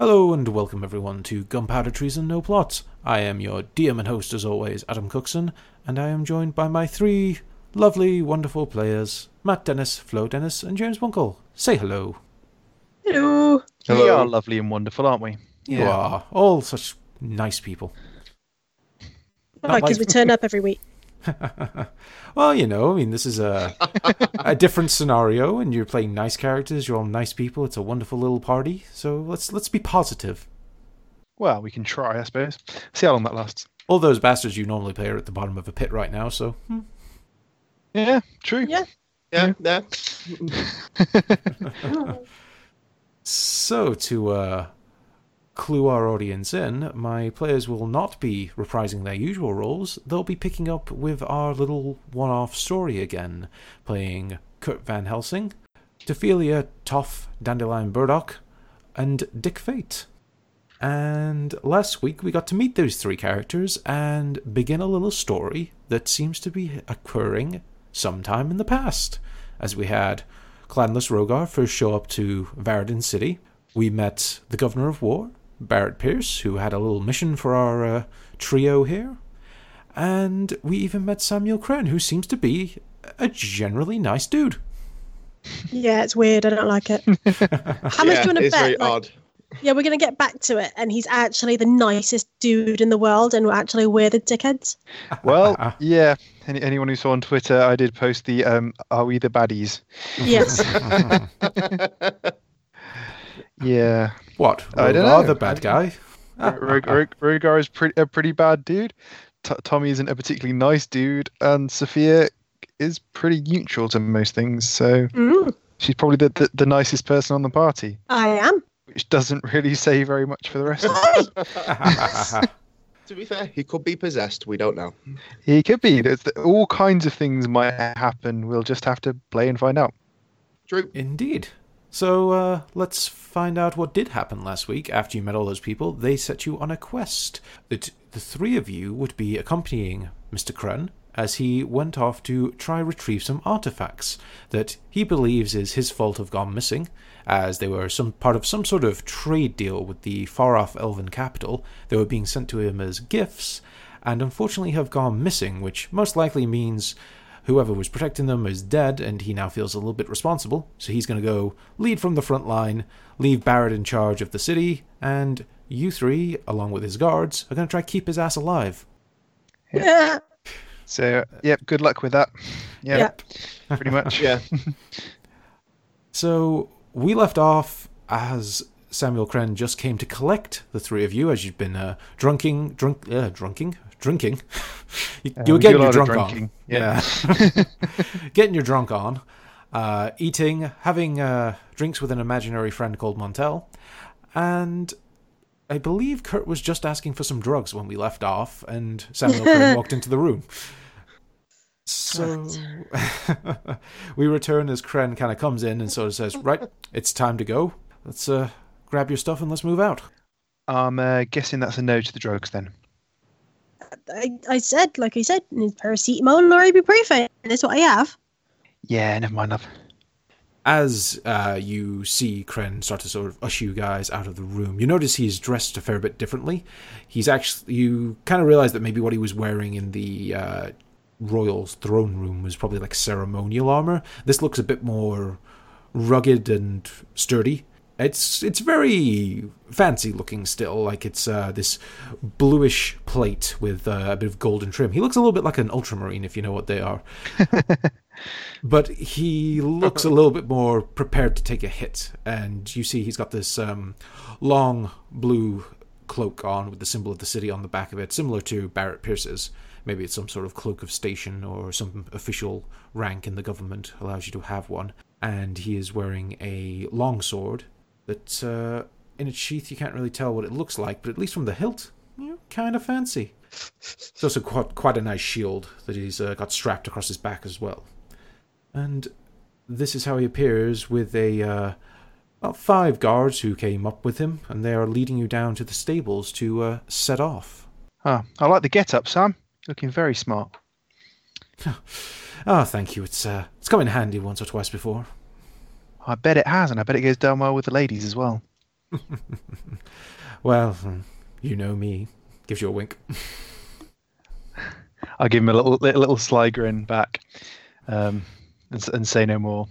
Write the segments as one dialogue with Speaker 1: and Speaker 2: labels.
Speaker 1: Hello and welcome everyone to Gunpowder Treason No Plots. I am your DM and host as always, Adam Cookson, and I am joined by my three lovely, wonderful players, Matt Dennis, Flo Dennis, and James Bunkle. Say hello.
Speaker 2: Hello.
Speaker 3: We are lovely and wonderful, aren't we?
Speaker 1: You are all such nice people.
Speaker 2: Why? Because we turn up every week.
Speaker 1: well, you know, I mean, this is a a different scenario, and you're playing nice characters. You're all nice people. It's a wonderful little party. So let's let's be positive.
Speaker 3: Well, we can try, I suppose. See how long that lasts.
Speaker 1: All those bastards you normally play are at the bottom of a pit right now. So hmm,
Speaker 3: Yeah, true.
Speaker 2: Yeah.
Speaker 4: Yeah, yeah.
Speaker 1: so to uh, clue our audience in, my players will not be reprising their usual roles. They'll be picking up with our little one-off story again, playing Kurt Van Helsing, Tophelia Toff Dandelion Burdock, and Dick Fate. And last week we got to meet those three characters and begin a little story that seems to be occurring sometime in the past. As we had Clanless Rogar first show up to Varadin City, we met the Governor of War, Barrett Pierce, who had a little mission for our uh, trio here, and we even met Samuel Cren, who seems to be a generally nice dude.
Speaker 2: Yeah, it's weird. I don't like it. How much do you want to
Speaker 4: it's
Speaker 2: bet?
Speaker 4: very
Speaker 2: like,
Speaker 4: odd.
Speaker 2: Yeah, we're gonna get back to it, and he's actually the nicest dude in the world, and we're actually we're the dickheads.
Speaker 3: Well, yeah. Any, anyone who saw on Twitter, I did post the um, "Are we the baddies?"
Speaker 2: Yes.
Speaker 3: Yeah,
Speaker 1: What?
Speaker 3: I don't
Speaker 1: Rogar,
Speaker 3: know.
Speaker 1: the bad guy.
Speaker 3: Ro- Ro- Ro- Rogar is pretty, a pretty bad dude. T- Tommy isn't a particularly nice dude, and Sophia is pretty neutral to most things. So
Speaker 2: Mm,
Speaker 3: she's probably the, the, the nicest person on the party,
Speaker 2: I am.
Speaker 3: which doesn't really say very much for the rest. of us.
Speaker 4: To be fair, he could be possessed. We don't know.
Speaker 3: He could be. There's, all kinds of things might happen. We'll just have to play and find out.
Speaker 4: Drew,
Speaker 1: Indeed. So uh, let's find out what did happen last week after you met all those people. They set you on a quest that the three of you would be accompanying Mr. Kren as he went off to try retrieve some artifacts that he believes is his fault have gone missing, as they were some part of some sort of trade deal with the far-off elven capital. They were being sent to him as gifts, and unfortunately have gone missing, which most likely means whoever was protecting them is dead, and he now feels a little bit responsible. So he's going to go lead from the front line, leave Barrett in charge of the city, and you three, along with his guards, are going to try keep his ass alive.
Speaker 2: Yeah.
Speaker 3: So, yep, good luck with that. Yeah,
Speaker 2: Yep.
Speaker 3: pretty much.
Speaker 4: yeah,
Speaker 1: So we left off as Samuel Cren just came to collect the three of you, as you've been uh, drunking, drunk, uh, drunking, drinking.
Speaker 3: we
Speaker 1: you, you were
Speaker 3: Um, do a
Speaker 1: getting your
Speaker 3: lot of
Speaker 1: drunk on,
Speaker 3: drinking, yeah.
Speaker 1: Yeah. getting your drunk on, uh, eating, having uh, drinks with an imaginary friend called Montel, and. I believe Kurt was just asking for some drugs when we left off, and Samuel Cren walked into the room. So we return as Kren kind of comes in and sort of says, "Right, it's time to go. Let's uh, grab your stuff and let's move out."
Speaker 3: I'm uh, guessing that's a no to the drugs then.
Speaker 2: I, I said, like I said, it's paracetamol or ibuprofen. That's what I have.
Speaker 3: Yeah, never mind, love.
Speaker 1: As uh, you see Kren start to sort of usher you guys out of the room, you notice he's dressed a fair bit differently. He's actually, you kind of realize that maybe what he was wearing in the uh, royal throne room was probably like ceremonial armor. This looks a bit more rugged and sturdy. It's it's very fancy looking still, like it's uh, this bluish plate with uh, a bit of golden trim. He looks a little bit like an ultramarine, if you know what they are but he looks a little bit more prepared to take a hit. And you see he's got this um, long blue cloak on with the symbol of the city on the back of it, similar to Barrett Pierce's. Maybe it's some sort of cloak of station or some official rank in the government allows you to have one. And he is wearing a long sword that, uh, in its sheath, you can't really tell what it looks like, but at least from the hilt, you know, kind of fancy. It's also quite, quite a nice shield that he's uh, got strapped across his back as well. And this is how he appears with a uh, about five guards who came up with him, and they are leading you down to the stables to uh, set off.
Speaker 3: Ah, I like the get up, Sam. Looking very smart.
Speaker 1: Ah, thank you. It's uh, it's come in handy once or twice before.
Speaker 3: I bet it has, and I bet it goes down well with the ladies as well.
Speaker 1: well, hmm, you know me. Gives you a wink.
Speaker 5: I give him a little a little sly grin back, um, and, s- and say no more.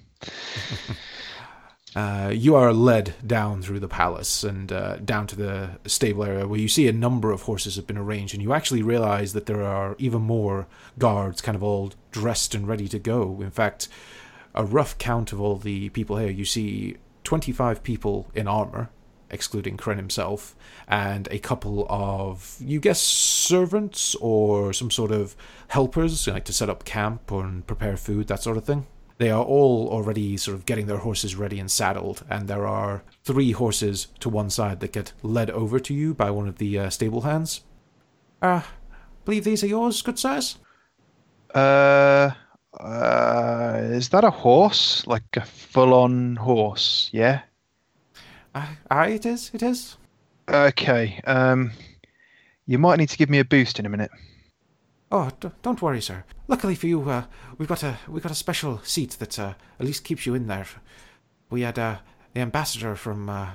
Speaker 1: Uh, you are led down through the palace and uh, down to the stable area where you see a number of horses have been arranged, and you actually realize that there are even more guards kind of all dressed and ready to go. In fact, a rough count of all the people here you see 25 people in armor, excluding Kren himself, and a couple of, you guess, servants or some sort of helpers, like to set up camp or and prepare food, that sort of thing. They are all already sort of getting their horses ready and saddled, and there are three horses to one side that get led over to you by one of the uh, stable hands. Uh, believe these are yours, good sirs?
Speaker 5: Uh, uh, is that a horse? Like a full-on horse? Yeah.
Speaker 1: Aye, Uh, aye, it is, it is.
Speaker 5: Okay. Um, you might need to give me a boost in a minute.
Speaker 1: Oh, d- don't worry, sir. Luckily for you, uh, we've got a we have got a special seat that uh, at least keeps you in there. We had uh, the ambassador from uh,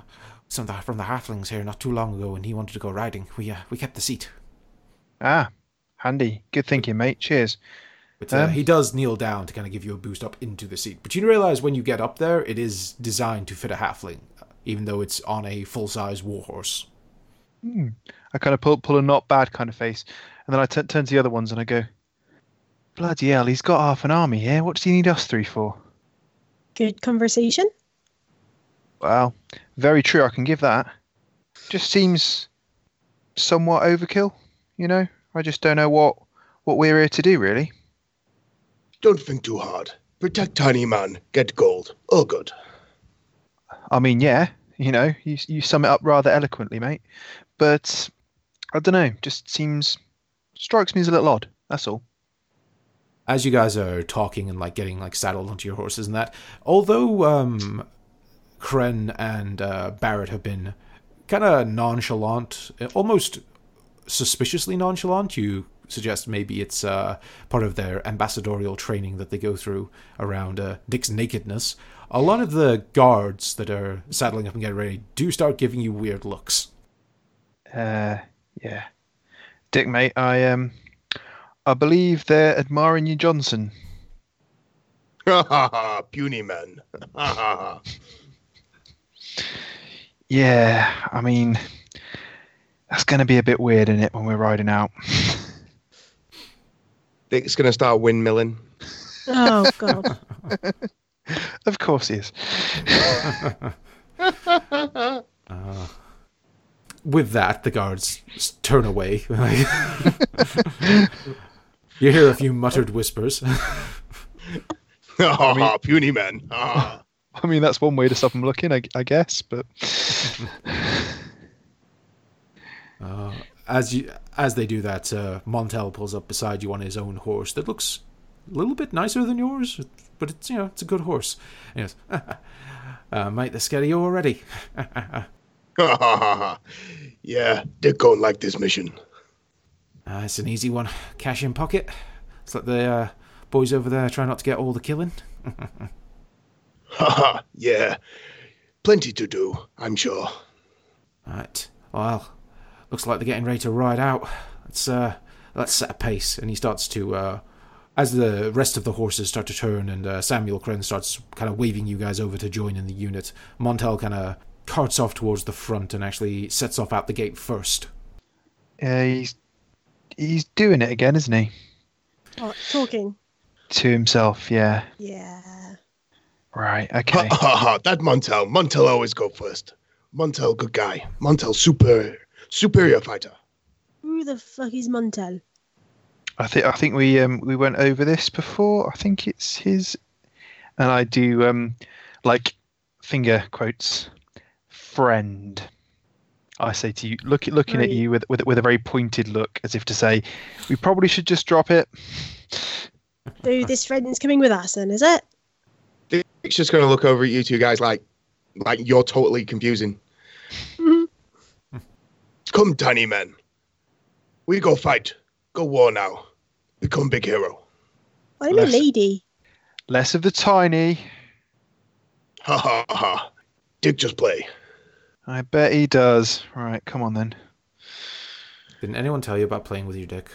Speaker 1: some of the, from the halflings here not too long ago, and he wanted to go riding. We uh, we kept the seat.
Speaker 5: Ah, handy. Good thinking, mate. Cheers.
Speaker 1: But
Speaker 5: uh, Um,
Speaker 1: he does kneel down to kind of give you a boost up into the seat. But you realize when you get up there, it is designed to fit a halfling, even though it's on a full size warhorse.
Speaker 5: I kind of pull pull a not bad kind of face, and then I t- turn to the other ones and I go, "Bloody hell, he's got half an army here. What does he need us three for?"
Speaker 2: Good conversation.
Speaker 5: Well, very true. I can give that. Just seems somewhat overkill, you know. I just don't know what what we're here to do, really.
Speaker 6: Don't think too hard. Protect tiny man. Get gold. All good.
Speaker 5: I mean, yeah, you know, you you sum it up rather eloquently, mate. But I don't know. Just seems strikes me as a little odd. That's all.
Speaker 1: as you guys are talking and like getting like saddled onto your horses and that, although um, Kren and uh, Barrett have been kind of nonchalant, almost suspiciously nonchalant, you suggest maybe it's uh, part of their ambassadorial training that they go through around uh, Dick's nakedness. A lot of the guards that are saddling up and getting ready do start giving you weird looks.
Speaker 5: Uh, yeah, Dick, mate. I um, I believe they're admiring you, Johnson.
Speaker 6: Ha ha ha. Puny man. Ha ha ha.
Speaker 5: Yeah, I mean, that's going to be a bit weird, in it, when we're riding out.
Speaker 6: Dick's gonna start windmilling.
Speaker 2: Oh god.
Speaker 5: Of course he is.
Speaker 1: Uh, with that, the guards s- turn away. you hear a few muttered whispers.
Speaker 6: Ha ha ha. Puny man. Ha ha.
Speaker 5: I mean, that's one way to stop him looking, I, I guess. But
Speaker 1: As you, as they do that, uh, Montel pulls up beside you on his own horse that looks a little bit nicer than yours, but it's you know it's a good horse. And he goes, uh, "Mate, they're scared of you already."
Speaker 6: Ha ha ha ha. Yeah. Dick won't like this mission.
Speaker 1: Uh, it's an easy one, cash in pocket. It's like the uh, boys over there try not to get all the killing.
Speaker 6: Ha ha. Yeah. Plenty to do. I'm sure.
Speaker 1: Right. Well, looks like they're getting ready to ride out. Let's uh, let's set a pace. And he starts to, uh, as the rest of the horses start to turn, and uh, Samuel Kren starts kind of waving you guys over to join in the unit. Montel kind of carts off towards the front and actually sets off out the gate first.
Speaker 5: yeah, he's he's doing it again, isn't he?
Speaker 2: What, talking.
Speaker 5: To himself. Yeah.
Speaker 2: Yeah.
Speaker 5: Right.
Speaker 6: Ha
Speaker 5: Okay.
Speaker 6: ha ha. That Montel. Montel always go first. Montel, good guy. Montel, super, superior fighter.
Speaker 2: Who the fuck is Montel?
Speaker 5: I think I think we um we went over this before. I think it's his, and I do um like finger quotes friend. I say to you, look looking at
Speaker 2: Right.
Speaker 5: you with with with a very pointed look, as if to say, we probably should just drop it.
Speaker 2: So this friend's coming with us then, is it?
Speaker 6: Dick's just gonna look over at you two guys like, like you're totally confusing.
Speaker 2: Mm-hmm.
Speaker 6: Come, tiny man. We go fight. Go war now. Become big hero.
Speaker 2: I'm
Speaker 5: Less.
Speaker 2: a lady.
Speaker 5: Less of the tiny.
Speaker 6: Ha ha ha. Dick just play.
Speaker 5: I bet he does. Right, come on then.
Speaker 1: Didn't anyone tell you about playing with your dick?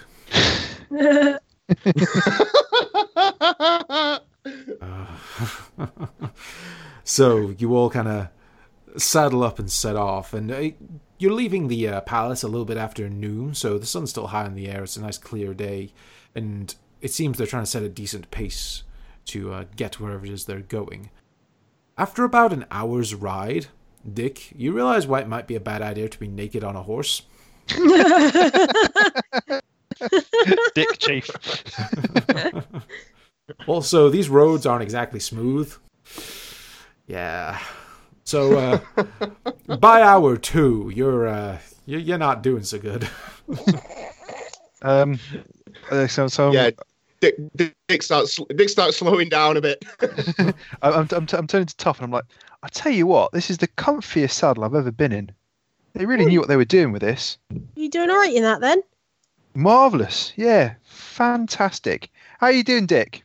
Speaker 1: Uh, so you all kind of saddle up and set off, and uh, you're leaving the uh, palace a little bit after noon, so the sun's still high in the air. It's a nice clear day, and it seems they're trying to set a decent pace to uh, get wherever it is they're going. After about an hour's ride, Dick, you realize why it might be a bad idea to be naked on a horse.
Speaker 5: Dick Chief.
Speaker 1: Also, these roads aren't exactly smooth. Yeah. So uh, by hour two, you're uh, you're you're not doing so good.
Speaker 5: Um, uh, so, so I'm-
Speaker 6: Yeah, Dick, Dick, Dick starts Dick starts slowing down a bit.
Speaker 5: I- I'm, I'm, I'm turning to Tough and I'm like, I tell you what, this is the comfiest saddle I've ever been in. They really knew what they were doing with this.
Speaker 2: You doing all right in that then?
Speaker 5: Marvelous, yeah, fantastic. How you doing, Dick?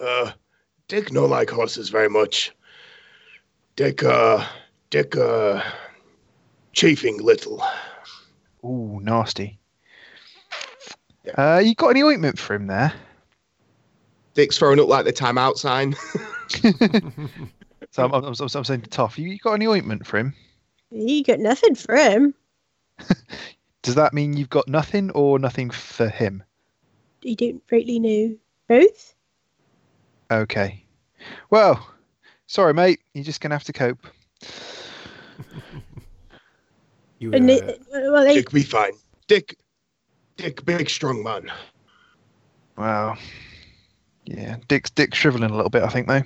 Speaker 6: Uh, Dick no like horses very much. Dick, uh, Dick, uh, chafing little.
Speaker 5: Ooh, nasty.
Speaker 6: Yeah.
Speaker 5: Uh, you got any ointment for him there?
Speaker 6: Dick's throwing up like the timeout sign.
Speaker 5: So I'm, I'm, I'm, I'm saying to Toff, you, you got any ointment for him?
Speaker 2: You got nothing for him.
Speaker 5: Does that mean you've got nothing or nothing for him?
Speaker 2: You don't really know both.
Speaker 5: Okay. Well, sorry, mate. You're just gonna have to cope.
Speaker 1: You,
Speaker 2: And
Speaker 1: uh,
Speaker 2: it, well, they,
Speaker 6: Dick be fine. Dick, Dick, big strong man.
Speaker 5: Wow. Yeah, Dick's Dick's shriveling a little bit, I think, though.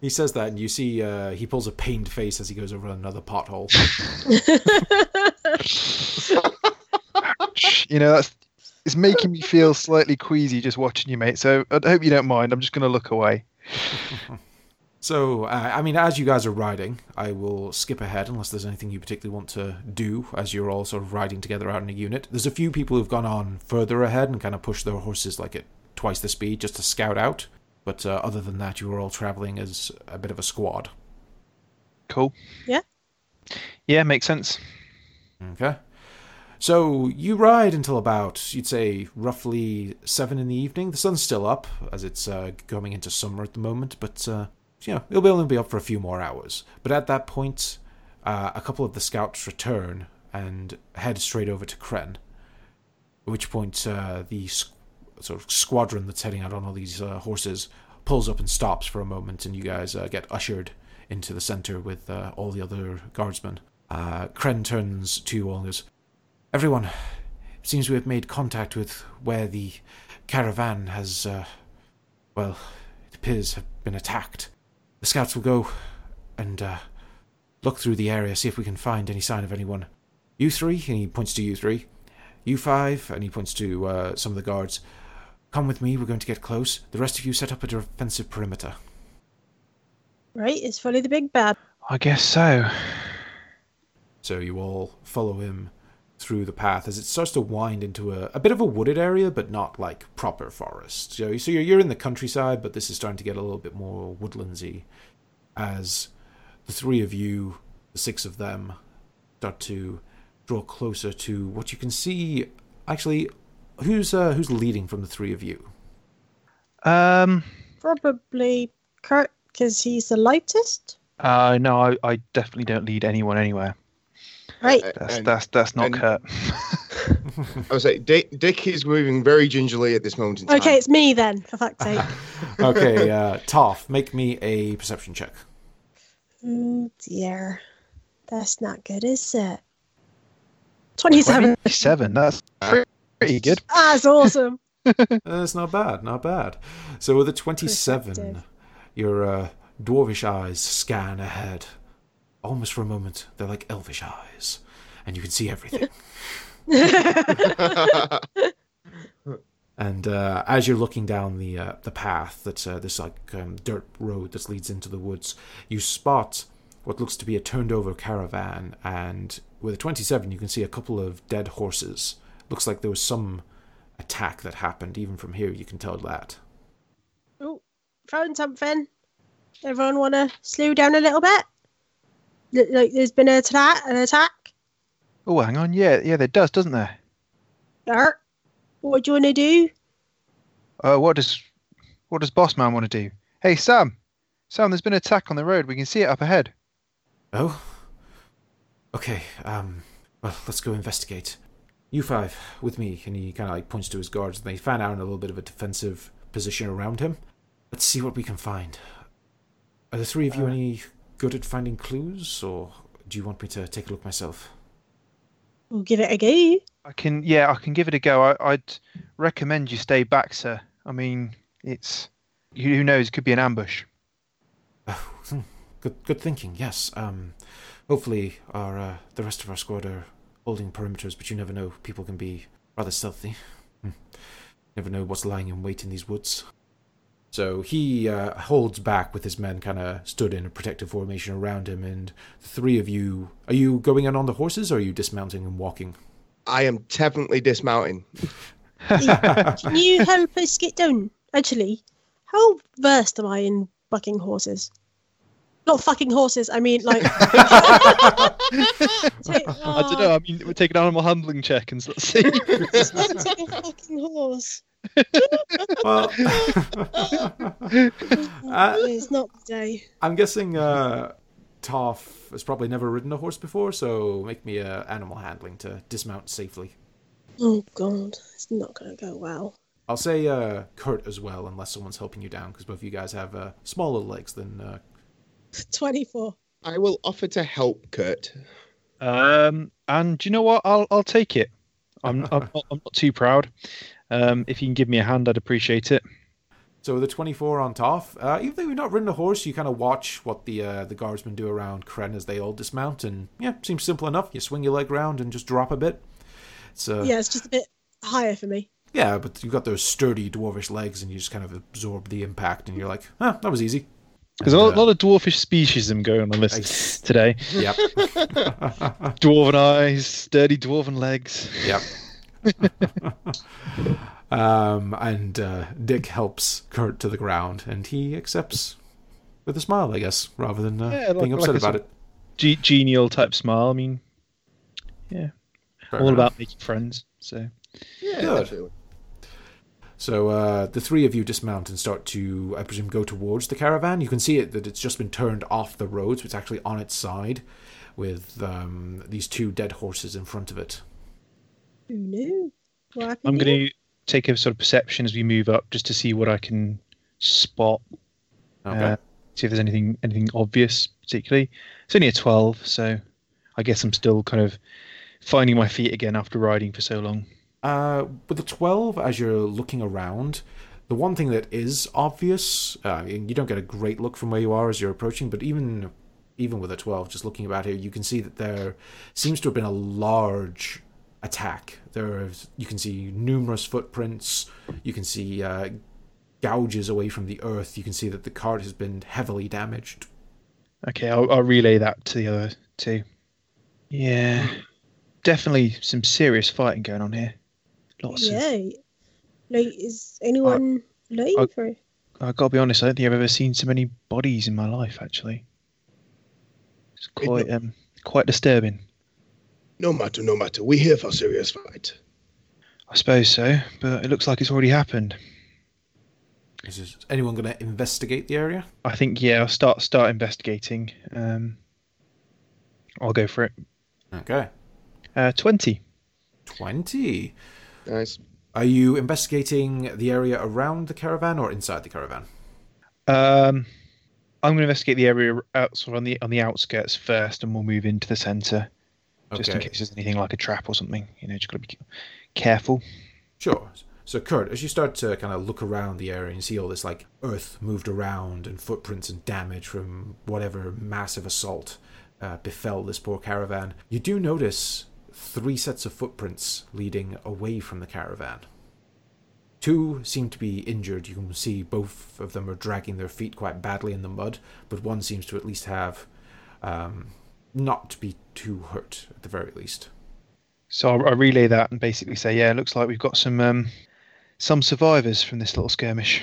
Speaker 1: he says that, and you see uh, he pulls a pained face as he goes over another pothole.
Speaker 5: Shh, you know that's it's making me feel slightly queasy just watching you mate so i hope you don't mind i'm just going to look away
Speaker 1: So, uh, I mean, as you guys are riding, I will skip ahead unless there's anything you particularly want to do as you're all sort of riding together out in a unit. There's a few people who've gone on further ahead and kind of pushed their horses like at twice the speed just to scout out. But uh, other than that, you are all traveling as a bit of a squad.
Speaker 5: cool
Speaker 2: Yeah.
Speaker 5: yeah makes sense
Speaker 1: Okay. So you ride until about, you'd say, roughly seven in the evening. The sun's still up as it's uh, coming into summer at the moment, but uh, you know it'll be only be up for a few more hours. But at that point, uh, a couple of the scouts return and head straight over to Kren. At which point, uh, the s- sort of squadron that's heading out on all these uh, horses pulls up and stops for a moment, and you guys uh, get ushered into the center with uh, all the other guardsmen. Uh, Kren turns to you all and goes, Everyone, it seems we have made contact with where the caravan has, uh, well, it appears have been attacked. The scouts will go and uh, look through the area, see if we can find any sign of anyone. You three, and he points to you three. You five, and he points to uh, some of the guards. Come with me, we're going to get close. The rest of you set up a defensive perimeter.
Speaker 2: right, it's fully the big bad.
Speaker 5: i guess so
Speaker 1: So you all follow him through the path as it starts to wind into a, a bit of a wooded area, but not like proper forest. So, so you're, you're in the countryside, but this is starting to get a little bit more woodlandsy as the three of you, the six of them, start to draw closer to what you can see. Actually, who's uh, who's leading from the three of you?
Speaker 5: um
Speaker 2: Probably Kurt, because he's the lightest.
Speaker 5: uh no i, I definitely don't lead anyone anywhere
Speaker 2: Right.
Speaker 5: that's
Speaker 6: And
Speaker 5: that's that's not
Speaker 6: and-
Speaker 5: kurt
Speaker 6: I was like, Dick, Dick is moving very gingerly at this moment in time.
Speaker 2: Okay, it's me then, for fuck's sake.
Speaker 1: Okay, uh, Toph, make me a perception check.
Speaker 2: oh dear. That's not good, is it? 27.
Speaker 5: 27 that's pretty, pretty good
Speaker 2: That's awesome.
Speaker 1: That's not bad, not bad. So with a 27,
Speaker 2: Perceptive.
Speaker 1: your uh, dwarvish eyes scan ahead. Almost for a moment, they're like elvish eyes, and you can see everything. and uh, as you're looking down the uh, the path, that's uh, this like um, dirt road that leads into the woods, you spot what looks to be a turned over caravan, and with a 27, you can see a couple of dead horses. Looks like there was some attack that happened. Even from here, you can tell that.
Speaker 2: Oh, found something. Everyone want to slow down a little bit? th- like there's been an attack, an attack.
Speaker 3: Oh, hang on. Yeah, yeah, there does, doesn't there?
Speaker 2: Arr. What do you want to do?
Speaker 3: Uh, what does what does Boss Man want to do? Hey, Sam, Sam, there's been an attack on the road. We can see it up ahead.
Speaker 1: Oh? Okay, um, well, let's go investigate. You five, with me. And he kind of like points to his guards, and they fan out in a little bit of a defensive position around him. Let's see what we can find. Are the three of you any good at finding clues, or do you want me to take a look myself?
Speaker 2: We'll give it a go.
Speaker 3: I can, yeah, I can give it a go. I, I'd recommend you stay back, sir. I mean, it's who knows, could be an ambush.
Speaker 1: Oh, hmm, good, good thinking. Yes. Um, hopefully, our uh, the rest of our squad are holding perimeters, but you never know. People can be rather stealthy. Hmm. Never know what's lying in wait in these woods. So he uh, holds back with his men, kind of stood in a protective formation around him, and the three of you. Are you going in on the horses, or are you dismounting and walking?
Speaker 4: I am definitely dismounting.
Speaker 2: Can you help us get down? Actually, how versed am I in fucking horses? Not fucking horses. I mean, like.
Speaker 5: I don't know. I mean, we take an animal handling check and s- let's see.
Speaker 2: Sounds like a fucking horse.
Speaker 1: well, uh,
Speaker 2: It's not today.
Speaker 1: I'm guessing uh, Toff has probably never ridden a horse before, so make me uh, animal handling to dismount safely.
Speaker 2: Oh god, it's not gonna go well.
Speaker 1: I'll say uh, Kurt as well, unless someone's helping you down, because both you guys have uh, smaller legs than. Uh,
Speaker 2: Twenty-four.
Speaker 4: I will offer to help Kurt.
Speaker 5: Um, and do you know what? I'll I'll take it. I'm I'm not, I'm not too proud. Um, if you can give me a hand, I'd appreciate it.
Speaker 1: so the 24 on Toff. Uh, even though you've not ridden a horse, you kind of watch what the uh, the guardsmen do around Kren as they all dismount, and yeah, seems simple enough. You swing your leg round and just drop a bit. So
Speaker 2: Yeah, it's just a bit higher for me.
Speaker 1: yeah, but you've got those sturdy dwarvish legs, and you just kind of absorb the impact, and you're like, huh, that was easy.
Speaker 5: There's a lot, lot of dwarfish speciesism going on this
Speaker 1: Ex-
Speaker 5: today.
Speaker 1: Yep.
Speaker 5: Dwarven eyes, sturdy dwarven legs.
Speaker 1: Yep. um, and uh, Dick helps Kurt to the ground, and he accepts with a smile, I guess, rather than uh,
Speaker 5: Yeah, like-
Speaker 1: being upset
Speaker 5: like I
Speaker 1: about
Speaker 5: said,
Speaker 1: it.
Speaker 5: G- genial type smile. I mean, yeah,
Speaker 1: Fair
Speaker 5: all
Speaker 1: enough.
Speaker 5: about making friends. So
Speaker 4: Yeah,
Speaker 1: Good.
Speaker 4: definitely.
Speaker 1: So uh, the three of you dismount and start to, I presume, go towards the caravan. You can see it that it's just been turned off the road, so it's actually on its side, with um, these two dead horses in front of it.
Speaker 2: Who knew? What happened
Speaker 5: I'm
Speaker 2: here?
Speaker 5: going to take a sort of perception as we move up, just to see what I can spot.
Speaker 1: Okay.
Speaker 5: Uh, see if there's anything anything obvious particularly. It's only a 12, so I guess I'm still kind of finding my feet again after riding for so long.
Speaker 1: Uh, with the 12, as you're looking around, the one thing that is obvious, uh, and you don't get a great look from where you are as you're approaching, but even even with a 12, just looking about here, you can see that there seems to have been a large attack. There, is- you can see numerous footprints. You can see uh, gouges away from the earth. You can see that the cart has been heavily damaged.
Speaker 5: Okay, I'll, I'll relay that to the other two. Yeah, definitely some serious fighting going on here. Lots of.
Speaker 2: Yeah. Like, is
Speaker 5: Uh,
Speaker 2: anyone alive? or-
Speaker 5: I gotta be honest, I don't think I've ever seen so many bodies in my life. Actually, it's
Speaker 4: Wait,
Speaker 5: quite um quite disturbing.
Speaker 4: No matter, no matter. We're here for a serious fight.
Speaker 5: I suppose so, but it looks like it's already happened.
Speaker 1: Is this- anyone going to investigate the area?
Speaker 5: I think yeah, I'll start start investigating. Um, I'll go for it.
Speaker 1: Okay.
Speaker 5: Uh, Twenty.
Speaker 1: 20.
Speaker 4: Nice.
Speaker 1: Are you investigating the area around the caravan or inside the caravan?
Speaker 5: Um, I'm going to investigate the area out, sort of on the on the outskirts first, and we'll move into the centre just in case there's anything like a trap or something. You know, just got to be careful.
Speaker 1: Sure. So, Kurt, as you start to kind of look around the area and see all this like earth moved around and footprints and damage from whatever massive assault uh, befell this poor caravan, you do notice three sets of footprints leading away from the caravan. Two seem to be injured. You can see both of them are dragging their feet quite badly in the mud, but one seems to at least have um, not be too hurt at the very least.
Speaker 5: So I'll, I'll relay that and basically say, yeah, it looks like we've got some um, some survivors from this little skirmish.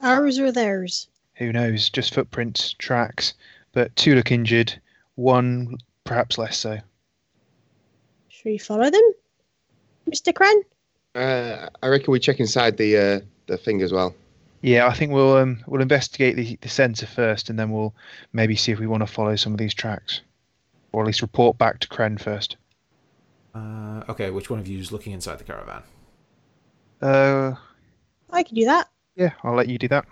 Speaker 2: Ours or theirs?
Speaker 5: Who knows? Just footprints, tracks, but two look injured. one perhaps less so.
Speaker 2: Should we follow them, Mister Cren?
Speaker 6: Uh, I reckon we check inside the uh, the thing as well.
Speaker 5: Yeah, I think we'll um, we'll investigate the, the centre first, and then we'll maybe see if we want to follow some of these tracks, or at least report back to Kren first.
Speaker 1: Uh, okay, which one of you is looking inside the caravan?
Speaker 5: Uh,
Speaker 2: I can do that.
Speaker 5: yeah, I'll let you do that.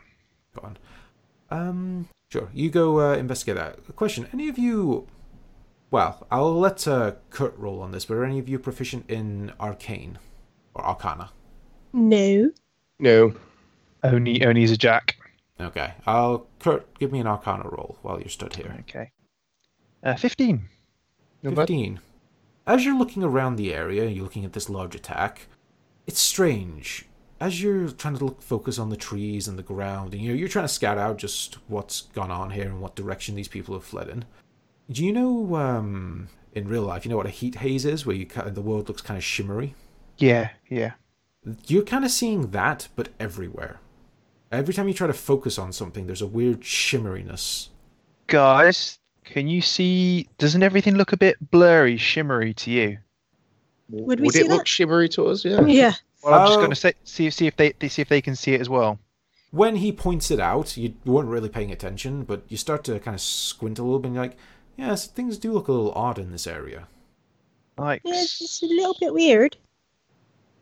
Speaker 1: Got on. Um, sure. You go uh, investigate that. Question: Any of you? Well, I'll let uh, Kurt roll on this, but are any of you proficient in arcane or arcana?
Speaker 2: No.
Speaker 6: No.
Speaker 5: Only only is a jack.
Speaker 1: Okay. I'll Kurt give me an arcana roll while you're stood here.
Speaker 5: Okay. Uh, Fifteen.
Speaker 1: 15. As you're looking around the area, you're looking at this large attack. It's strange. As you're trying to look, focus on the trees and the ground, and you know, you're trying to scout out just what's gone on here and what direction these people have fled in. Do you know, um, in real life, you know what a heat haze is, where you ki the world looks kind of shimmery?
Speaker 5: Yeah, yeah.
Speaker 1: You're kind of seeing that, but everywhere. Every time you try to focus on something, there's a weird shimmeriness.
Speaker 5: Guys, can you see? Doesn't everything look a bit blurry, shimmery to you?
Speaker 2: Would we
Speaker 6: Would
Speaker 2: see
Speaker 6: it look
Speaker 2: that?
Speaker 6: shimmery to us? Yeah.
Speaker 2: Yeah.
Speaker 5: Well, I'm just
Speaker 1: Oh.
Speaker 5: going to say, see see if they they- see if they can see it as well.
Speaker 1: when he points it out, you weren't really paying attention, but you start to kind of squint a little bit and you're like, yes, things do look a little odd in this area.
Speaker 5: Like,
Speaker 2: Yeah, it's it's a little bit weird.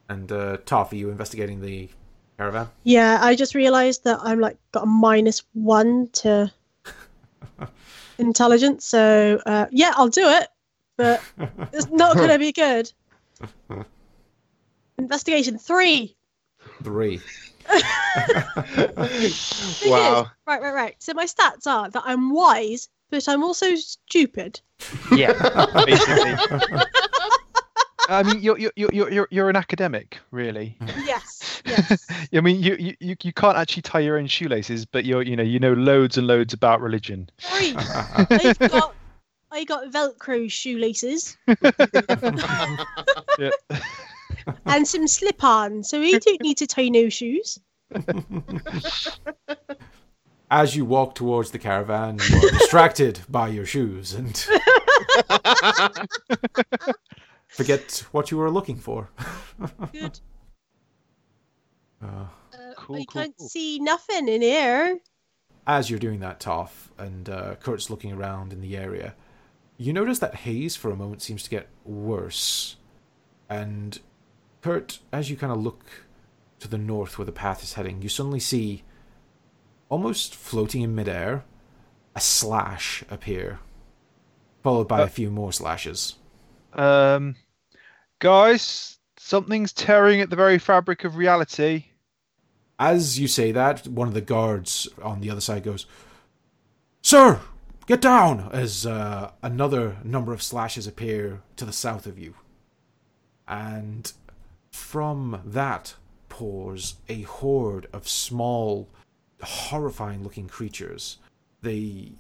Speaker 1: And uh, Toph, are you investigating the caravan?
Speaker 2: Yeah, I just realised that I'm like got a minus one to intelligence. So uh, yeah, I'll do it, but it's not going to be good. Investigation three.
Speaker 1: Three.
Speaker 2: Thing is- right, right, right. So my stats are that I'm wise, but I'm also stupid.
Speaker 5: yeah, basically. I mean, you're you're you're you're you're an academic, really.
Speaker 2: Yes, yes.
Speaker 5: I mean, you you- you you can't actually tie your own shoelaces, but you're you know you know loads and loads about religion.
Speaker 2: Three. I've got, I got Velcro shoelaces
Speaker 5: Yeah.
Speaker 2: and some slip-ons, so we don't need to tie no shoes.
Speaker 1: As you walk towards the caravan, you are distracted by your shoes and forget what you were looking for.
Speaker 2: Good.
Speaker 1: Uh,
Speaker 2: Uh,
Speaker 5: Cool,
Speaker 2: I
Speaker 5: cool,
Speaker 2: can't
Speaker 5: cool.
Speaker 2: see nothing in here.
Speaker 1: as you're doing that, Toph, and uh, Kurt's looking around in the area, you notice that haze for a moment seems to get worse. And Kurt, as you kind of look to the north where the path is heading, you suddenly see, almost floating in midair, a slash appear, followed by
Speaker 5: Uh,
Speaker 1: a few more slashes.
Speaker 5: Um, guys, something's tearing at the very fabric of reality.
Speaker 1: As you say that, one of the guards on the other side goes, Sir, get down! As uh, another number of slashes appear to the south of you. And from that pours a horde of small, horrifying looking creatures. They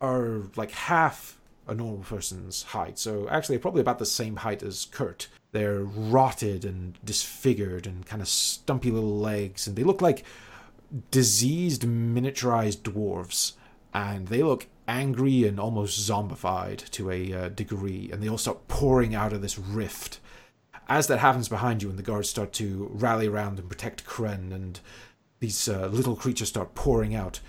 Speaker 1: are like half a normal person's height, so actually, probably about the same height as Kurt. They're rotted and disfigured and kind of stumpy little legs, and they look like diseased, miniaturized dwarves. And they look angry and almost zombified to a uh, degree, and they all start pouring out of this rift as that happens behind you and the guards start to rally around and protect Kren and these uh, little creatures start pouring out,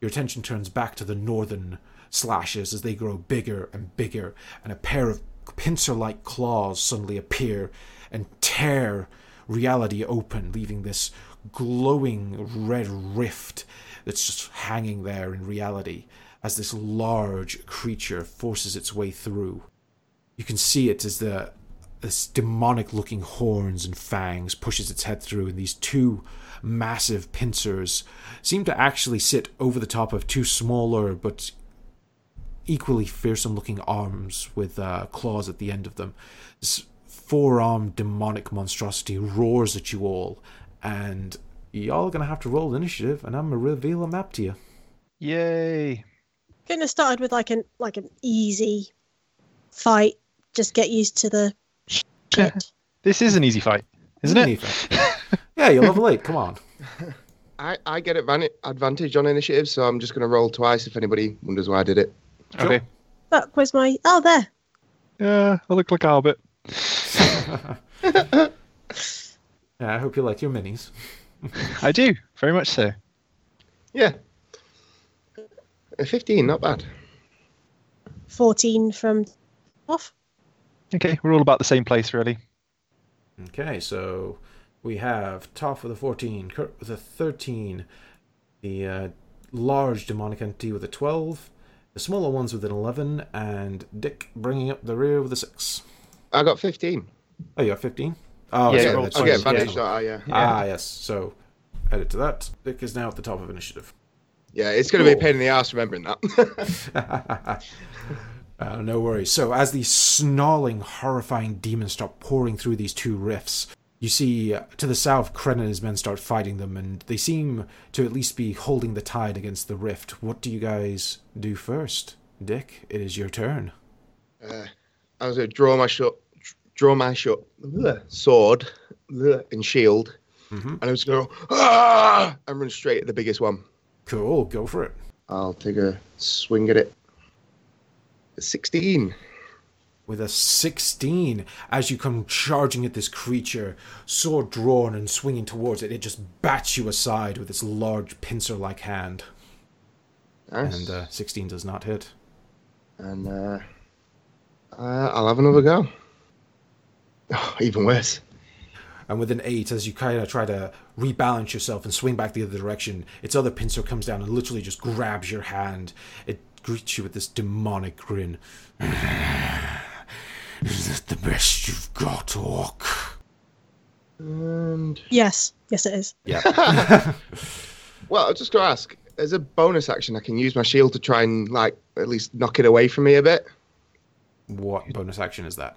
Speaker 1: your attention turns back to the northern slashes as they grow bigger and bigger and a pair of pincer-like claws suddenly appear and tear reality open, leaving this glowing red rift that's just hanging there in reality as this large creature forces its way through. You can see it as the this demonic looking horns and fangs pushes its head through, and these two massive pincers seem to actually sit over the top of two smaller but equally fearsome looking arms with uh, claws at the end of them. This four armed demonic monstrosity roars at you all, and y'all are gonna have to roll initiative, and I'm gonna reveal a map to you.
Speaker 5: Yay!
Speaker 2: Couldn't have started with like an like an easy fight. Just get used to the shit.
Speaker 5: This is an easy fight, isn't it?
Speaker 1: yeah, you're level eight. Come on.
Speaker 6: I, I get advan- advantage on initiative, so I'm just going to roll twice if anybody wonders why I did it.
Speaker 1: Sure.
Speaker 5: Okay.
Speaker 2: Fuck, where's my. Oh, there.
Speaker 5: Yeah, I look like Albert.
Speaker 1: yeah, I hope you like your minis.
Speaker 5: I do very much so.
Speaker 6: Yeah. Uh, 15, not bad.
Speaker 2: 14 from off.
Speaker 5: Okay, we're all about the same place, really.
Speaker 1: Okay, so we have Toph with a 14, Kurt with a 13, the uh, large demonic entity with a 12, the smaller ones with an 11, and Dick bringing up the rear with a 6.
Speaker 6: I got 15.
Speaker 1: Oh, you have 15? Oh,
Speaker 5: Yeah,
Speaker 1: sorry,
Speaker 5: you rolled
Speaker 1: that's
Speaker 6: I
Speaker 5: Oh,
Speaker 6: get
Speaker 1: right.
Speaker 6: advantage, don't I? Yeah.
Speaker 1: Ah, yes. So, edit to that. Dick is now at the top of initiative.
Speaker 6: Yeah, it's going to be a pain in the ass remembering that.
Speaker 1: uh, no worries. So, as these snarling, horrifying demons start pouring through these two rifts, you see uh, to the south, Kren and his men start fighting them, and they seem to at least be holding the tide against the rift. What do you guys do first? Dick, it is your turn.
Speaker 6: uh, I was going to draw my shot, draw my shot, bleh, sword, bleh, and shield,
Speaker 1: Mhm.
Speaker 6: and I was going to go ah, and run straight at the biggest one.
Speaker 1: Cool, go for it.
Speaker 6: I'll take a swing at it. 16.
Speaker 1: with a 16 as you come charging at this creature, sword drawn and swinging towards it. It just bats you aside with its large pincer like hand.
Speaker 6: Nice.
Speaker 1: And uh, 16 does not hit.
Speaker 6: and uh, uh, I'll have another go. Oh, even worse.
Speaker 1: And with an 8, as you kind of try to rebalance yourself and swing back the other direction, its other pincer comes down and literally just grabs your hand. It greets you with this demonic grin. Is that the best you've got, Orc?
Speaker 6: And
Speaker 2: Yes. Yes, it is.
Speaker 1: Yeah.
Speaker 6: well, I was just going to ask, as a bonus action, I can use my shield to try and like at least knock it away from me a bit.
Speaker 1: what bonus action is that?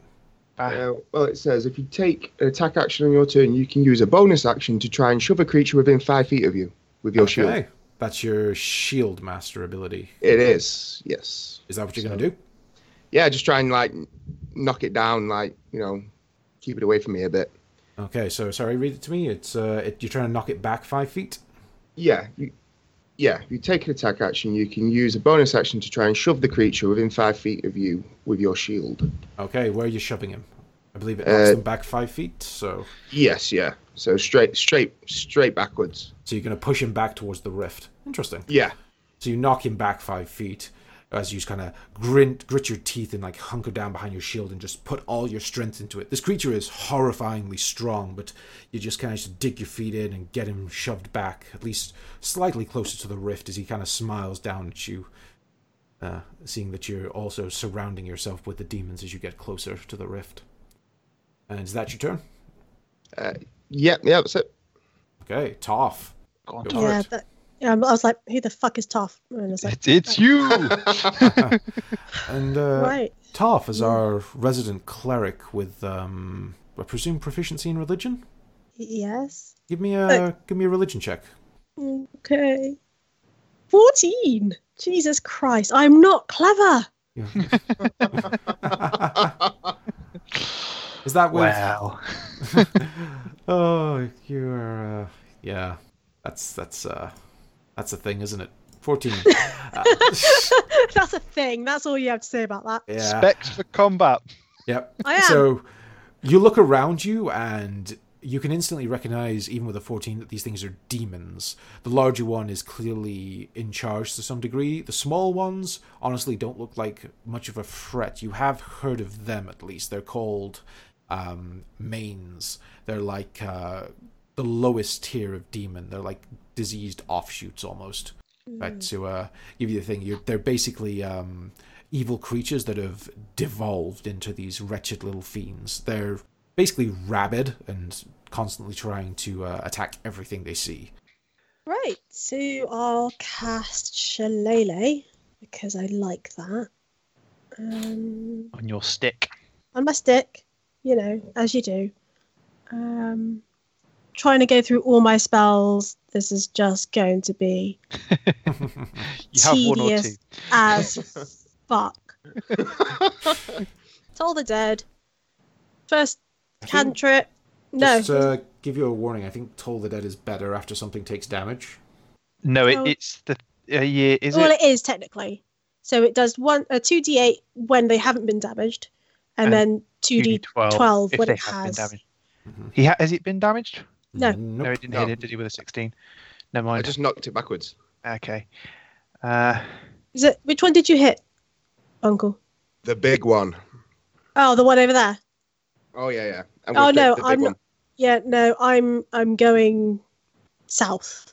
Speaker 6: Uh, well, it says if you take an attack action on your turn, you can use a bonus action to try and shove a creature within five feet of you with your shield.
Speaker 1: Okay. That's your shield master ability.
Speaker 6: It is yes.
Speaker 1: Is that what you're
Speaker 6: So-
Speaker 1: going to do?
Speaker 6: Yeah, just try and like knock it down, like you know, keep it away from me a bit.
Speaker 1: Okay, so sorry, read it to me. It's uh, it, you're trying to knock it back five feet.
Speaker 6: Yeah, you, yeah. If you take an attack action, you can use a bonus action to try and shove the creature within five feet of you with your shield.
Speaker 1: Okay, where are you shoving him? I believe it knocks
Speaker 6: Uh,
Speaker 1: him back five feet. So,
Speaker 6: Yes, yeah. So straight, straight, straight backwards.
Speaker 1: so you're going to push him back towards the rift. Interesting.
Speaker 6: Yeah,
Speaker 1: So you knock him back five feet as you just kind of grit, grit your teeth and like hunker down behind your shield and just put all your strength into it. This creature is horrifyingly strong, but you just kind of just dig your feet in and get him shoved back, at least slightly closer to the rift as he kind of smiles down at you, uh, seeing that you're also surrounding yourself with the demons as you get closer to the rift. And is that your turn?
Speaker 6: Uh, yeah, yeah. That's it.
Speaker 1: Okay, Toph.
Speaker 5: Go on,
Speaker 1: Go
Speaker 5: Tom.
Speaker 1: for
Speaker 2: Yeah.
Speaker 1: it.
Speaker 2: That, um, I was like, who the fuck is Toph? And I was like,
Speaker 5: It's, it's you.
Speaker 1: And uh,
Speaker 2: right.
Speaker 1: Toph is our resident cleric with, um, I presume, proficiency in religion?
Speaker 2: Yes.
Speaker 1: Give me a
Speaker 2: Uh,
Speaker 1: give me a religion check.
Speaker 2: Okay. 14. Jesus Christ. I'm not clever.
Speaker 1: Is that with?
Speaker 5: wow.
Speaker 1: oh, you're uh, yeah. That's that's uh, that's a thing, isn't it? Fourteen. Uh,
Speaker 2: That's a thing. That's all you have to say about that.
Speaker 1: yeah.
Speaker 5: Specs for combat.
Speaker 1: Yep.
Speaker 2: I am.
Speaker 1: So you look around you and you can instantly recognize, even with a 14, that these things are demons. The larger one is clearly in charge to some degree. The small ones, honestly, don't look like much of a threat. You have heard of them, at least. They're called um, mains. They're like uh, the lowest tier of demon. They're like diseased offshoots almost right
Speaker 2: Mm.
Speaker 1: to uh, give you the thing you're, they're basically um, evil creatures that have devolved into these wretched little fiends they're basically rabid and constantly trying to uh, attack everything they see
Speaker 2: Right. So I'll cast Shillelagh because I like that. Um,
Speaker 5: On your stick.
Speaker 2: on my stick, you know, as you do. Um, trying to go through all my spells. This is just going to be
Speaker 5: You have one or two.
Speaker 2: Tedious. as fuck. Toll the dead. First
Speaker 1: I think-
Speaker 2: cantrip. No.
Speaker 1: just uh, give you a warning i think toll the dead is better after something takes damage
Speaker 5: No, it,
Speaker 2: Oh.
Speaker 5: it's the uh, yeah. Is
Speaker 2: well,
Speaker 5: it?
Speaker 2: it is technically. So it does one a two d eight when they haven't been damaged, and,
Speaker 5: And
Speaker 2: then two d
Speaker 5: 2d12
Speaker 2: twelve
Speaker 5: if
Speaker 2: when
Speaker 5: they
Speaker 2: it
Speaker 5: have been
Speaker 2: has.
Speaker 5: damaged. He ha- has it been damaged?
Speaker 2: No.
Speaker 5: No, it didn't
Speaker 6: No.
Speaker 5: hit it, did he, with a 16? Never
Speaker 6: I
Speaker 5: mind.
Speaker 6: just knocked it backwards.
Speaker 5: Okay. Uh,
Speaker 2: Is it which one did you hit, Uncle?
Speaker 6: The big one.
Speaker 2: Oh, the one over there.
Speaker 6: Oh yeah, yeah. And
Speaker 2: Oh,
Speaker 6: we've
Speaker 2: no,
Speaker 6: hit the big
Speaker 2: I'm not-
Speaker 6: one.
Speaker 2: Yeah, no, I'm I'm going south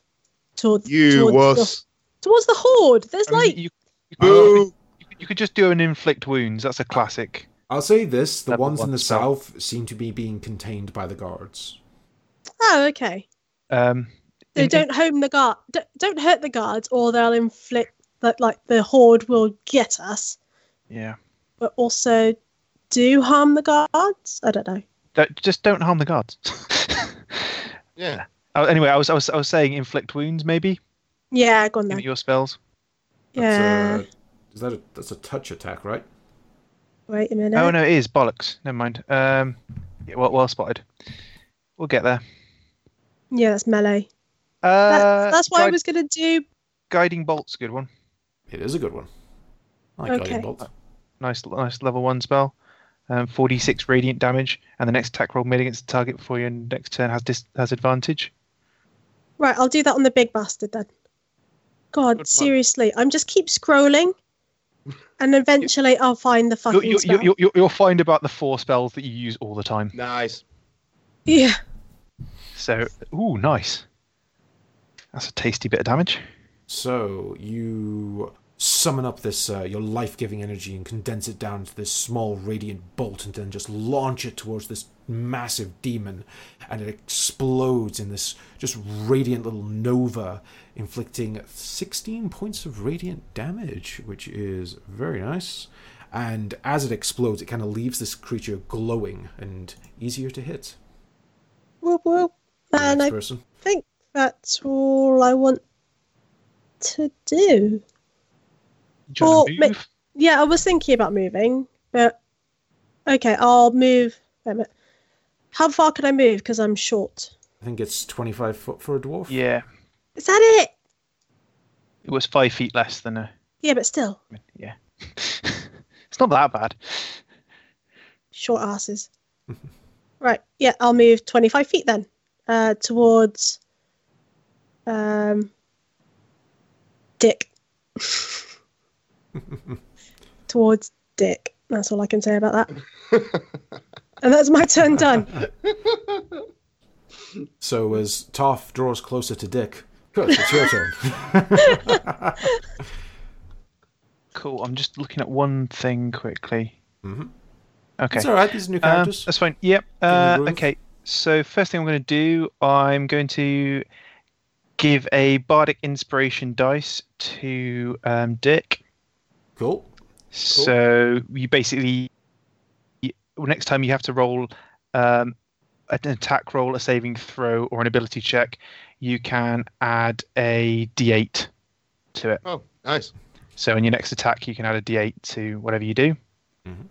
Speaker 2: towards
Speaker 6: You
Speaker 2: towards
Speaker 6: was
Speaker 2: the, towards the horde. There's
Speaker 5: I mean,
Speaker 2: like
Speaker 5: Oh, you, you,
Speaker 6: boo.
Speaker 5: you could- you could just do an inflict wounds. That's a classic.
Speaker 1: I'll say this: the
Speaker 5: Level
Speaker 1: ones in
Speaker 5: one
Speaker 1: the
Speaker 5: spell.
Speaker 1: south seem to be being contained by the guards.
Speaker 2: oh okay.
Speaker 5: Um,
Speaker 2: So
Speaker 5: in-
Speaker 2: don't home the guard. Don't, don't hurt the guards, or they'll inflict that like the horde will get us,
Speaker 5: yeah.
Speaker 2: but also do harm the guards. I don't know.
Speaker 5: Don't, just don't harm the guards.
Speaker 6: Yeah.
Speaker 5: Oh, anyway, I was, I was I was saying inflict wounds maybe
Speaker 2: Yeah, go on
Speaker 5: in
Speaker 2: then.
Speaker 5: your spells.
Speaker 2: Yeah.
Speaker 1: That's a, is that a, that's a touch attack, right?
Speaker 2: Wait a minute.
Speaker 5: Oh no, it is bollocks. Never mind. Um, yeah, well, well spotted. We'll get there.
Speaker 2: Yeah, that's melee.
Speaker 5: Uh,
Speaker 2: That's that's why I
Speaker 5: guide-
Speaker 2: was gonna do.
Speaker 5: guiding bolt's a good one.
Speaker 1: It is a good one. I like
Speaker 2: Okay.
Speaker 1: Guiding Bolt.
Speaker 5: Nice, nice level one spell. Um, 46 radiant damage, and the next attack roll made against the target before your next turn has dis- has advantage.
Speaker 2: Right, I'll do that on the big bastard then. God,
Speaker 5: Good plan.
Speaker 2: seriously, I'm just keep scrolling, and eventually I'll find the
Speaker 5: You'll,
Speaker 2: fucking
Speaker 5: you'll,
Speaker 2: spell.
Speaker 5: you'll, you'll, you'll find about the four spells that you use all the time.
Speaker 6: Nice.
Speaker 2: Yeah.
Speaker 5: So, ooh, nice. That's a tasty bit of damage.
Speaker 1: So you summon up this uh, your life-giving energy and condense it down to this small radiant bolt, and then just launch it towards this massive demon, and it explodes in this just radiant little nova, inflicting 16 points of radiant damage, which is very nice. And as it explodes, it kind of leaves this creature glowing and easier to hit.
Speaker 2: Whoop whoop.
Speaker 1: for the
Speaker 2: And
Speaker 1: next
Speaker 2: I
Speaker 1: person.
Speaker 2: think that's all I want to do.
Speaker 5: Do you wanna
Speaker 2: Well, ma- Yeah, I was thinking about moving, but okay, I'll move. Wait a minute. How far can I move? Because I'm short.
Speaker 1: I think it's 25 foot for a dwarf.
Speaker 5: yeah,
Speaker 2: Is that it?
Speaker 5: it was five feet less than a.
Speaker 2: Yeah, but still,
Speaker 5: Yeah, it's not that bad.
Speaker 2: short asses.
Speaker 5: Mm-hmm.
Speaker 2: right. Yeah, I'll move 25 feet then uh, towards um, Dick. towards Dick. That's all I can say about that. and that's my turn done.
Speaker 1: So as Toph draws closer to Dick, Kurt, it's your turn.
Speaker 5: Cool. I'm just looking at one thing quickly.
Speaker 1: Mhm.
Speaker 5: Okay.
Speaker 1: It's all right. These are new
Speaker 5: Um,
Speaker 1: characters.
Speaker 5: that's fine. Yep.
Speaker 1: the
Speaker 5: Uh,
Speaker 1: groove.
Speaker 5: okay. So first thing I'm going to do, I'm going to give a bardic inspiration dice to um, Dick.
Speaker 1: cool.
Speaker 5: So you basically you- next time you have to roll um, an attack roll, a saving throw, or an ability check, you can add a d8 to it.
Speaker 6: Oh, nice.
Speaker 5: So in your next attack, you can add a d8 to whatever you do.
Speaker 1: Mhm.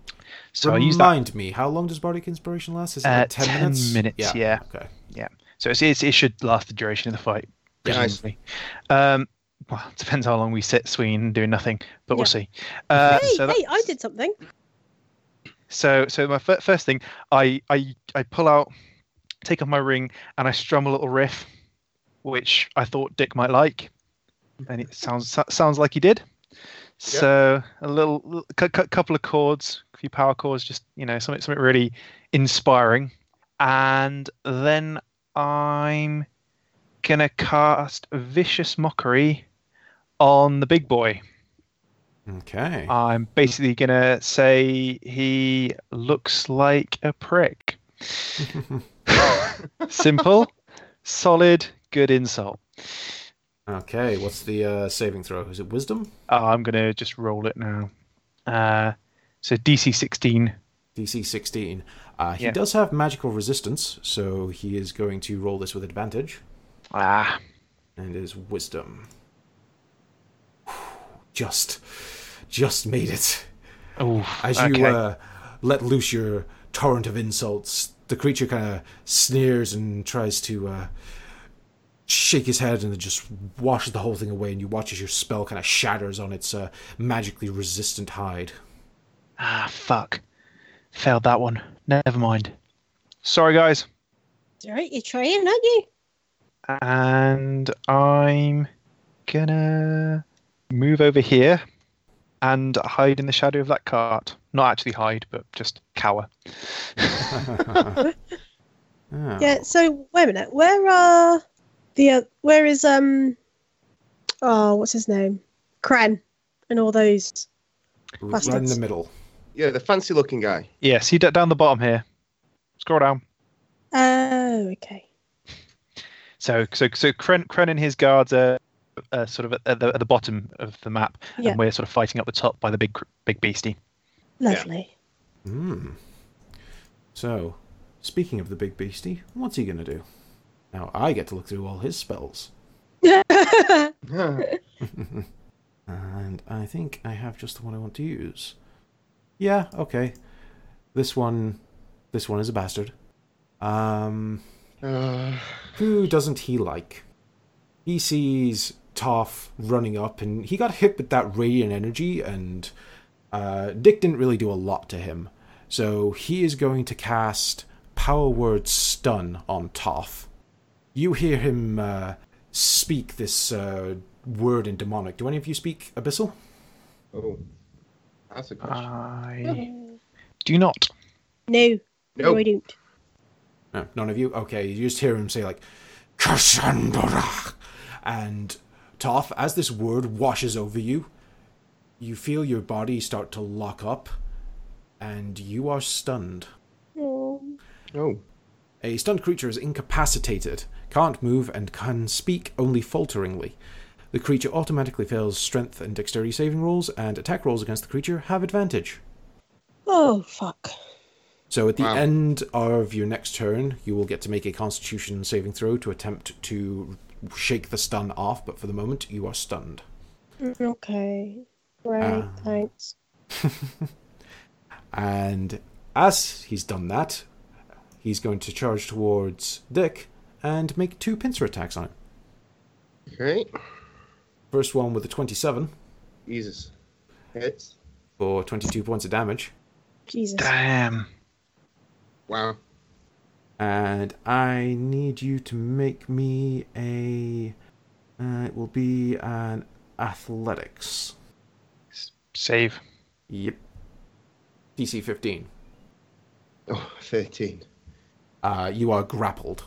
Speaker 5: So I use that.
Speaker 1: Remind me, how long does Bardic Inspiration last? Is it
Speaker 5: Uh,
Speaker 1: like 10,
Speaker 5: 10
Speaker 1: minutes?
Speaker 5: minutes, yeah.
Speaker 1: Okay.
Speaker 5: So it's, it's, it should last the duration of the fight.
Speaker 6: Yeah, nice.
Speaker 5: presumably. Um, well, it depends how long we sit swinging doing nothing, but
Speaker 2: Yeah.
Speaker 5: we'll see. Uh,
Speaker 2: hey,
Speaker 5: so, that-
Speaker 2: hey, I did something.
Speaker 5: so, so my fir- first thing, I, I, I pull out, take off my ring, and I strum a little riff, which I thought Dick might like, and it sounds so- sounds like he did. So a little, little cou- cou- couple of chords, a few power chords, just you know something something really inspiring, and then I'm gonna cast vicious mockery on the big boy.
Speaker 1: Okay.
Speaker 5: I'm basically gonna say he looks like a prick. Simple, solid, good insult.
Speaker 1: okay. What's the uh, saving throw? Is it Wisdom?
Speaker 5: Oh, I'm gonna just roll it now. Uh, so DC 16.
Speaker 1: DC 16. Uh, he
Speaker 5: Yeah.
Speaker 1: does have magical resistance, so he is going to roll this with advantage,
Speaker 5: Ah,
Speaker 1: and is Wisdom. Just, just made it.
Speaker 5: oh,
Speaker 1: As you uh, let loose your torrent of insults, the creature kind of sneers and tries to uh, shake his head and it just washes the whole thing away, and you watch as your spell kind of shatters on its uh, magically resistant hide.
Speaker 5: Ah, fuck. Failed that one. Never mind. Sorry, guys.
Speaker 2: It's alright, you're trying, aren't you?
Speaker 5: And I'm gonna move over here and hide in the shadow of that cart. Not actually hide, but just cower.
Speaker 1: Oh.
Speaker 5: Oh.
Speaker 2: Yeah. So wait a minute. Where are the uh, where is um oh what's his name Cran and all those?
Speaker 1: right in the middle.
Speaker 6: Yeah, the fancy looking guy.
Speaker 5: Yeah, see d- down the bottom here. Scroll down.
Speaker 2: Oh, okay.
Speaker 5: So, so, so Kren, Kren and his guards are, are sort of at- at the, at the bottom of the map,
Speaker 2: Yeah.
Speaker 5: and we're sort of fighting up the top by the big, cr- big beastie.
Speaker 2: Lovely.
Speaker 1: Hmm. So, speaking of the big beastie, what's he gonna do? Now I get to look through all his spells,
Speaker 6: Uh,
Speaker 1: and I think I have just the one I want to use. Yeah. Okay. This one. This one is a bastard. Um.
Speaker 6: Uh,
Speaker 1: Who doesn't he like? He sees Toph running up, and he got hit with that radiant energy, and uh, Dick didn't really do a lot to him. So he is going to cast Power Word Stun on Toph. You hear him uh, speak this uh, word in demonic. Do any of you speak Abyssal?
Speaker 6: oh, that's a question.
Speaker 5: I do not.
Speaker 2: no, no,
Speaker 6: Nope.
Speaker 2: I don't.
Speaker 1: No, none of you? Okay, you just hear him say, like, Kashandara! And Toph, as this word washes over you, you feel your body start to lock up, and you are stunned.
Speaker 6: oh,
Speaker 1: A stunned creature is incapacitated, can't move, and can speak only falteringly. The creature automatically fails strength and dexterity saving rolls, and attack rolls against the creature have advantage.
Speaker 2: Oh fuck.
Speaker 1: So at the
Speaker 6: Wow.
Speaker 1: end of your next turn, you will get to make a Constitution saving throw to attempt to shake the stun off. But for the moment, you are stunned.
Speaker 2: Okay. Right.
Speaker 1: Ah.
Speaker 2: Thanks.
Speaker 1: And as he's done that, he's going to charge towards Dick and make two pincer attacks on him.
Speaker 6: okay.
Speaker 1: First one with a 27
Speaker 6: Jesus. Hits.
Speaker 1: for 22 points of damage,
Speaker 2: Jesus.
Speaker 5: Damn.
Speaker 6: Wow.
Speaker 1: and I need you to make me a. Uh, it will be an athletics.
Speaker 5: Save.
Speaker 1: Yep. DC 15.
Speaker 6: Oh, 13.
Speaker 1: uh, you are grappled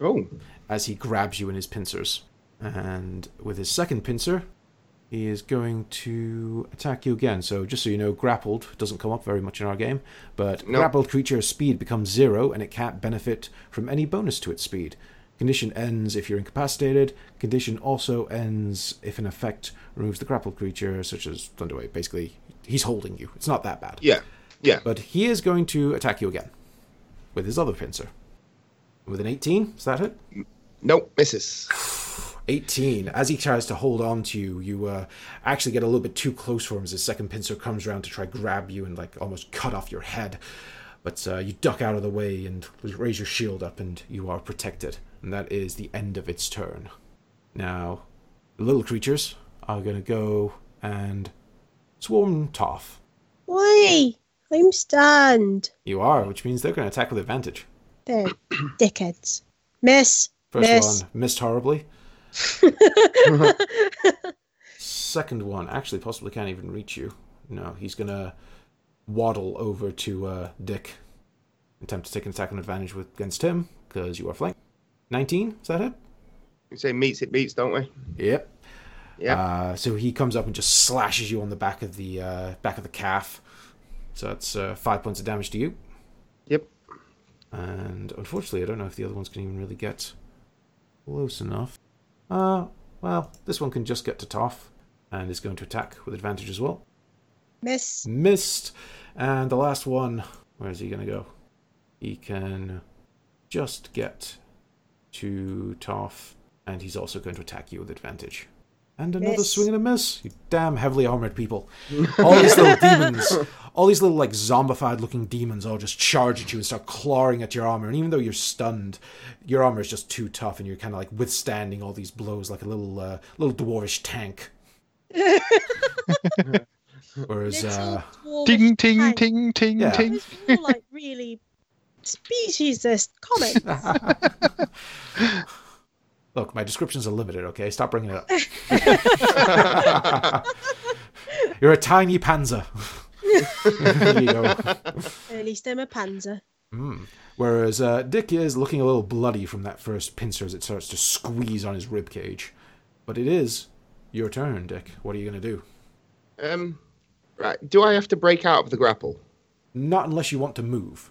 Speaker 6: Oh,
Speaker 1: as he grabs you in his pincers. And with his second pincer, he is going to attack you again. So, just so you know, grappled doesn't come up very much in our game, but
Speaker 6: No.
Speaker 1: grappled creature's speed becomes zero and it can't benefit from any bonus to its speed. Condition ends if you're incapacitated. Condition also ends if an effect removes the grappled creature, such as Thunderwave. Basically, he's holding you. It's not that bad.
Speaker 6: yeah. Yeah.
Speaker 1: But he is going to attack you again with his other pincer. With an 18, is that it?
Speaker 6: Nope, misses.
Speaker 1: 18. As he tries to hold on to you, you uh, actually get a little bit too close for him as his second pincer comes around to try grab you and like almost cut off your head. But uh, you duck out of the way and raise your shield up, and you are protected. And that is the end of its turn. Now, the little creatures are going to go and swarm Toph.
Speaker 2: Why? I'm stunned.
Speaker 1: You are, which means they're going to attack with advantage.
Speaker 2: They're dickheads. Miss.
Speaker 1: First
Speaker 2: Miss.
Speaker 1: one missed horribly. Second one actually possibly can't even reach you. No, he's gonna waddle over to uh, Dick, attempt to take an attack on advantage with against him because you are flanked. Nineteen, is that it?
Speaker 6: We say meets it beats, don't we?
Speaker 1: Yep.
Speaker 6: Yeah.
Speaker 1: Uh, so he comes up and just slashes you on the back of the uh, back of the calf. So that's uh, five points of damage to you.
Speaker 6: yep.
Speaker 1: And unfortunately, I don't know if the other ones can even really get close enough. Uh, well, this one can just get to Toph and is going to attack with advantage as well.
Speaker 2: Miss.
Speaker 1: Missed. And the last one, where is he going to go? He can just get to Toph and he's also going to attack you with advantage. And another swing and a miss. You damn heavily armored people. All these little demons, all these little like zombified looking demons all just charge at you and start clawing at your armor. And even though you're stunned, your armor is just too tough and you're kind of like withstanding all these blows like a little uh, little dwarvish tank. Whereas uh,
Speaker 5: Ting, ting, ting, ting,
Speaker 1: Yeah.
Speaker 5: ting.
Speaker 2: It's more like really speciesist comic.
Speaker 1: Look, my descriptions are limited, okay? Stop bringing it up. You're a tiny panzer. there you go.
Speaker 2: At least I'm a panzer.
Speaker 1: Whereas uh, Dick is looking a little bloody from that first pincer as it starts to squeeze on his ribcage. But it is your turn, Dick. What are you going to do?
Speaker 6: Um, right. Do I have to break out of the grapple?
Speaker 1: Not unless you want to move.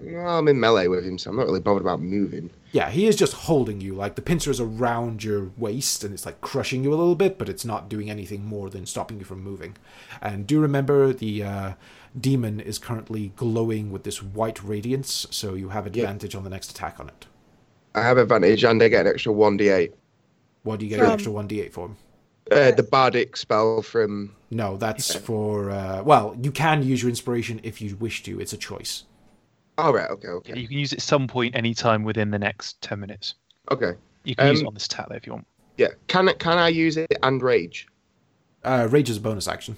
Speaker 6: Well, I'm in melee with him, so I'm not really bothered about moving.
Speaker 1: Yeah, he is just holding you. Like the pincer is around your waist and it's like crushing you a little bit, but it's not doing anything more than stopping you from moving. And do remember the uh, demon is currently glowing with this white radiance, so you have advantage on the next attack on it.
Speaker 6: I have advantage, and I get an extra one d8.
Speaker 1: What do you get an
Speaker 2: From-
Speaker 1: extra 1d8 for?
Speaker 6: Uh, the bardic spell from
Speaker 1: No, that's for. Uh, well, you can use your inspiration if you wish to. It's a choice.
Speaker 6: Oh right, okay, okay,
Speaker 5: You can use it some point, any time within the next ten minutes.
Speaker 6: okay.
Speaker 5: You can use it
Speaker 6: Um,
Speaker 5: on this tat though if you want.
Speaker 6: Yeah, can I- can I use it and rage?
Speaker 1: Uh, Rage is a bonus action.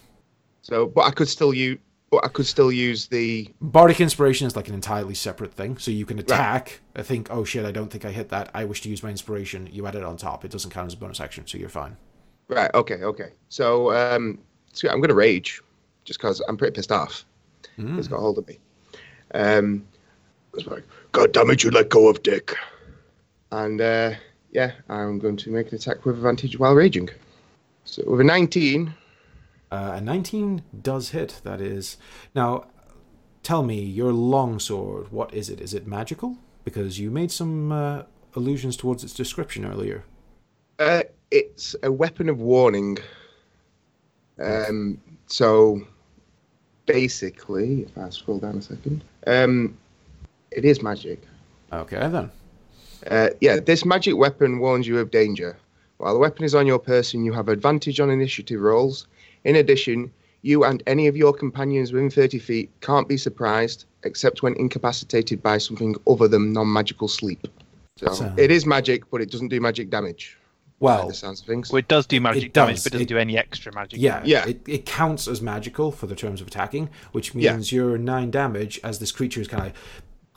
Speaker 6: So, but I could still use, but I could still use the.
Speaker 1: Bardic inspiration is like an entirely separate thing. So you can attack. I think. Oh shit! I don't think I hit that. I wish to use my inspiration. You add it on top. It doesn't count as a bonus action, so you're fine.
Speaker 6: Right, okay, okay. So, um, so I'm gonna rage, just because I'm pretty pissed off.
Speaker 1: Mm.
Speaker 6: It's got hold of me. Um,
Speaker 4: It's like, God damn it, you let go of Dick.
Speaker 6: and uh, yeah, I'm going to make an attack with advantage while raging. So with a 19,
Speaker 1: Uh, a 19 does hit. That is. Now, tell me your longsword. What is it? Is it magical? Because you made some uh, allusions towards its description earlier.
Speaker 6: uh, it's a weapon of warning. Um, so basically, if I scroll down a second, um, it is magic.
Speaker 1: Okay then.
Speaker 6: Uh, yeah, this magic weapon warns you of danger. While the weapon is on your person, you have advantage on initiative rolls. In addition, you and any of your companions within 30 feet can't be surprised except when incapacitated by something other than non magical sleep. So,
Speaker 1: So-
Speaker 6: it is magic, but it doesn't do magic damage. by
Speaker 1: Well,
Speaker 6: the sounds of things.
Speaker 5: Well, it does do magic damage,
Speaker 1: does.
Speaker 5: but it doesn't
Speaker 1: It-
Speaker 5: do any extra magic.
Speaker 1: Yeah,
Speaker 5: damage.
Speaker 6: Yeah.
Speaker 1: It, it counts as magical for the terms of attacking, which
Speaker 6: Yeah.
Speaker 1: means you're nine damage as this creature is kind of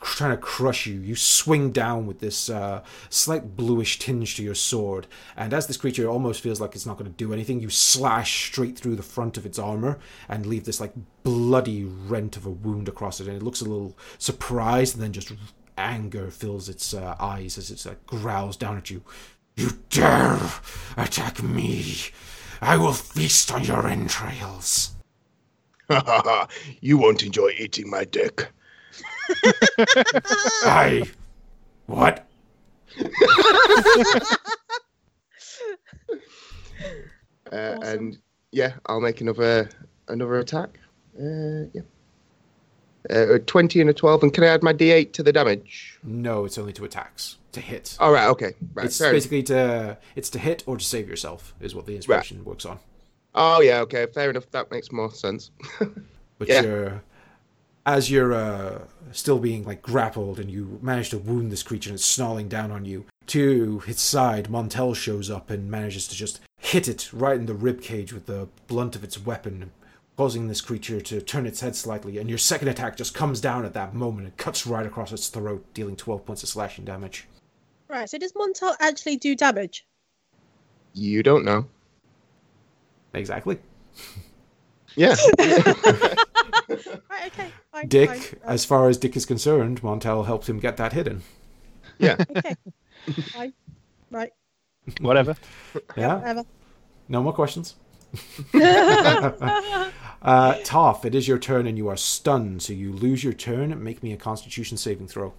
Speaker 1: trying to crush you. You swing down with this uh, slight bluish tinge to your sword, and as this creature almost feels like it's not going to do anything, you slash straight through the front of its armor and leave this like bloody rent of a wound across it. And it looks a little surprised, and then just anger fills its uh, eyes as it like, growls down at you. You dare attack me! I will feast on your entrails.
Speaker 4: Ha ha ha. You won't enjoy eating my dick.
Speaker 1: I. What?
Speaker 6: Uh,
Speaker 2: Awesome.
Speaker 6: and yeah, I'll make another another attack. Uh, yeah. Uh, a 20 and a 12, and can I add my d8 to the damage?
Speaker 1: No, it's only to attacks, to hit.
Speaker 6: All right, okay. Right,
Speaker 1: it's
Speaker 6: fair enough.
Speaker 1: basically to it's to hit or to save yourself is what the inspiration works on.
Speaker 6: Oh yeah, okay, fair enough. That makes more sense.
Speaker 1: But
Speaker 6: Yeah.
Speaker 1: you're as you're uh, still being like grappled and you manage to wound this creature and it's snarling down on you to its side, Montel shows up and manages to just hit it right in the ribcage with the blunt of its weapon, causing this creature to turn its head slightly. And your second attack just comes down at that moment and cuts right across its throat, dealing 12 points of slashing damage.
Speaker 2: Right, so does Montel actually do damage?
Speaker 6: you don't know.
Speaker 1: Exactly.
Speaker 6: Yeah.
Speaker 2: Right, okay. Fine,
Speaker 1: Dick,
Speaker 2: fine.
Speaker 1: as far as Dick is concerned, Montel helped him get that hidden.
Speaker 2: Okay. fine. Right,
Speaker 5: Whatever.
Speaker 1: Yeah?
Speaker 2: whatever.
Speaker 1: No more questions. uh, Toph, it is your turn and you are stunned, so you lose your turn. Make me a constitution saving throw.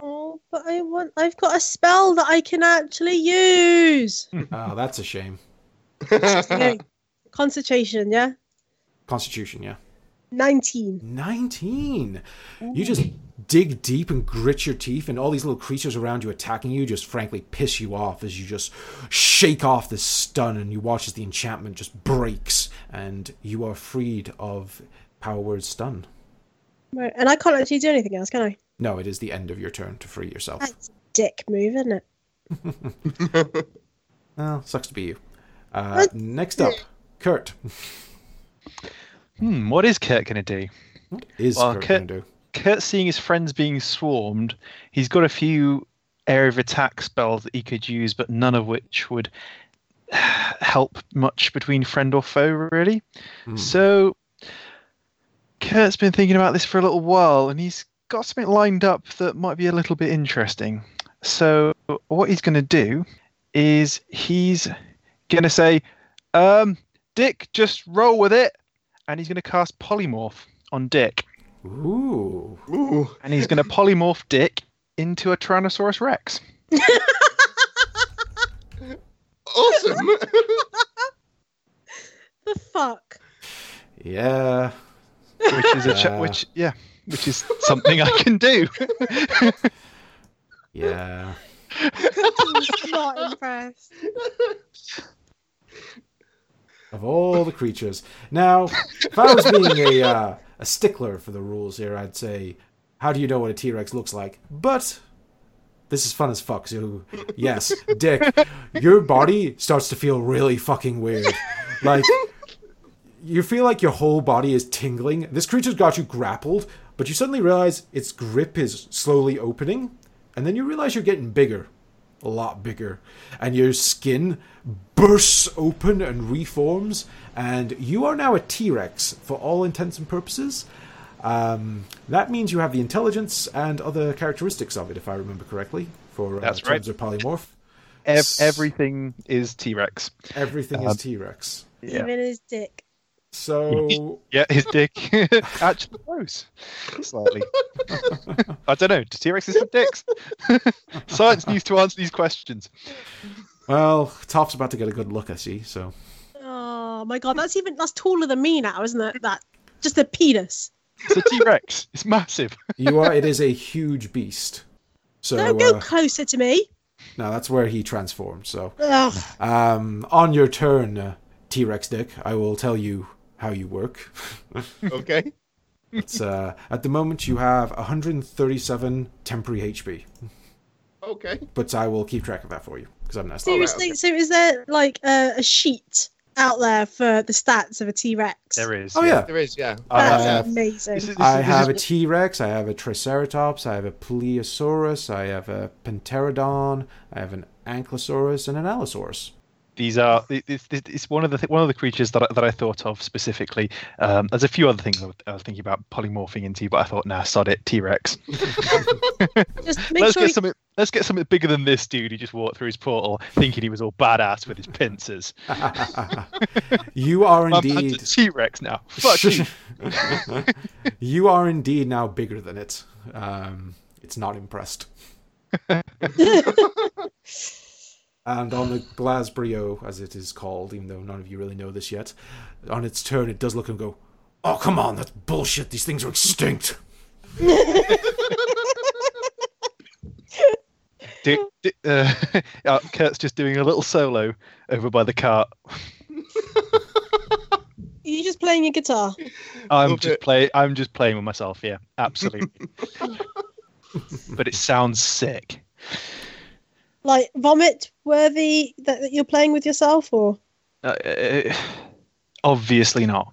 Speaker 2: Oh, but I want. I've got a spell that I can actually use.
Speaker 1: Oh, that's a shame.
Speaker 2: Okay. Concentration, yeah?
Speaker 1: Constitution, yeah.
Speaker 2: 19.
Speaker 1: 19. You just dig deep and grit your teeth, and all these little creatures around you attacking you just frankly piss you off as you just shake off this stun and you watch as the enchantment just breaks and you are freed of power word stun.
Speaker 2: Right, and I can't actually do anything else, can I?
Speaker 1: No, it is the end of your turn to free yourself.
Speaker 2: That's a dick move, isn't it?
Speaker 1: Well, sucks to be you. Uh, next up, Kurt.
Speaker 5: Hmm, what is Kurt going to do?
Speaker 1: What is
Speaker 5: Well,
Speaker 1: Kurt,
Speaker 5: Kurt-
Speaker 1: going to do?
Speaker 5: Kurt, seeing his friends being swarmed, he's got a few area of attack spells that he could use, but none of which would help much between friend or foe, really.
Speaker 1: Hmm.
Speaker 5: So, Kurt's been thinking about this for a little while, and he's got something lined up that might be a little bit interesting. So, what he's going to do is he's going to say, um, Dick, just roll with it. And he's going to cast Polymorph on Dick
Speaker 1: Ooh.
Speaker 4: Ooh.
Speaker 5: and he's going to polymorph Dick into a Tyrannosaurus Rex.
Speaker 6: Awesome.
Speaker 2: The fuck?
Speaker 1: Yeah.
Speaker 5: which is a cha-
Speaker 1: Ah.
Speaker 5: which yeah, which is something I can do.
Speaker 1: Yeah.
Speaker 2: He's not impressed.
Speaker 1: of all the creatures. Now, if I was being a uh, a stickler for the rules here, I'd say, how do you know what a T Rex looks like? But this is fun as fuck. So yes, Dick, your body starts to feel really fucking weird. Like you feel like your whole body is tingling. This creature's got you grappled, but you suddenly realize its grip is slowly opening, and then you realize you're getting bigger a lot bigger, and your skin bursts open and reforms, and you are now a T Rex for all intents and purposes. Um, that means you have the intelligence and other characteristics of it, if I remember correctly, for uh,
Speaker 5: That's
Speaker 1: terms of polymorph.
Speaker 5: Ev- everything is T Rex.
Speaker 1: Everything
Speaker 5: Um,
Speaker 1: is T Rex.
Speaker 5: Yeah,
Speaker 2: Even his dick.
Speaker 1: So,
Speaker 5: yeah, his dick actually grows slightly. I don't know. Do T Rexes have dicks? Science needs to answer these questions.
Speaker 1: well, Toph's about to get a good look, I see. So,
Speaker 2: Oh my god, that's even that's taller than me now, isn't it? That just the penis.
Speaker 5: It's a T Rex. It's massive.
Speaker 1: you are. It is a huge beast. So,
Speaker 2: Don't go
Speaker 1: uh,
Speaker 2: closer to me.
Speaker 1: no, that's where he transforms. So,
Speaker 2: Ugh.
Speaker 1: Um, on your turn, uh, T Rex Dick, I will tell you how you work.
Speaker 6: okay.
Speaker 1: It's, uh, at the moment, you have 137 temporary HP,
Speaker 6: Okay.
Speaker 1: but I will keep track of that for you because I'm nasty.
Speaker 2: Seriously, so is there like a, a sheet out there for the stats of a T Rex? That's
Speaker 5: is.
Speaker 1: Oh, yeah.
Speaker 6: There is, yeah.
Speaker 1: Uh,
Speaker 2: is amazing.
Speaker 5: This is-
Speaker 1: I
Speaker 5: this
Speaker 1: have a
Speaker 5: is-
Speaker 1: T Rex, I have a Triceratops, I have a Plesiosaurus, I have a Penterodon, I have an Ankylosaurus, and an Allosaurus.
Speaker 5: These are it- it's, it's it's one of the th- one of the creatures that I, that I thought of specifically. Um, there's a few other things I was, I was thinking about polymorphing into, but I thought, nah, sod it, T Rex.
Speaker 2: Just make
Speaker 5: Let's
Speaker 2: sure
Speaker 5: get
Speaker 2: you-
Speaker 5: something. Let's get something bigger than this dude who just walked through his portal thinking he was all badass with his pincers.
Speaker 1: you are
Speaker 5: I'm
Speaker 1: indeed.
Speaker 5: T Rex now. Fuck you.
Speaker 1: you are indeed now bigger than it. Um, it's not impressed. and on the Glasbrio, as it is called, even though none of you really know this yet, on its turn it does look and go, "Oh come on, that's bullshit. These things are extinct."
Speaker 5: Do, do, uh, uh, Kurt's just doing a little solo over by the cart.
Speaker 2: you're just playing your guitar.
Speaker 5: I'm
Speaker 6: Love
Speaker 5: just
Speaker 6: it.
Speaker 5: play. I'm just playing with myself. Yeah, absolutely. but it sounds sick.
Speaker 2: Like vomit worthy that, that you're playing with yourself or
Speaker 5: Uh, uh, obviously not.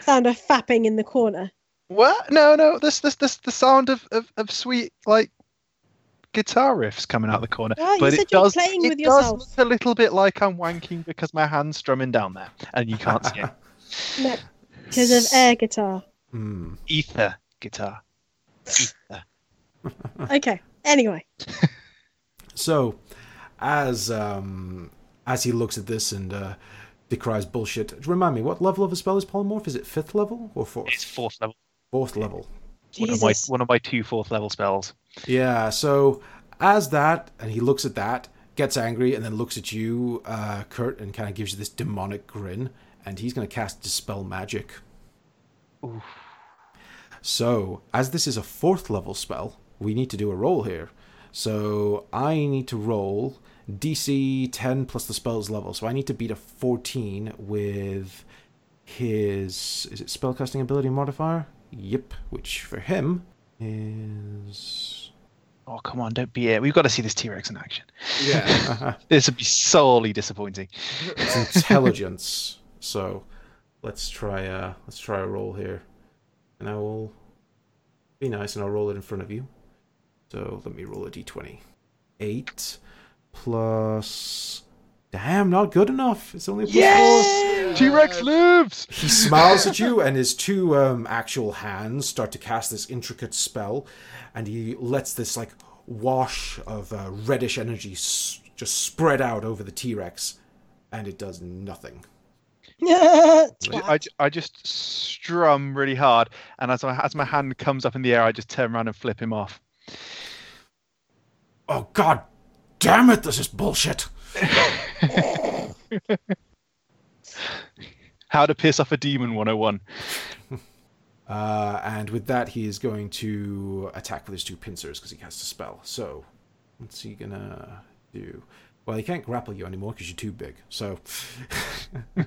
Speaker 2: sound of fapping in the corner.
Speaker 5: What? No, no. This, this, this. The sound of of, of sweet like guitar riffs coming out the corner.
Speaker 2: Right,
Speaker 5: but
Speaker 2: Ah, you said
Speaker 5: it
Speaker 2: you're
Speaker 5: does.
Speaker 2: playing
Speaker 5: it
Speaker 2: with
Speaker 5: does
Speaker 2: yourself.
Speaker 5: look a little bit like I'm wanking because my hand's strumming down there, and you can't see it.
Speaker 2: Because of air guitar.
Speaker 1: Hmm.
Speaker 5: Ether guitar. Ether.
Speaker 2: Okay. Anyway.
Speaker 1: So, as um, as he looks at this and uh, decries bullshit, remind me what level of a spell is polymorph? Is it fifth level or fourth?
Speaker 5: It's fourth level.
Speaker 1: Fourth level.
Speaker 5: One of, my,
Speaker 2: Jesus.
Speaker 5: one of my two fourth level spells.
Speaker 1: Yeah, so as that, and he looks at that, gets angry, and then looks at you, uh, Kurt, and kind of gives you this demonic grin, and he's going to cast Dispel Magic.
Speaker 5: Oof.
Speaker 1: So, as this is a fourth level spell, we need to do a roll here. So, I need to roll DC 10 plus the spell's level. So, I need to beat a 14 with his. Is it spellcasting ability modifier? Yep, which for him is.
Speaker 5: Oh come on, don't be it. We've got to see this T Rex in action.
Speaker 6: Yeah.
Speaker 5: This would be sorely disappointing.
Speaker 1: It's intelligence. so let's try uh let's try a roll here. And I will be nice and I'll roll it in front of you. So let me roll a D twenty. Eight plus Damn, not good enough. It's only a plus four.
Speaker 5: T Rex lives.
Speaker 1: He smiles at you, and his two um, actual hands start to cast this intricate spell, and he lets this like wash of uh, reddish energy s- just spread out over the T Rex, and it does nothing.
Speaker 5: I, I just strum really hard, and as my, as my hand comes up in the air, I just turn around and flip him off.
Speaker 1: Oh god damn it, this is bullshit.
Speaker 5: How to piss off a demon 101.
Speaker 1: Uh, and with that, he is going to attack with his two pincers because he casts a spell. So, what's he gonna do? Well, he can't grapple you anymore because you're too big. So, he's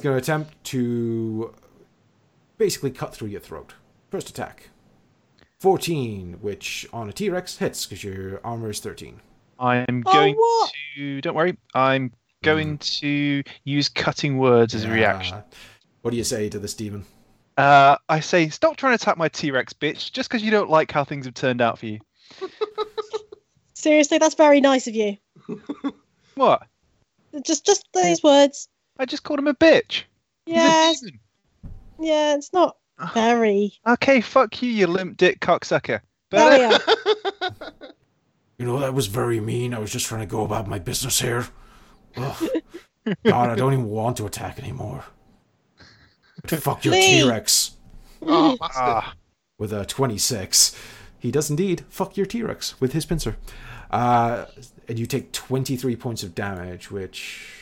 Speaker 1: going to attempt to basically cut through your throat. First attack 14, which on a T Rex hits because your armor is 13.
Speaker 5: I'm
Speaker 2: Oh,
Speaker 5: going
Speaker 2: what?
Speaker 5: to. Don't worry. I'm going to use cutting words as a reaction.
Speaker 1: Uh, what do you say to this demon?
Speaker 5: Uh, I say, stop trying to attack my T Rex, bitch, just because you don't like how things have turned out for you.
Speaker 2: Seriously, that's very nice of you.
Speaker 5: What?
Speaker 2: Just, just those words.
Speaker 5: I just called him a bitch. He's a
Speaker 2: Yes,
Speaker 5: demon.
Speaker 2: yeah. It's not
Speaker 5: Ah.
Speaker 2: very.
Speaker 5: Okay, fuck you, you limp dick cocksucker.
Speaker 2: There
Speaker 5: But
Speaker 2: we are.
Speaker 1: You know, that was very mean. I was just trying to go about my business here. Ugh. God, I don't even want to attack anymore. But fuck your
Speaker 2: Lee.
Speaker 1: T Rex.
Speaker 6: oh,
Speaker 5: Ah,
Speaker 6: bastard.
Speaker 5: uh,
Speaker 1: With a 26. He does indeed fuck your T Rex with his pincer. Uh, and you take 23 points of damage, which.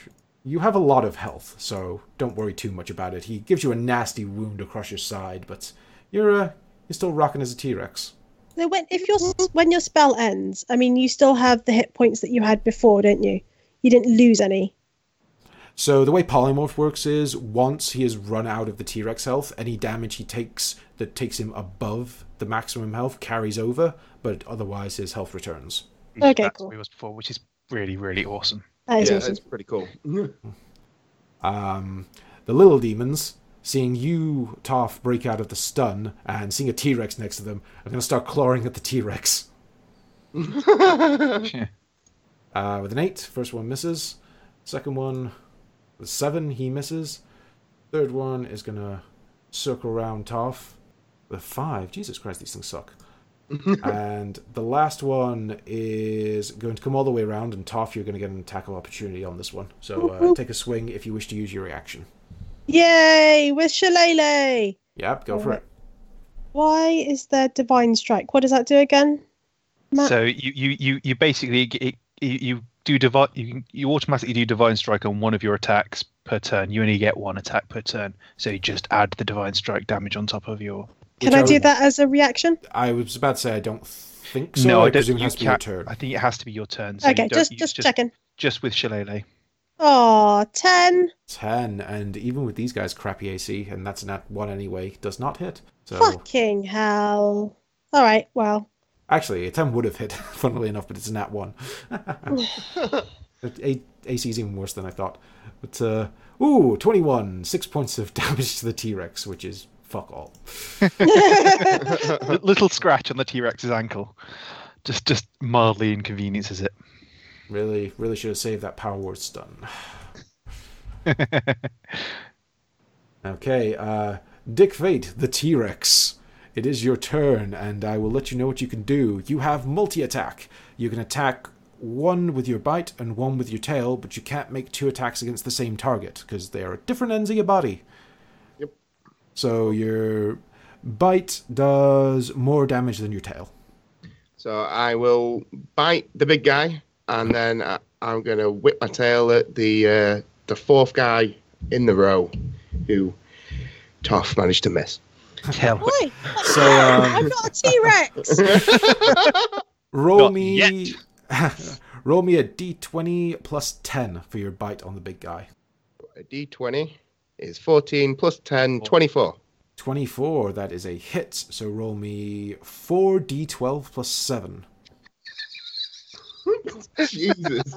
Speaker 1: You have a lot of health, so don't worry too much about it. He gives you a nasty wound across your side, but you're, uh, you're still rocking as a T Rex.
Speaker 2: So when if your when your spell ends, I mean, you still have the hit points that you had before, don't you? You didn't lose any.
Speaker 1: So the way polymorph works is once he has run out of the T Rex health, any damage he takes that takes him above the maximum health carries over, but otherwise his health returns.
Speaker 2: Okay,
Speaker 5: That's
Speaker 2: cool.
Speaker 5: where he was before, which is really, really awesome.
Speaker 2: That is
Speaker 6: yeah,
Speaker 2: awesome.
Speaker 6: that's pretty cool.
Speaker 1: Um, the little demons, seeing you Tarf break out of the stun and seeing a T Rex next to them, are going to start clawing at the T Rex. Uh, with an eight, first one misses. Second one, with seven, he misses. Third one is gonna circle round Tarf. With five, Jesus Christ, these things suck. and the last one is going to come all the way around, and Tarf, you're gonna get an attack of opportunity on this one. So uh, take a swing if you wish to use your reaction.
Speaker 2: Yay! With Shillelagh!
Speaker 1: Yep, go for it.
Speaker 2: Why is there Divine Strike? What does that do again? Matt?
Speaker 5: So you you you you basically g- it, you you do divine you can- you automatically do divine strike on one of your attacks per turn. You only get one attack per turn, so you just add the divine strike damage on top of your.
Speaker 2: Can
Speaker 1: which
Speaker 2: I
Speaker 1: I
Speaker 2: do
Speaker 1: would-
Speaker 2: that as a reaction?
Speaker 1: I was about to say I don't think so.
Speaker 5: no,
Speaker 1: I,
Speaker 5: I don't.
Speaker 1: presume it
Speaker 5: you
Speaker 1: has to be your
Speaker 5: can't-
Speaker 1: turn.
Speaker 5: I think it has to be your turn. So you
Speaker 2: okay,
Speaker 5: don't-
Speaker 2: just,
Speaker 5: you
Speaker 2: just checking.
Speaker 5: Just with Shillelagh.
Speaker 2: Aw, 10.
Speaker 1: 10, and even with these guys, crappy AC, and that's not one anyway, does not hit. So
Speaker 2: Fucking hell. Alright, well.
Speaker 1: Actually, a 10 would have hit, funnily enough, but it's an at 1. But A- AC is even worse than I thought. But, uh, ooh, 21, 6 points of damage to the T Rex, which is fuck all.
Speaker 5: Li- Little scratch on the T Rex's ankle, just just mildly inconveniences it.
Speaker 1: Really, really should have saved that Power Word stun. okay, uh, Dick Fate, the T Rex. It is your turn, and I will let you know what you can do. You have multi attack. You can attack one with your bite and one with your tail, but you can't make two attacks against the same target because they are at different ends of your body.
Speaker 6: Yep.
Speaker 1: So your bite does more damage than your tail.
Speaker 6: So I will bite the big guy, and then I, I'm going to whip my tail at the uh, the fourth guy in the row, who Toff managed to miss.
Speaker 5: Hell,
Speaker 2: Why?
Speaker 1: So um,
Speaker 2: I've got a T Rex.
Speaker 1: roll
Speaker 5: Not
Speaker 1: me, roll me a d20 plus 10 for your bite on the big guy.
Speaker 6: A d20 is 14 plus 10,
Speaker 1: Oh.
Speaker 6: 24.
Speaker 1: 24. That is a hit. So roll me 4d12 plus 7.
Speaker 6: Jesus.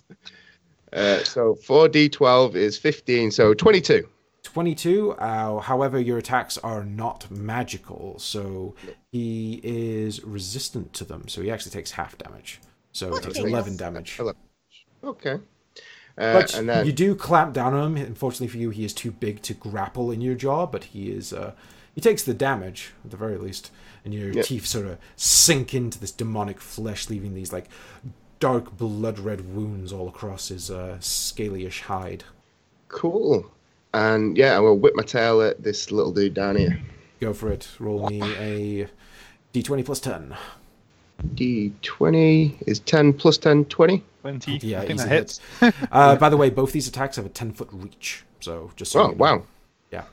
Speaker 6: Uh, so 4d12 is 15, so 22.
Speaker 1: 22. Uh, however, your attacks are not magical, so he is resistant to them. So he actually takes half damage. So it
Speaker 2: What
Speaker 1: takes
Speaker 2: the-
Speaker 1: 11 damage.
Speaker 6: Okay. Uh,
Speaker 1: But
Speaker 6: and then
Speaker 1: you do clamp down on him. Unfortunately for you, he is too big to grapple in your jaw, but he is. Uh, he takes the damage at the very least, and your
Speaker 6: Yeah.
Speaker 1: teeth sort of sink into this demonic flesh, leaving these like dark blood red wounds all across his uh, scaly-ish hide.
Speaker 6: cool. And yeah, I will whip my tail at this little dude down here.
Speaker 1: Go for it. Roll me a d20 plus 10.
Speaker 6: D20 is 10 plus 10, 20.
Speaker 5: 20.
Speaker 1: Yeah,
Speaker 5: I think
Speaker 1: easy
Speaker 5: that hits.
Speaker 1: hit. uh, by the way, both these attacks have a 10 foot reach. So just so
Speaker 6: Oh,
Speaker 1: you know.
Speaker 6: wow.
Speaker 1: Yeah.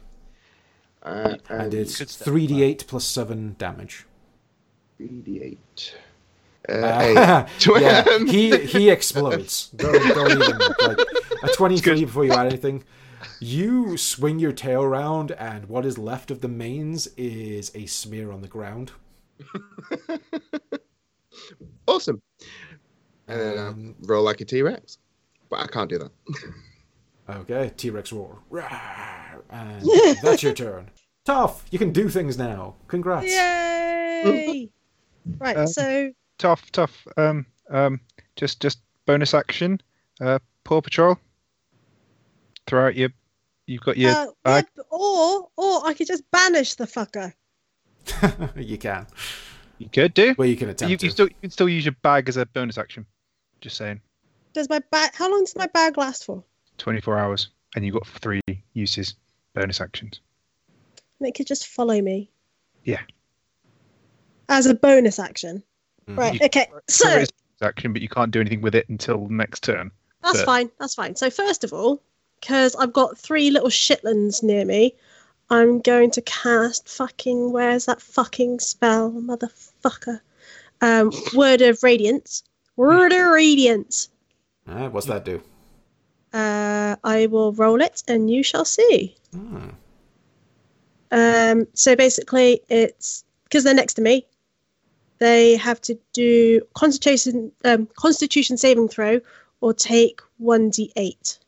Speaker 6: Uh,
Speaker 1: And
Speaker 6: and
Speaker 1: it's
Speaker 5: could step
Speaker 1: 3d8 plus 7 damage.
Speaker 6: 3d8. Uh,
Speaker 1: Uh,
Speaker 6: eight. Tw-
Speaker 1: yeah, he, he explodes. Don't, don't even. Like, a 23 before you add anything. You swing your tail around, and what is left of the manes is a smear on the ground.
Speaker 6: awesome. And then I
Speaker 1: Um,
Speaker 6: roll like a T Rex. But I can't do that.
Speaker 1: Okay, T Rex roar. Rawr. And that's your turn. Tough, you can do things now. Congrats.
Speaker 2: Yay! Right,
Speaker 5: Um,
Speaker 2: so
Speaker 5: Tough, tough. Um, um, just, just bonus action. Uh, Paw Patrol. Throw out your. You've got your.
Speaker 2: uh, yeah,
Speaker 5: bag.
Speaker 2: b- or or I could just banish the fucker.
Speaker 1: you can.
Speaker 5: You could do.
Speaker 1: Well, you can
Speaker 5: You,
Speaker 1: attempt
Speaker 5: you
Speaker 1: to.
Speaker 5: still, you can still use your bag as a bonus action. Just saying.
Speaker 2: Does my bag? How long does my bag last for?
Speaker 5: 24 hours, and you've got three uses, bonus actions.
Speaker 2: And it could just follow me.
Speaker 5: Yeah.
Speaker 2: As a bonus action.
Speaker 1: Mhm.
Speaker 2: Right. Okay. So
Speaker 5: There is bonus action, but you can't do anything with it until next turn.
Speaker 2: That's
Speaker 5: But-
Speaker 2: fine. That's fine. So first of all, because I've got three little shitlands near me, I'm going to cast fucking. Where's that fucking spell, motherfucker? Um, word of radiance. Word of radiance.
Speaker 1: All right, what's that do?
Speaker 2: Uh, I will roll it, and you shall see.
Speaker 1: Hmm.
Speaker 2: Um, so basically, it's because they're next to me. They have to do concentration, um, Constitution saving throw, or take one d8.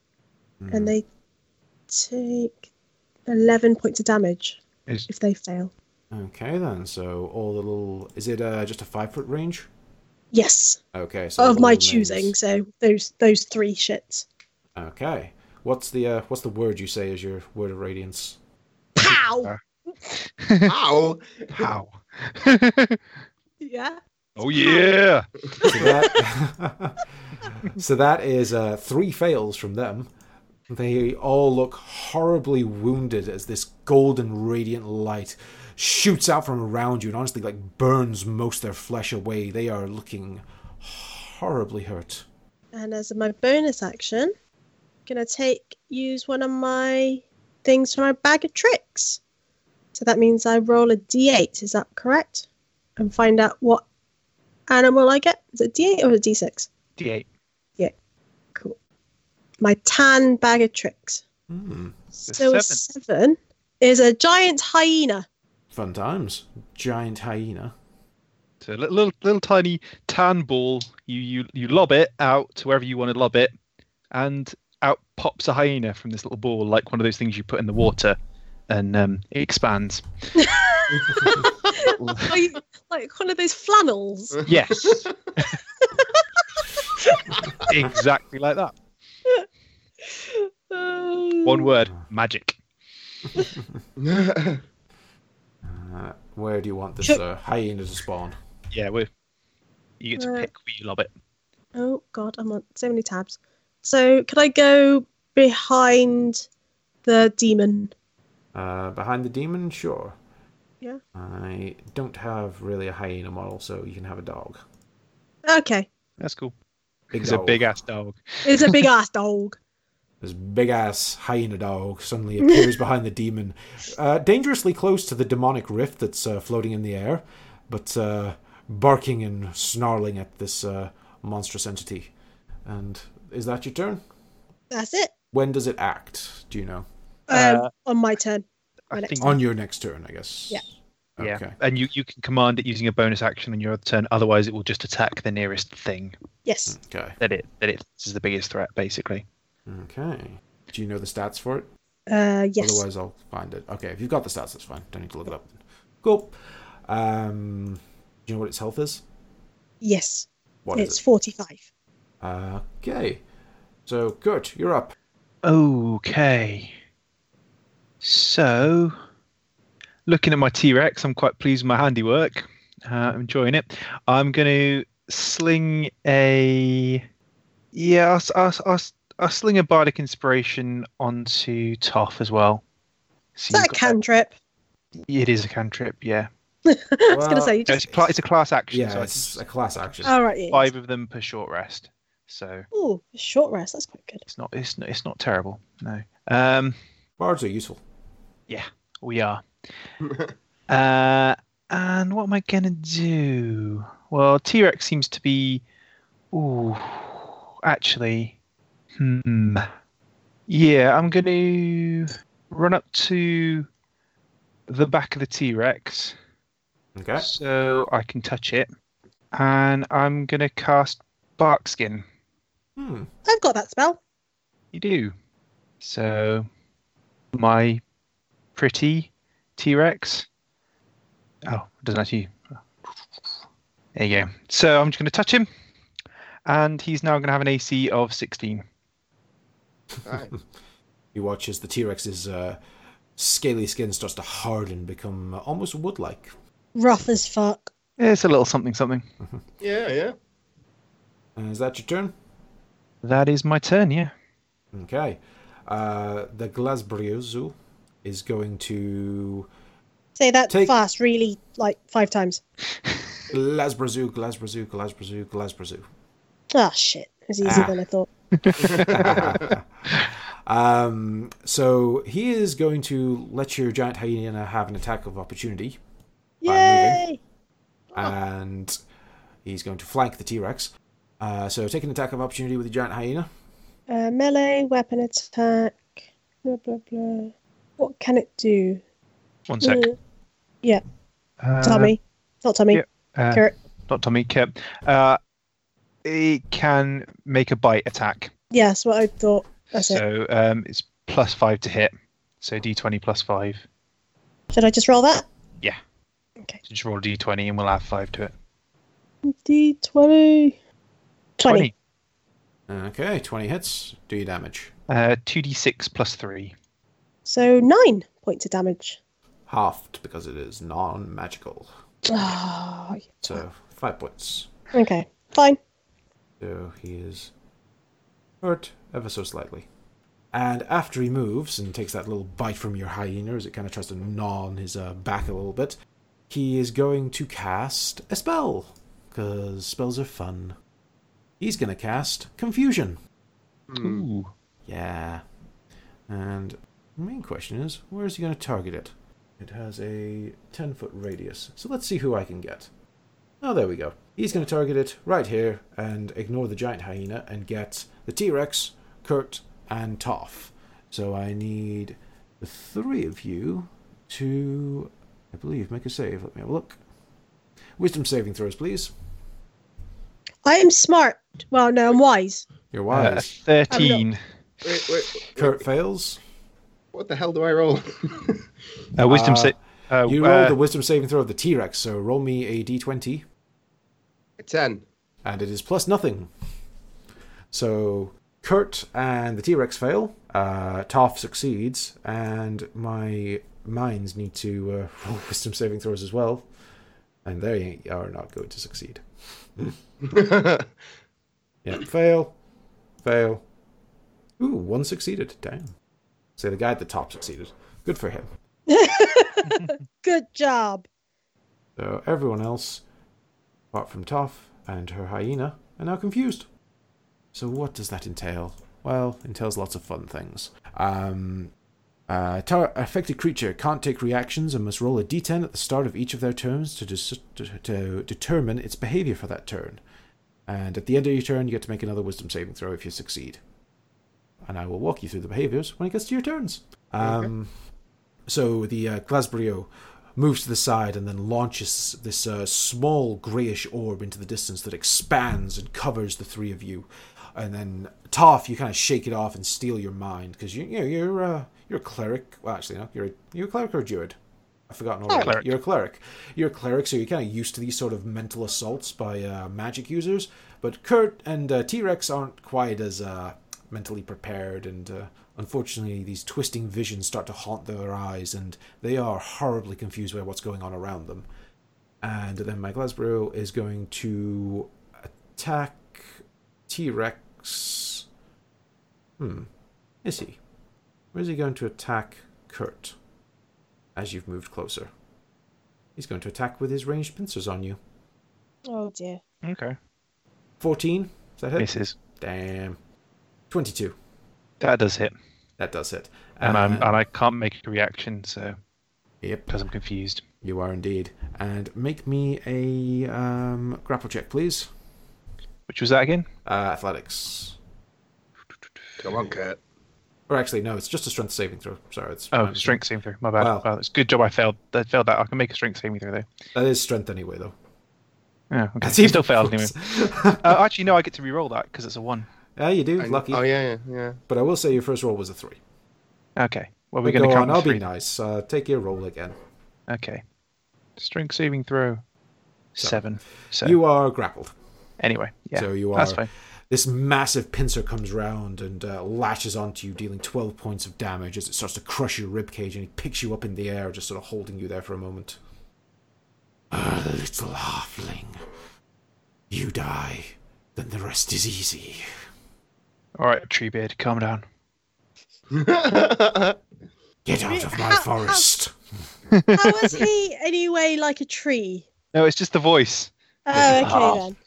Speaker 5: Hmm.
Speaker 2: and they take 11 points of damage
Speaker 5: Is-
Speaker 2: if they fail.
Speaker 1: Hmm. Okay then, so all the little is it uh, just a five foot range?
Speaker 2: Yes,
Speaker 1: Okay, so all
Speaker 2: of
Speaker 1: the
Speaker 2: my
Speaker 1: little
Speaker 2: choosing.
Speaker 1: names.
Speaker 2: So those those three shits.
Speaker 1: Okay, what's the uh, what's the word you say is your word of radiance?
Speaker 5: Uh,
Speaker 2: Pow!
Speaker 6: Ow!
Speaker 5: How?
Speaker 2: Yeah.
Speaker 5: oh yeah!
Speaker 1: So that, so that is uh, three fails from them. They all look horribly wounded as this golden radiant light shoots out from around you and honestly like burns most their flesh away. They are looking horribly hurt.
Speaker 2: And as my bonus action, gonna take use one of my things from my bag of tricks. So that means I roll a d8. Is that correct? And find out what animal I get. Is it d8 or a d6?
Speaker 5: D8.
Speaker 2: Cool. My tan bag of tricks.
Speaker 1: Hmm.
Speaker 2: So a
Speaker 5: seven.
Speaker 2: seven is a giant hyena.
Speaker 1: Fun times. Giant hyena.
Speaker 5: So a little, little, little tiny tan ball. You, you, you lob it out to wherever you want to lob it, and out pops a hyena from this little ball, like one of those things you put in the water, and um, it expands.
Speaker 2: like, like one of those flannels.
Speaker 5: Yes. exactly like that. One word: magic.
Speaker 1: Uh, where do you want this
Speaker 2: Sure.
Speaker 1: uh, hyena to spawn?
Speaker 5: Yeah, we. You get to
Speaker 2: Right.
Speaker 5: pick where you lob it.
Speaker 2: Oh god, I'm on so many tabs. So could I go behind the demon?
Speaker 1: Uh, behind the demon, sure.
Speaker 2: Yeah.
Speaker 1: I don't have really a hyena model, so you can have a dog.
Speaker 2: Okay,
Speaker 5: That's cool.
Speaker 1: Big
Speaker 5: He's a
Speaker 1: dog.
Speaker 5: big ass dog.
Speaker 2: it's a big ass dog.
Speaker 1: This big ass hyena dog suddenly appears behind the demon, uh, dangerously close to the demonic rift that's uh, floating in the air, but uh, barking and snarling at this uh, monstrous entity. And is that your turn?
Speaker 2: That's it.
Speaker 1: When does it act? Do you know?
Speaker 2: Um,
Speaker 5: Uh,
Speaker 2: on my turn.
Speaker 5: I
Speaker 2: My next
Speaker 5: think
Speaker 1: On your next turn, I guess.
Speaker 2: Yeah.
Speaker 5: Yeah,
Speaker 1: Okay.
Speaker 5: and you, you can command it using a bonus action on your other turn. Otherwise, it will just attack the nearest thing
Speaker 2: Yes.
Speaker 1: Okay.
Speaker 5: that it that it is the biggest threat, basically.
Speaker 1: Okay. Do you know the stats for it?
Speaker 2: Uh, yes.
Speaker 1: Otherwise, I'll find it. Okay, if you've got the stats, that's fine. Don't need to look it up. Cool. Um, do you know what its health is?
Speaker 2: Yes.
Speaker 1: What is
Speaker 2: it's 45.
Speaker 1: it? Uh, okay. So, Kurt, you're up.
Speaker 5: Okay. So, looking at my T Rex, I'm quite pleased with my handiwork. Uh, I'm enjoying it. I'm going to sling a. Yeah, I'll, s- I'll, s- I'll, s- I'll sling a Bardic Inspiration onto Toph as well.
Speaker 2: Is
Speaker 5: So
Speaker 2: that
Speaker 5: you've
Speaker 2: a
Speaker 5: got
Speaker 2: cantrip?
Speaker 5: that- It is a cantrip, yeah.
Speaker 2: I was going to
Speaker 1: Well,
Speaker 2: say, you
Speaker 5: No,
Speaker 2: just.
Speaker 5: it's, a cla- it's a class action.
Speaker 1: Yeah,
Speaker 5: so I
Speaker 1: it's
Speaker 5: can-
Speaker 1: a class action.
Speaker 2: All right. Yeah.
Speaker 5: five of them per short rest. So
Speaker 2: Oh, short rest. That's quite good.
Speaker 5: it's not it's not, it's not terrible. No. Um,
Speaker 1: Bards are useful.
Speaker 5: We are. uh, and what am I gonna do? Well, T Rex seems to be. Ooh, actually, hmm. Yeah, I'm gonna run up to the back of the T Rex
Speaker 1: Okay.
Speaker 5: so I can touch it, and I'm gonna cast Barkskin.
Speaker 1: Hmm.
Speaker 2: I've got that spell.
Speaker 5: You do. So, my pretty T Rex. Oh, it doesn't actually. There you go. So, I'm just going to touch him. And he's now going to have an AC of 16.
Speaker 6: Right.
Speaker 1: You watch as the T Rex's uh, scaly skin starts to harden, become almost wood like.
Speaker 2: Rough as fuck.
Speaker 5: It's a little something something.
Speaker 6: Yeah, yeah.
Speaker 1: Uh, Is that your turn?
Speaker 5: That is my turn, yeah.
Speaker 1: Okay. Uh, the Glasbriozu is going to.
Speaker 2: Say that
Speaker 1: Take-
Speaker 2: fast, really, like five times.
Speaker 1: Glasbrazu, Glasbrazu, Glasbrazu, Glasbrazu.
Speaker 2: Ah, shit. It was easier
Speaker 1: Ah.
Speaker 2: than I thought.
Speaker 1: um, so he is going to let your giant hyena have an attack of opportunity, moving.
Speaker 2: Yay!
Speaker 1: and he's going to flank the T Rex. Uh, so take an attack of opportunity with the giant hyena.
Speaker 2: Uh, melee, weapon attack. Blah, blah, blah. What can it do?
Speaker 5: One sec.
Speaker 2: Uh,
Speaker 5: Uh,
Speaker 2: Tommy. Not Tommy.
Speaker 5: yeah, uh,
Speaker 2: Kurt.
Speaker 5: Not Tommy, Kip. Uh, it can make a bite attack.
Speaker 2: Yeah, that's what I thought. That's it.
Speaker 5: so, um, it's plus five to hit. So, d20 plus five.
Speaker 2: Should I just roll that?
Speaker 5: So just roll a d20 and we'll add five to it.
Speaker 2: D20. 20.
Speaker 5: 20.
Speaker 1: Okay, 20 hits. Do your damage.
Speaker 5: Uh, 2d6 plus 3.
Speaker 2: So nine points of damage.
Speaker 1: Halved because it is non magical.
Speaker 2: Oh,
Speaker 1: So five points.
Speaker 2: okay. Fine.
Speaker 1: So he is hurt ever so slightly. And after he moves and takes that little bite from your hyena as it kind of tries to gnaw on his uh, back a little bit, he is going to cast a spell. Because spells are fun. He's going to cast Confusion.
Speaker 6: Hmm.
Speaker 5: Ooh.
Speaker 1: Yeah. And the main question is where is he going to target it? It has a 10 foot radius. So let's see who I can get. Oh, there we go. He's going to target it right here and ignore the giant hyena and get the T Rex, Kurt, and Toph. So I need the three of you to, I believe, make a save. Let me have a look. Wisdom saving throws, please.
Speaker 2: I am smart. Well, no, I'm wise.
Speaker 1: You're
Speaker 5: Uh,
Speaker 1: wise.
Speaker 5: 13.
Speaker 6: Wait, wait.
Speaker 1: Kurt fails.
Speaker 6: What the hell do I roll?
Speaker 5: Uh, wisdom
Speaker 1: Uh,
Speaker 5: sa- uh,
Speaker 1: You
Speaker 5: uh,
Speaker 1: roll the wisdom saving throw of the T Rex, so roll me a d20.
Speaker 6: Ten.
Speaker 1: and it is plus nothing. So Kurt and the T Rex fail. Uh, Toph succeeds, and my mines need to uh, roll wisdom saving throws as well, and they are not going to succeed. yeah, fail, fail. Ooh, one succeeded. Damn. So the guy at the top succeeded. Good for him.
Speaker 2: Good job.
Speaker 1: So everyone else, apart from Toph and her hyena, are now confused. So what does that entail? well, entails lots of fun things. Um, uh, tar- affected creature can't take reactions and must roll a d10 at the start of each of their turns to, dis- to, to determine its behavior for that turn. And at the end of your turn, you get to make another wisdom saving throw if you succeed. And I will walk you through the behaviors when it gets to your turns. Um, So the uh, Glasbrio moves to the side and then launches this uh, small grayish orb into the distance that expands and covers the three of you. And then Toph, you kind of shake it off and steal your mind because you, you know, you're uh, you're a cleric. Well, actually, no, you're a, you're a cleric or a druid. I've forgotten already.
Speaker 5: Cleric.
Speaker 1: You're a cleric. You're a cleric, so you're kind of used to these sort of mental assaults by uh, magic users. But Kurt and uh, T Rex aren't quite as uh, mentally prepared, and uh, unfortunately, these twisting visions start to haunt their eyes, and they are horribly confused by what's going on around them. And then my Glasbro is going to attack T Rex. Hmm. Is he? Where is he going to attack Kurt? As you've moved closer, he's going to attack with his ranged pincers on you.
Speaker 2: Oh dear.
Speaker 5: Okay.
Speaker 1: 14? Is that hit?
Speaker 5: Misses.
Speaker 1: Damn. 22.
Speaker 5: That does hit.
Speaker 1: That does hit.
Speaker 5: And
Speaker 1: Uh,
Speaker 5: I'm and I can't make a reaction, so
Speaker 1: Yep,
Speaker 5: because I'm confused.
Speaker 1: you are indeed. And make me a um, grapple check, please.
Speaker 5: Which was that again?
Speaker 1: Uh, athletics.
Speaker 4: Come on, Kurt.
Speaker 1: Or actually, no, it's just a strength saving throw. Sorry, it's
Speaker 5: Oh,
Speaker 1: my-
Speaker 5: strength saving throw. My bad.
Speaker 1: Wow.
Speaker 5: Wow. it's good job I failed. I failed that. I can make a strength saving throw though.
Speaker 1: That is strength anyway, though.
Speaker 5: Yeah, okay.
Speaker 1: even
Speaker 5: still failed anyway.
Speaker 1: worse.
Speaker 5: uh, actually, no, I get to re-roll that because it's a one.
Speaker 1: yeah, you do.
Speaker 6: And-
Speaker 1: lucky.
Speaker 6: Oh yeah, yeah, yeah.
Speaker 1: But I will say your first roll was a three.
Speaker 5: Okay. Well, we're
Speaker 1: But go
Speaker 5: going to count
Speaker 1: on. I'll
Speaker 5: three.
Speaker 1: be nice. Uh, take your roll again.
Speaker 5: Okay. Strength saving throw. Seven. So
Speaker 1: You are grappled.
Speaker 5: anyway, yeah.
Speaker 1: so you
Speaker 5: That's
Speaker 1: are-
Speaker 5: fine.
Speaker 1: This massive pincer comes round and uh, lashes onto you, dealing 12 points of damage as it starts to crush your ribcage and it picks you up in the air, just sort of holding you there for a moment. Ah, little halfling. You die, then the rest is easy.
Speaker 5: All right, Treebeard, calm down.
Speaker 1: Get out of my
Speaker 2: Ow, ow.
Speaker 1: forest.
Speaker 2: How was he anyway? Like a tree?
Speaker 5: No, it's just the voice.
Speaker 2: Oh,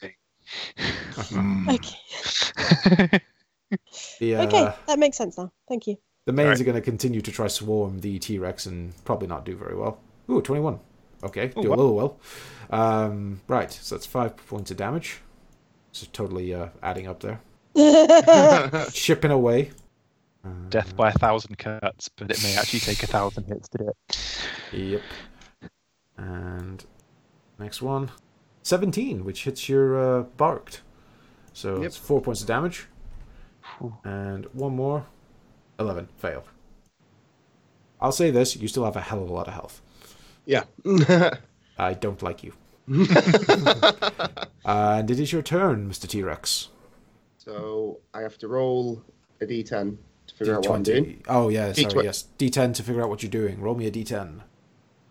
Speaker 2: okay
Speaker 5: Ah.
Speaker 2: then. Okay,
Speaker 1: The, uh,
Speaker 2: okay, that makes sense now. Thank you.
Speaker 1: the mains
Speaker 5: Alright.
Speaker 1: are going to continue to try swarm the T Rex and probably not do very well. Ooh, 21. Okay, do a
Speaker 5: wow.
Speaker 1: little well. Um, right, so that's five points of damage. So totally uh, adding up there. chipping away.
Speaker 5: Death by a thousand cuts, but it may actually take a thousand hits to do it.
Speaker 1: Yep. And next one, seventeen, which hits your uh, barked. So it's four points of damage.
Speaker 5: Phew.
Speaker 1: And one more, eleven. Fail. I'll say this: you still have a hell of a lot of health.
Speaker 4: Yeah.
Speaker 1: I don't like you. Uh, and it is your turn, Mister T Rex.
Speaker 6: so I have to roll a d10 to figure out what I'm doing.
Speaker 1: Oh yeah, sorry.
Speaker 6: D20.
Speaker 1: Yes, D10 to figure out what you're doing. Roll me a D10.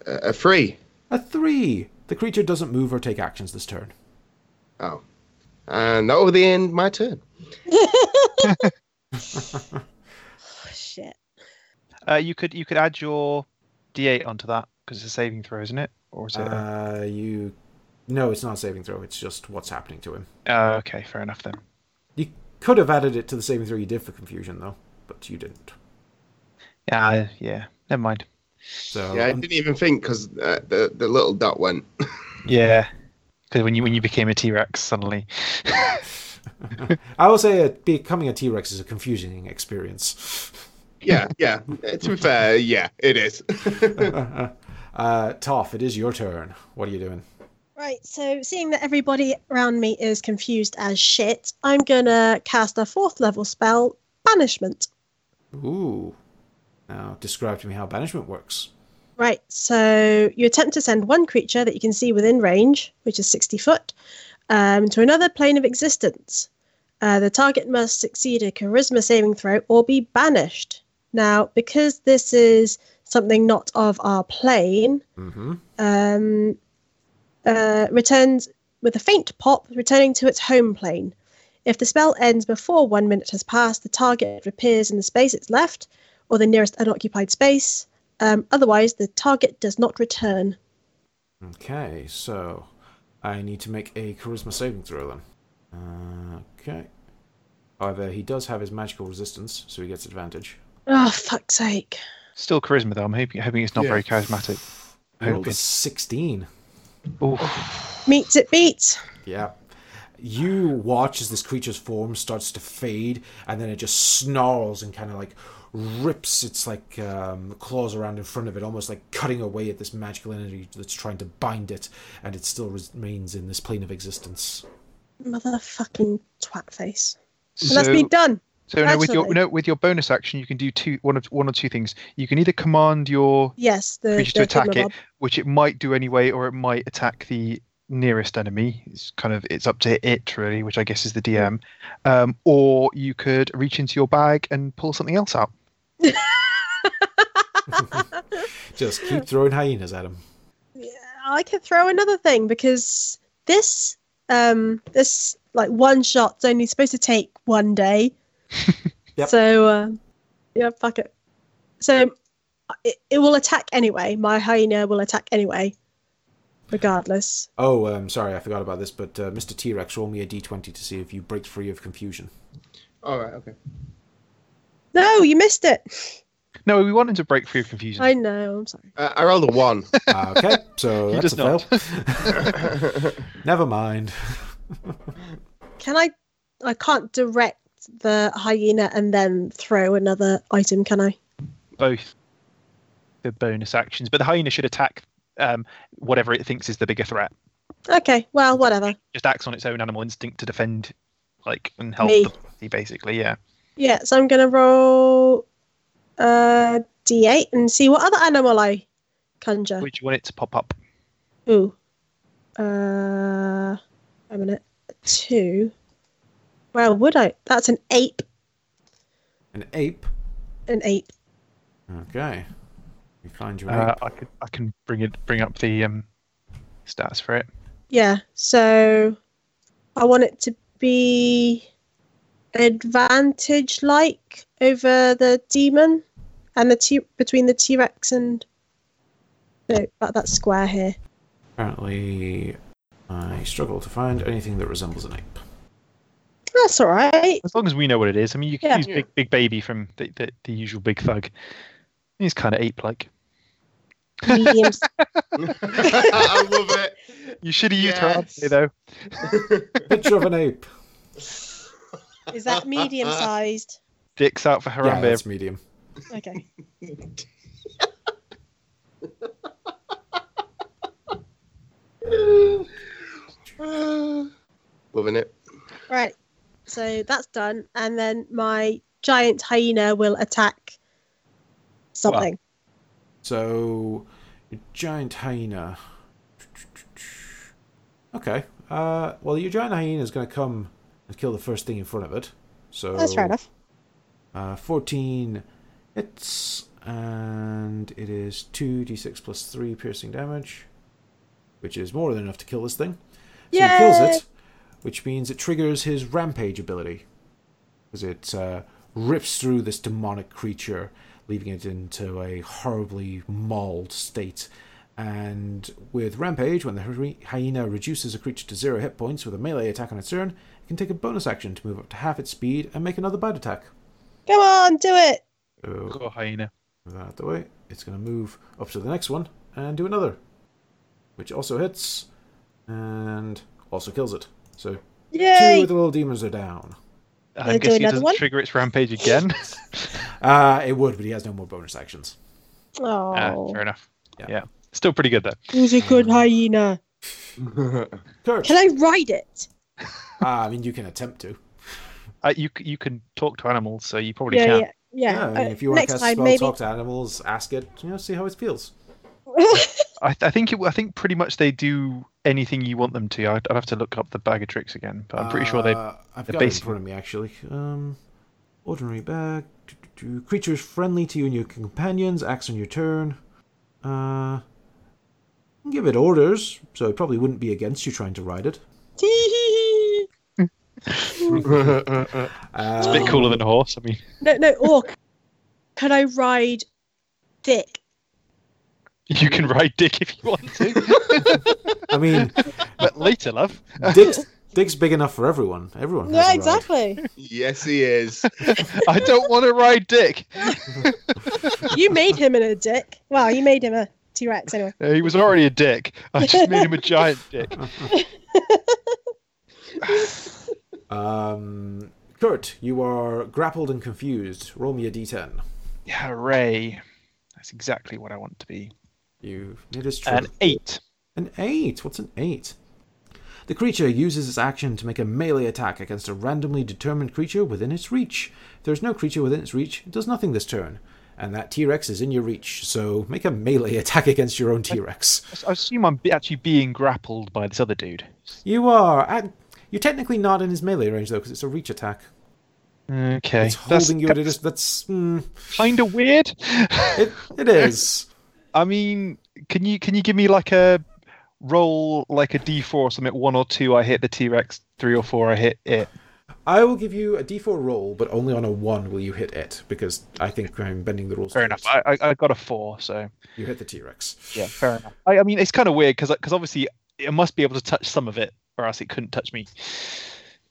Speaker 6: Uh, a three.
Speaker 1: A three. The creature doesn't move or take actions this turn.
Speaker 6: Oh, and that will be the end. of My turn.
Speaker 2: Oh, shit.
Speaker 5: Uh, you could you could add your D8 onto that because it's a saving throw, isn't it? Or is it? a-
Speaker 1: Uh, you. No, it's not a saving throw. It's just what's happening to him.
Speaker 5: Oh, okay, fair enough then.
Speaker 1: You could have added it to the saving throw you did for confusion, though, but you didn't.
Speaker 5: Yeah, I- yeah. Never mind.
Speaker 1: So um,
Speaker 6: Yeah, I
Speaker 1: un-
Speaker 6: didn't even think because uh, the the little dot went.
Speaker 5: Yeah, because when you when you became a T Rex suddenly,
Speaker 1: I will say uh, becoming a T Rex is a confusing experience.
Speaker 6: Yeah, yeah. Uh, to be fair, yeah, it is.
Speaker 1: uh, Toph, it is your turn. What are you doing?
Speaker 2: Right, so seeing that everybody around me is confused as shit, I'm gonna cast a fourth level spell, Banishment.
Speaker 1: Ooh. Now describe to me how banishment works.
Speaker 2: Right, so you attempt to send one creature that you can see within range, which is 60 foot, um, to another plane of existence. Uh, the target must succeed a charisma saving throw or be banished. Now, because this is something not of our plane,
Speaker 1: Mm-hmm.
Speaker 2: um, uh, returns with a faint pop, returning to its home plane. If the spell ends before one minute has passed, the target reappears in the space it's left or the nearest unoccupied space. Um, otherwise, the target does not return.
Speaker 1: Okay, so I need to make a charisma saving throw then. Uh, okay. However, he does have his magical resistance, so he gets advantage.
Speaker 2: Oh, fuck's sake.
Speaker 5: Still charisma though. I'm hoping, hoping it's not
Speaker 4: Yeah.
Speaker 5: very charismatic.
Speaker 1: He rolled a
Speaker 5: Hoping.
Speaker 1: 16.
Speaker 5: Oof.
Speaker 2: Meets it beats.
Speaker 1: Yeah. You watch as this creature's form starts to fade, and then it just snarls and kind of like rips its like um, claws around in front of it, almost like cutting away at this magical energy that's trying to bind it, and it still remains in this plane of existence.
Speaker 2: Motherfucking twat face. And
Speaker 5: So,
Speaker 2: that's eh? me done.
Speaker 5: so no, with your
Speaker 2: actually.
Speaker 5: no, with your bonus action, you can do two one of one or two things. You can either command your
Speaker 2: Yes, the,
Speaker 5: creature to
Speaker 2: the
Speaker 5: attack
Speaker 2: Figma
Speaker 5: it,
Speaker 2: Bob.
Speaker 5: which it might do anyway, or it might attack the nearest enemy. It's kind of it's up to it really, which I guess is the DM. Um, or you could reach into your bag and pull something else out.
Speaker 1: Just keep throwing hyenas at him.
Speaker 2: I could throw another thing because this um this like one shot's only supposed to take one day.
Speaker 1: Yep.
Speaker 2: So uh, yeah, fuck it. So it, it will attack anyway. My hyena will attack anyway, regardless.
Speaker 1: Oh, um, sorry, I forgot about this, but uh, Mr. T Rex, roll me a d20 to see if you break free of confusion.
Speaker 6: All right, okay.
Speaker 2: No, you missed it.
Speaker 5: No, we want him to break free of confusion.
Speaker 2: I know. I'm sorry.
Speaker 6: Uh, I rolled a one.
Speaker 1: Uh, okay, so
Speaker 5: He
Speaker 1: that's a
Speaker 5: does not.
Speaker 1: fail. Never mind.
Speaker 2: Can I? I can't direct the hyena and then throw another item. Can I?
Speaker 5: Both the bonus actions, but the hyena should attack um, whatever it thinks is the bigger threat.
Speaker 2: Okay. Well, whatever.
Speaker 5: Just acts on its own animal instinct to defend, like and help.
Speaker 2: Me.
Speaker 5: The, party, basically, yeah.
Speaker 2: Yeah, so I'm gonna roll uh D8 and see what other animal I conjure.
Speaker 5: Would you want it to pop up?
Speaker 2: Ooh. Uh a minute. Two. Well would I that's an ape.
Speaker 1: An ape.
Speaker 2: An ape.
Speaker 1: Okay. You find your ape.
Speaker 5: Uh, I could, I can bring it, bring up the um, stats for it.
Speaker 2: Yeah. So I want it to be advantage like over the demon and the T between the T Rex and no, that, that square here.
Speaker 1: Apparently, I struggle to find anything that resembles an ape.
Speaker 2: That's alright.
Speaker 5: As long as we know what it is. I mean, you can
Speaker 2: Yeah.
Speaker 5: use
Speaker 6: Yeah.
Speaker 5: big, big baby from the, the, the usual big thug. He's kind of ape-like.
Speaker 2: Medium
Speaker 6: I love it.
Speaker 5: You should have used her
Speaker 6: Yes.
Speaker 5: though.
Speaker 1: Picture of an ape.
Speaker 2: Is that medium sized?
Speaker 5: Dicks out for
Speaker 1: yeah,
Speaker 5: Harambe.
Speaker 1: that's medium.
Speaker 2: Okay.
Speaker 6: Loving it.
Speaker 2: Right. So that's done. And then my giant hyena will attack something.
Speaker 1: So, your giant hyena. Okay. Uh, well, your giant hyena is going to come and kill the first thing in front of it. So
Speaker 2: that's fair enough.
Speaker 1: Uh, 14 hits, and it is 2d6 plus 3 piercing damage, which is more than enough to kill this thing. So he kills
Speaker 2: Yay!
Speaker 1: it, which means it triggers his rampage ability. Because it uh, rips through this demonic creature, leaving it into a horribly mauled state. And with Rampage, when the hy- hyena reduces a creature to zero hit points with a melee attack on its turn, it can take a bonus action to move up to half its speed and make another bite attack.
Speaker 2: Come on, do it.
Speaker 1: So
Speaker 5: Go hyena.
Speaker 1: Move that out the way. It's going to move up to the next one and do another, which also hits and also kills it. So two
Speaker 2: Yay.
Speaker 1: of the little demons are down.
Speaker 5: I
Speaker 2: Gonna do
Speaker 5: guess he
Speaker 2: another
Speaker 5: doesn't
Speaker 2: one?
Speaker 5: trigger its rampage again.
Speaker 1: Uh, it would, but he has no more bonus actions.
Speaker 5: Ah,
Speaker 2: Oh,
Speaker 5: fair enough.
Speaker 1: Yeah.
Speaker 5: Yeah. Still pretty good though.
Speaker 2: who's a good hyena?
Speaker 1: Curse.
Speaker 2: Can I ride it?
Speaker 1: Ah, I mean, you can attempt to.
Speaker 5: Uh, you c- you can talk to animals, so you probably
Speaker 2: yeah,
Speaker 5: can.
Speaker 2: yeah,
Speaker 1: Yeah,
Speaker 2: yeah.
Speaker 1: I mean,
Speaker 2: Uh,
Speaker 1: if you want to
Speaker 2: next
Speaker 1: cast a
Speaker 2: time,
Speaker 1: spell,
Speaker 2: maybe.
Speaker 1: talk to animals, ask it, you know, see how it feels.
Speaker 5: I, th- I think it, I think pretty much they do anything you want them to. I'd, I'd have to look up the bag of tricks again, but I'm pretty sure they.
Speaker 1: Uh, I've
Speaker 5: they're
Speaker 1: got it in
Speaker 5: basic.
Speaker 1: front of me actually. Um, ordinary bag. do, do, do. Creatures friendly to you and your companions acts on your turn. Uh, you can give it orders, so it probably wouldn't be against you trying to ride it. Uh,
Speaker 5: It's
Speaker 1: Um,
Speaker 5: a bit cooler than a horse. I mean,
Speaker 2: no, no. Or can I ride Dick?
Speaker 5: you can ride dick if you want to,
Speaker 1: I mean,
Speaker 5: but later, love.
Speaker 1: Dick's, Dick's big enough for everyone. Everyone. has a
Speaker 2: Yeah,
Speaker 1: ride.
Speaker 2: exactly.
Speaker 6: Yes, he is.
Speaker 5: I don't want to ride Dick.
Speaker 2: you made him in a dick. Well, you made him a T Rex anyway.
Speaker 5: No, Uh, he was already a dick. I just made him a giant dick.
Speaker 1: Um, Kurt, you are grappled and confused. Roll me a d10.
Speaker 5: Hooray! That's exactly what I want to be.
Speaker 1: You. It is true.
Speaker 5: An eight.
Speaker 1: An eight. What's an eight? The creature uses its action to make a melee attack against a randomly determined creature within its reach. If there is no creature within its reach, it does nothing this turn. And that T Rex is in your reach, so make a melee attack against your own T Rex.
Speaker 5: I assume I'm be- actually being grappled by this other dude.
Speaker 1: You are. At, you're technically not in his melee range, though, because it's a reach attack.
Speaker 5: Okay,
Speaker 1: It's holding you at a dis- That's. Mm,
Speaker 5: kind of weird.
Speaker 1: it, it is.
Speaker 5: I mean, can you can you give me like a roll like a D4 or something? One or two, I hit the T Rex. Three or four, I hit it.
Speaker 1: I will give you a d4 roll, but only on a 1 will you hit it, because I think I'm bending the rules.
Speaker 5: Fair
Speaker 1: towards
Speaker 5: enough. I, I, I got a four, so
Speaker 1: You hit the T Rex.
Speaker 5: yeah, fair enough. I, I mean, it's kind of weird because because obviously it must be able to touch some of it, or else it couldn't touch me.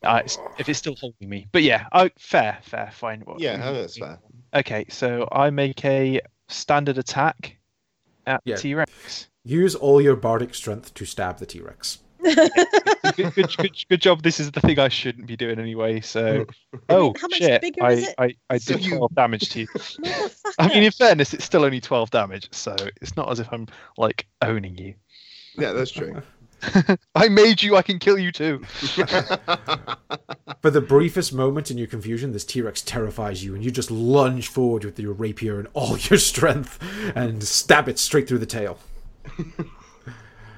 Speaker 5: Uh, it's, if it's still holding me, but yeah, I, fair, fair, fine. Well,
Speaker 6: yeah, no, that's fair.
Speaker 5: Okay, so I make a standard attack at
Speaker 1: Yeah.
Speaker 5: T Rex.
Speaker 1: Use all your bardic strength to stab the T Rex.
Speaker 5: good, good, good, good job. This is the thing I shouldn't be doing anyway. So, oh
Speaker 2: how much
Speaker 5: shit,
Speaker 2: bigger
Speaker 5: I,
Speaker 2: is it?
Speaker 5: I, I
Speaker 6: So
Speaker 5: did
Speaker 6: you-
Speaker 5: twelve damage to you.
Speaker 2: Motherfucker.
Speaker 5: I mean, in fairness, it's still only twelve damage, so it's not as if I'm like owning you.
Speaker 6: Yeah, that's true.
Speaker 5: I made you. I can kill you too.
Speaker 1: For the briefest moment in your confusion, this T Rex terrifies you, and you just lunge forward with your rapier and all your strength and stab it straight through the tail.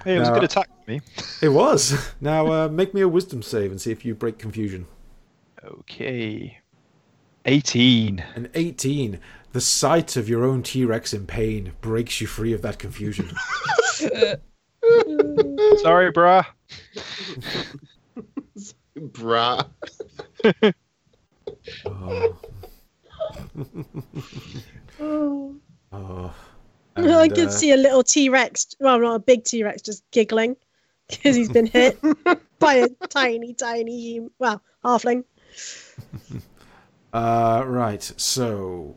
Speaker 5: Hey, it was a
Speaker 1: No.
Speaker 5: good attack for me.
Speaker 1: It was. Now, uh, make me a wisdom save and see if you break confusion.
Speaker 5: Okay, eighteen.
Speaker 1: An 18. The sight of your own T Rex in pain breaks you free of that confusion.
Speaker 5: Sorry, brah.
Speaker 6: Brah.
Speaker 1: Oh.
Speaker 2: Oh.
Speaker 1: oh.
Speaker 2: I
Speaker 1: And,
Speaker 2: could
Speaker 1: uh,
Speaker 2: see a little T Rex, well, not a big T Rex, just giggling because he's been hit by a tiny, tiny, hum- well, halfling.
Speaker 1: Uh, right. So,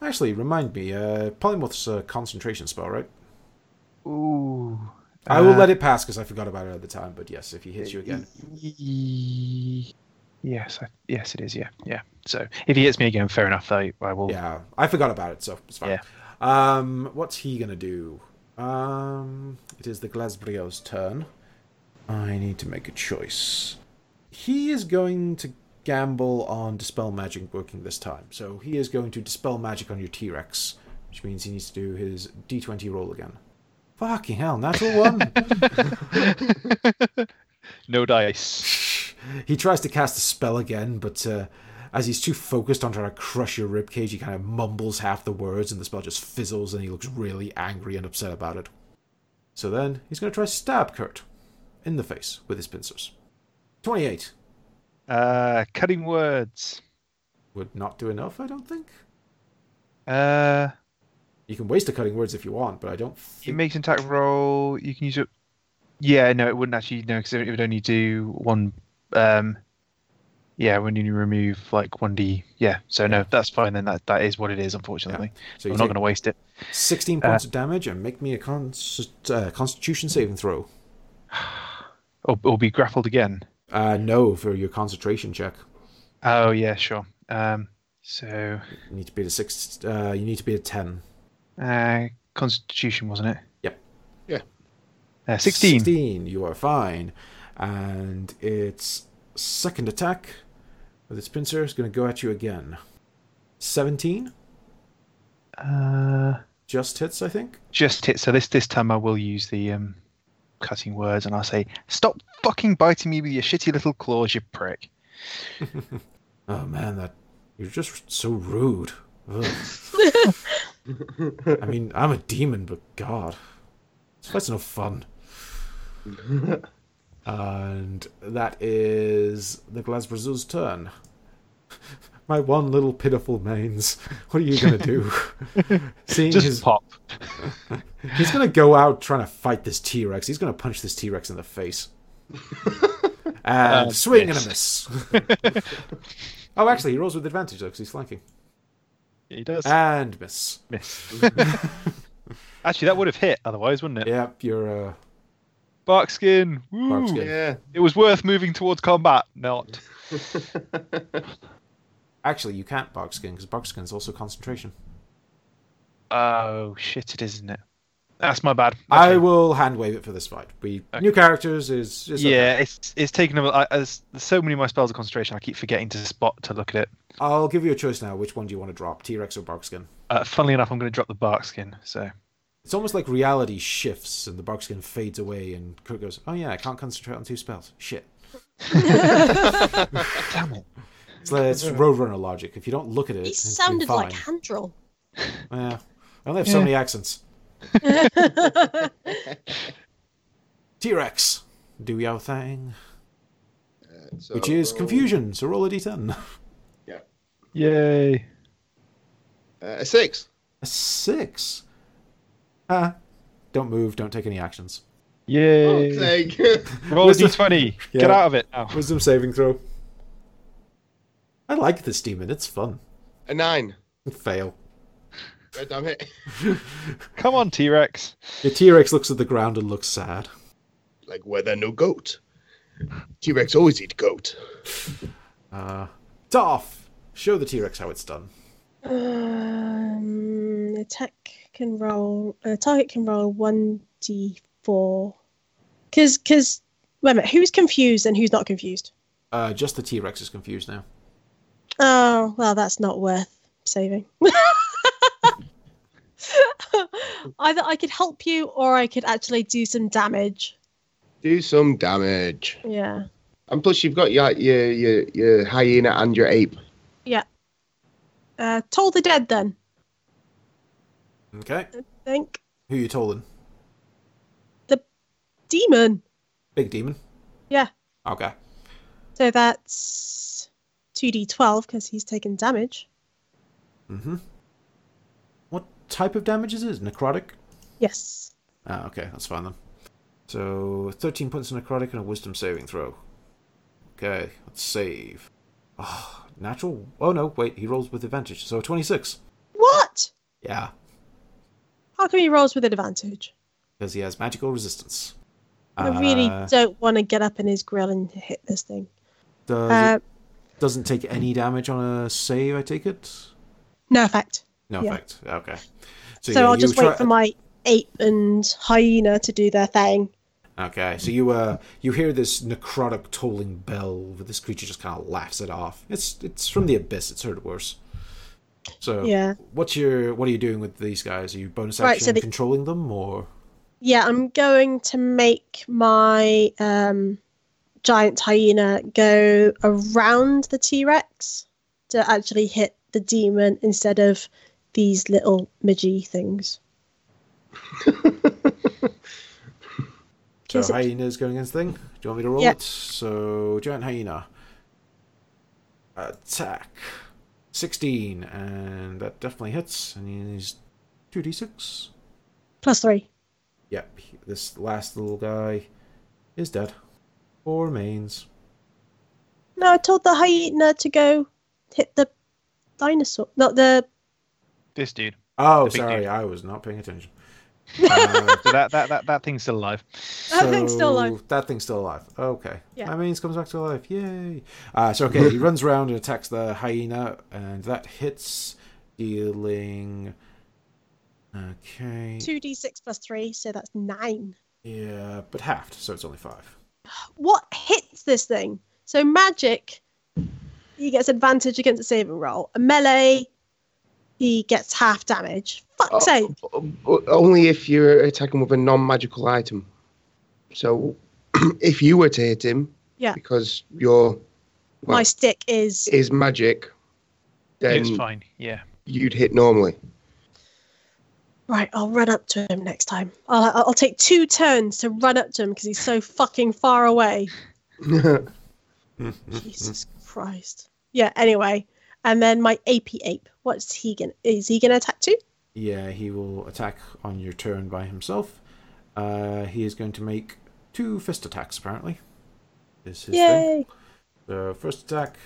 Speaker 1: actually, remind me. Uh, polymorph's a concentration spell, right?
Speaker 5: Ooh.
Speaker 1: I will
Speaker 5: Uh,
Speaker 1: let it pass because I forgot about it at the time. But yes, if he hits you again,
Speaker 5: y- Yes, I, yes, it is. Yeah, yeah. So if he hits me again, fair enough. I, I will.
Speaker 1: yeah, I forgot about it, so it's fine.
Speaker 5: Oh. Yeah.
Speaker 1: Um, what's he gonna do? Um, it is the Glasbrio's turn. I need to make a choice. He is going to gamble on dispel magic working this time, so he is going to dispel magic on your T Rex, which means he needs to do his D20 roll again. Fucking hell, natural one.
Speaker 5: no dice.
Speaker 1: He tries to cast a spell again, but uh, as he's too focused on trying to crush your ribcage, he kind of mumbles half the words and the spell just fizzles and he looks really angry and upset about it. So then he's going to try stab Kurt in the face with his pincers. 28
Speaker 5: Uh, cutting words.
Speaker 1: would not do enough, I don't think.
Speaker 5: Uh,
Speaker 1: You can waste the cutting words if you want, but I don't
Speaker 5: it
Speaker 1: think.
Speaker 5: makes an attack roll. You can use it. Yeah, no, it wouldn't actually. No, because it would only do one. Um, yeah, when you remove like one D. Yeah, so no, that's fine. Then that that is what it is. Unfortunately,
Speaker 1: So
Speaker 5: I'm
Speaker 1: you
Speaker 5: not Uh,
Speaker 1: take
Speaker 5: going to waste it.
Speaker 1: 16 points of damage and make me a const- uh, constitution saving throw.
Speaker 5: Or, or be grappled again.
Speaker 1: Uh, no, for your concentration check.
Speaker 5: Oh yeah, sure. Um, so
Speaker 1: You need to be at a six. Uh, you need to be at 10.
Speaker 5: uh, Constitution wasn't it?
Speaker 1: Yep.
Speaker 6: Yeah.
Speaker 5: Uh, Sixteen.
Speaker 1: You are fine. And its second attack with its pincer is going to go at you again. 17
Speaker 5: Uh,
Speaker 1: just hits, I think.
Speaker 5: just hit. So this this time I will use the um, cutting words, and I'll say, "Stop fucking biting me with your shitty little claws, you prick."
Speaker 1: Oh man, that you're just so rude. Ugh. I mean, I'm a demon, but God, this fight's no fun. and that is the Glasbrazil's turn. My one little pitiful mains. What are you gonna do? Seeing
Speaker 5: Just
Speaker 1: his
Speaker 5: pop.
Speaker 1: He's gonna go out trying to fight this T Rex. He's gonna punch this T Rex in the face. And
Speaker 5: Uh,
Speaker 1: swing and
Speaker 5: yes.
Speaker 1: a miss. oh, actually, he rolls with advantage, though, because he's flanking.
Speaker 5: He does.
Speaker 1: And miss.
Speaker 5: miss. Actually, that would have hit otherwise, wouldn't it?
Speaker 1: Yep, you're. Uh,
Speaker 5: Barkskin. Woo.
Speaker 1: Barkskin.
Speaker 6: Yeah.
Speaker 5: It was worth moving towards combat. Not.
Speaker 1: actually, you can't barkskin, because barkskin's also concentration.
Speaker 5: Oh shit! It is, isn't it? That's my bad.
Speaker 1: I
Speaker 5: Okay.
Speaker 1: will hand wave it for this fight. We
Speaker 5: Okay.
Speaker 1: New characters is. is okay.
Speaker 5: yeah, it's it's taken. a- I- There's there's so many of my spells of concentration. I keep forgetting to spot to look at it.
Speaker 1: I'll give you a choice now. Which one do you want to drop, T Rex or barkskin?
Speaker 5: Uh, funnily enough, I'm going to drop the barkskin. So
Speaker 1: It's almost like reality shifts and the barkskin fades away, and Kurt goes, "Oh yeah, I can't concentrate on two spells. Shit."
Speaker 5: damn it.
Speaker 1: It's, like- it's Roadrunner logic. If you don't look at it,
Speaker 2: It
Speaker 1: it's
Speaker 2: sounded
Speaker 1: fine.
Speaker 2: like Handrel.
Speaker 1: Yeah. I only have so many accents. T Rex, do your thing,
Speaker 6: Uh, So
Speaker 1: which is
Speaker 6: roll-
Speaker 1: confusion. So roll a d10.
Speaker 5: Yay!
Speaker 6: Uh, a six.
Speaker 1: A six. Ah, don't move. Don't take any actions.
Speaker 5: Yay!
Speaker 6: Sake.
Speaker 5: Roll a
Speaker 1: Wisdom-
Speaker 5: d20. Get
Speaker 1: Yeah.
Speaker 5: out of it now.
Speaker 1: Wisdom saving throw. I like this demon. It's fun.
Speaker 6: a nine.
Speaker 1: Fail.
Speaker 6: God damn it.
Speaker 5: Come on, T Rex.
Speaker 1: Your T Rex looks at the ground and looks sad.
Speaker 4: Like where there no goat. T Rex always eat goat.
Speaker 1: Uh, Darth, show the T Rex how it's done.
Speaker 2: Um, attack can roll. Uh, target can roll one d four. Because because wait a minute, who's confused and who's not confused?
Speaker 1: Uh, just the T Rex is confused now.
Speaker 2: Oh well, that's not worth saving. Either I could help you, or I could actually do some damage.
Speaker 6: Do some damage.
Speaker 2: Yeah.
Speaker 6: And plus, you've got your your your, your hyena and your ape.
Speaker 2: Uh, toll the dead then.
Speaker 1: Okay.
Speaker 2: I think
Speaker 1: Who you tolling?
Speaker 2: demon.
Speaker 1: Big demon?
Speaker 2: Yeah.
Speaker 1: Okay.
Speaker 2: So that's two d twelve because he's taken damage.
Speaker 1: Mm-hmm. What type of damage is it? Necrotic?
Speaker 2: Yes.
Speaker 1: Ah, okay, that's fine then. So, 13 points of necrotic and a wisdom saving throw. Okay, let's save. Ah, natural. Oh no, wait, he rolls with advantage, so 26.
Speaker 2: What?
Speaker 1: Yeah,
Speaker 2: How come he rolls with an advantage?
Speaker 1: because he has magical resistance.
Speaker 2: I really
Speaker 1: Uh,
Speaker 2: don't want to get up in his grill and hit this thing.
Speaker 1: does
Speaker 2: Uh,
Speaker 1: it, doesn't take any damage on a save, I take it?
Speaker 2: no effect.
Speaker 1: No
Speaker 2: Yeah.
Speaker 1: effect. Okay.
Speaker 2: So,
Speaker 1: yeah,
Speaker 2: I'll
Speaker 1: you
Speaker 2: just
Speaker 1: try-
Speaker 2: wait for my ape and hyena to do their thing.
Speaker 1: Okay, so you uh you hear this necrotic tolling bell, but this creature just kind of laughs it off. It's it's from the abyss. It's heard worse. So
Speaker 2: Yeah.
Speaker 1: what's your what are you doing with these guys? Are you bonus action
Speaker 2: Right, so the-
Speaker 1: controlling them or
Speaker 2: Yeah, I'm going to make my um, giant hyena go around the T Rex to actually hit the demon instead of these little midgy things.
Speaker 1: so
Speaker 2: Is it-
Speaker 1: hyena's going against the thing? Do you want me to roll
Speaker 2: Yeah.
Speaker 1: it? So giant hyena attack sixteen, and that definitely hits, and he's two d six.
Speaker 2: Plus three.
Speaker 1: Yep, he- this last little guy is dead or remains.
Speaker 2: No, I told the hyena to go hit the dinosaur, not the
Speaker 5: This dude.
Speaker 1: Oh,
Speaker 5: The big
Speaker 1: sorry,
Speaker 5: dude.
Speaker 1: I was not paying attention. Uh,
Speaker 5: So that, that that that thing's still alive.
Speaker 2: That thing's still alive.
Speaker 1: so That thing's still alive. Okay.
Speaker 2: Yeah.
Speaker 1: My means comes back to life. Yay. Uh, so, okay, he runs around and attacks the hyena, and that hits, dealing. Okay.
Speaker 2: 2d6 plus 3, so that's 9.
Speaker 1: Yeah, but halved, so it's only five.
Speaker 2: What hits this thing? So magic, he gets advantage against a saving roll. A melee, he gets half damage. Fuck's sake.
Speaker 6: O- Only if you're attacking with a non-magical item. So, if you were to hit him,
Speaker 2: Yeah.
Speaker 6: because your well,
Speaker 2: My stick is.
Speaker 6: is magic,
Speaker 5: It's
Speaker 6: then
Speaker 5: fine. Yeah.
Speaker 6: you'd hit normally.
Speaker 2: Right, I'll run up to him next time. I'll, I'll- I'll take two turns to run up to him because he's so fucking far away. Jesus Christ. Yeah, anyway. And then my AP ape. What's he gonna. Is he gonna attack too?
Speaker 1: Yeah, he will attack on your turn by himself. Uh, he is going to make two fist attacks, apparently. Is his thing.
Speaker 2: Yay!
Speaker 1: So first attack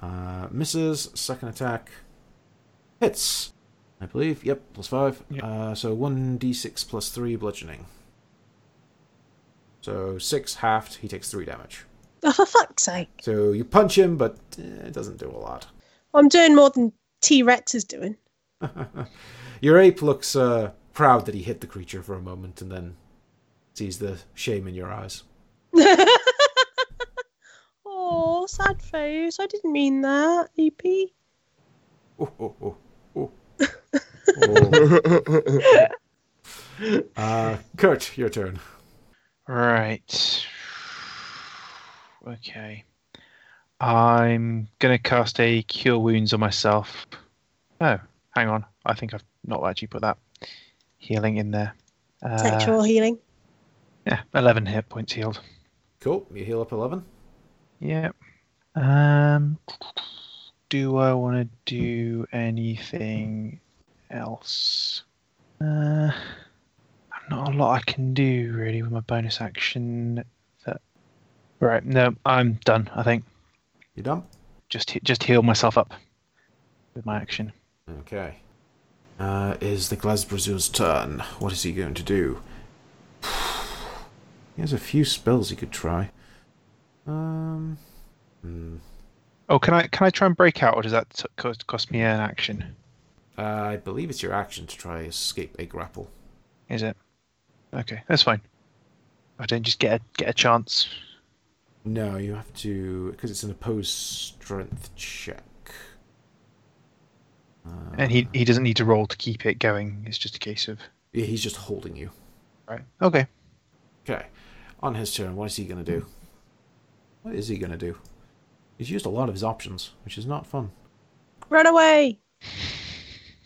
Speaker 1: uh, misses. Second attack hits. I believe. Yep, plus five.
Speaker 5: Yep.
Speaker 1: Uh, so one d six plus three bludgeoning. So six halved. He takes three damage.
Speaker 2: Oh, for fuck's sake.
Speaker 1: So you punch him, but eh, it doesn't do a lot.
Speaker 2: I'm doing more than T Rex is doing.
Speaker 1: Your ape looks uh, proud that he hit the creature for a moment, and then sees the shame in your eyes.
Speaker 2: Oh, sad face. I didn't mean that, E EP.
Speaker 1: Oh, oh, oh, oh. oh. uh, Kurt, your turn.
Speaker 5: Right. Okay. I'm gonna cast a cure wounds on myself. Oh, hang on. I think I've not actually put that healing in there. Uh,
Speaker 2: Sexual healing.
Speaker 5: yeah, eleven hit points healed.
Speaker 1: Cool. You heal up 11.
Speaker 5: Yep. Um, do I want to do anything else? Uh, not a lot I can do really with my bonus action. That right? No, I'm done. I think
Speaker 1: You done?
Speaker 5: just he- just heal myself up with my action.
Speaker 1: Okay. Uh, is the Glasbrazil's turn. What is he going to do? He has a few spells he could try. Um,
Speaker 5: Oh, can I can I try and break out, or does that t- cost, cost me an action?
Speaker 1: Uh, I believe it's your action to try escape a grapple.
Speaker 5: Is it? Okay, that's fine. I don't just get a get a chance.
Speaker 1: No, you have to because it's an opposed strength check. Uh,
Speaker 5: And he he doesn't need to roll to keep it going. It's just a case of
Speaker 1: Yeah, he's just holding you.
Speaker 5: right. Okay.
Speaker 1: Okay. On his turn, what is he going to do? What is he going to do? He's used a lot of his options, which is not fun.
Speaker 2: Run away!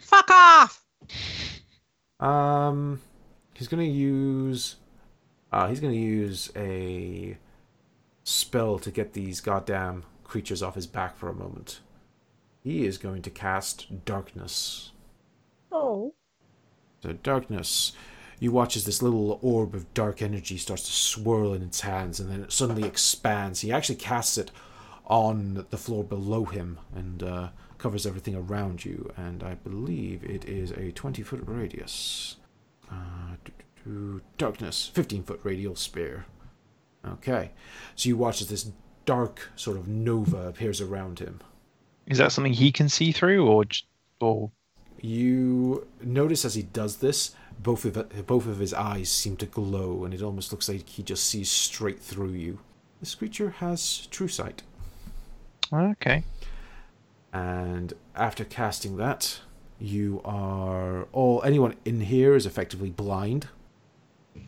Speaker 2: Fuck off!
Speaker 1: Um, he's going to use. Uh, he's going to use a spell to get these goddamn creatures off his back for a moment. He is going to cast darkness.
Speaker 2: Oh.
Speaker 1: So darkness. You watch as this little orb of dark energy starts to swirl in its hands, and then it suddenly expands. He actually casts it on the floor below him and uh, covers everything around you. And I believe it is a 20 foot radius. Uh, do, do, do, darkness, 15 foot radial spear. Okay. So you watch as this dark sort of nova appears around him.
Speaker 5: Is that something he can see through, or j- or
Speaker 1: You notice as he does this, both of both of his eyes seem to glow, and it almost looks like he just sees straight through you. This creature has true sight,
Speaker 5: okay?
Speaker 1: and after casting that, you are all anyone in here is effectively blind,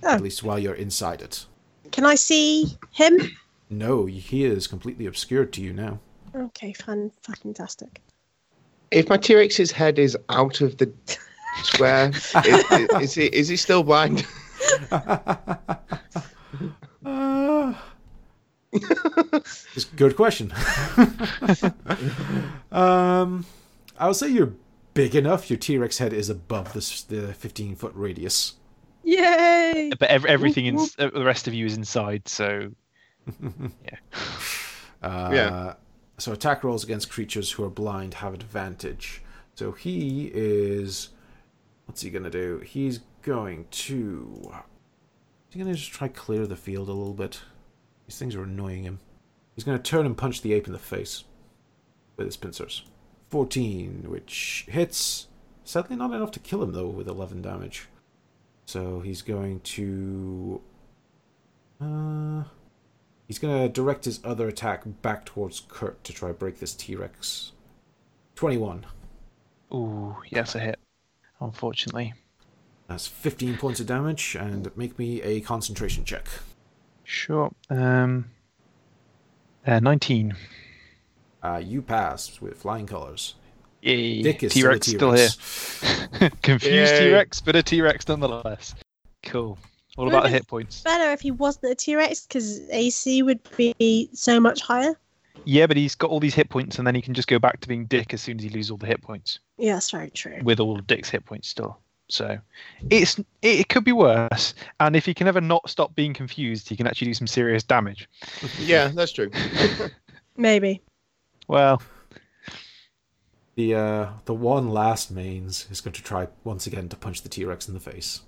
Speaker 2: Oh.
Speaker 1: at least while you're inside it.
Speaker 2: Can I see him?
Speaker 1: No, he is completely obscured to you now.
Speaker 2: Okay, fan fucking tastic.
Speaker 6: If my T Rex's head is out of the square, is, is, he, is he still blind?
Speaker 1: Uh, it's a good question. um, I would say you're big enough. Your T Rex head is above this the 15 foot radius.
Speaker 2: Yay!
Speaker 5: But ev- everything in uh, the rest of you is inside, so
Speaker 1: Uh,
Speaker 6: Yeah.
Speaker 1: So attack rolls against creatures who are blind have advantage. So he is. What's he gonna do? He's going to. He's gonna just try clear the field a little bit. These things are annoying him. He's gonna turn and punch the ape in the face with his pincers. 14, which hits. Sadly, not enough to kill him though with 11 damage. So he's going to. Uh, He's gonna direct his other attack back towards Kurt to try break this T Rex. Twenty-one.
Speaker 5: ooh, yes, a hit. Unfortunately,
Speaker 1: That's fifteen points of damage, and make me a concentration check.
Speaker 5: sure. Um, uh, nineteen.
Speaker 1: Uh, you pass with flying colors.
Speaker 5: Yay!
Speaker 1: Dick is
Speaker 5: T Rex
Speaker 1: still,
Speaker 5: still
Speaker 1: a
Speaker 5: here.
Speaker 1: T-Rex.
Speaker 5: Confused
Speaker 6: Yay.
Speaker 5: T Rex, but a T Rex nonetheless. Cool. All about the hit points.
Speaker 2: Better if he wasn't a T Rex because AC would be so much higher.
Speaker 5: Yeah, but he's got all these hit points, and then he can just go back to being Dick as soon as he loses all the hit points,
Speaker 2: Yeah, that's very true.
Speaker 5: with all of Dick's hit points still. So it's it could be worse. And if he can ever not stop being confused, he can actually do some serious damage.
Speaker 6: Yeah, that's true.
Speaker 2: Maybe.
Speaker 5: Well,
Speaker 1: The uh, the one last mains is going to try once again to punch the T Rex in the face.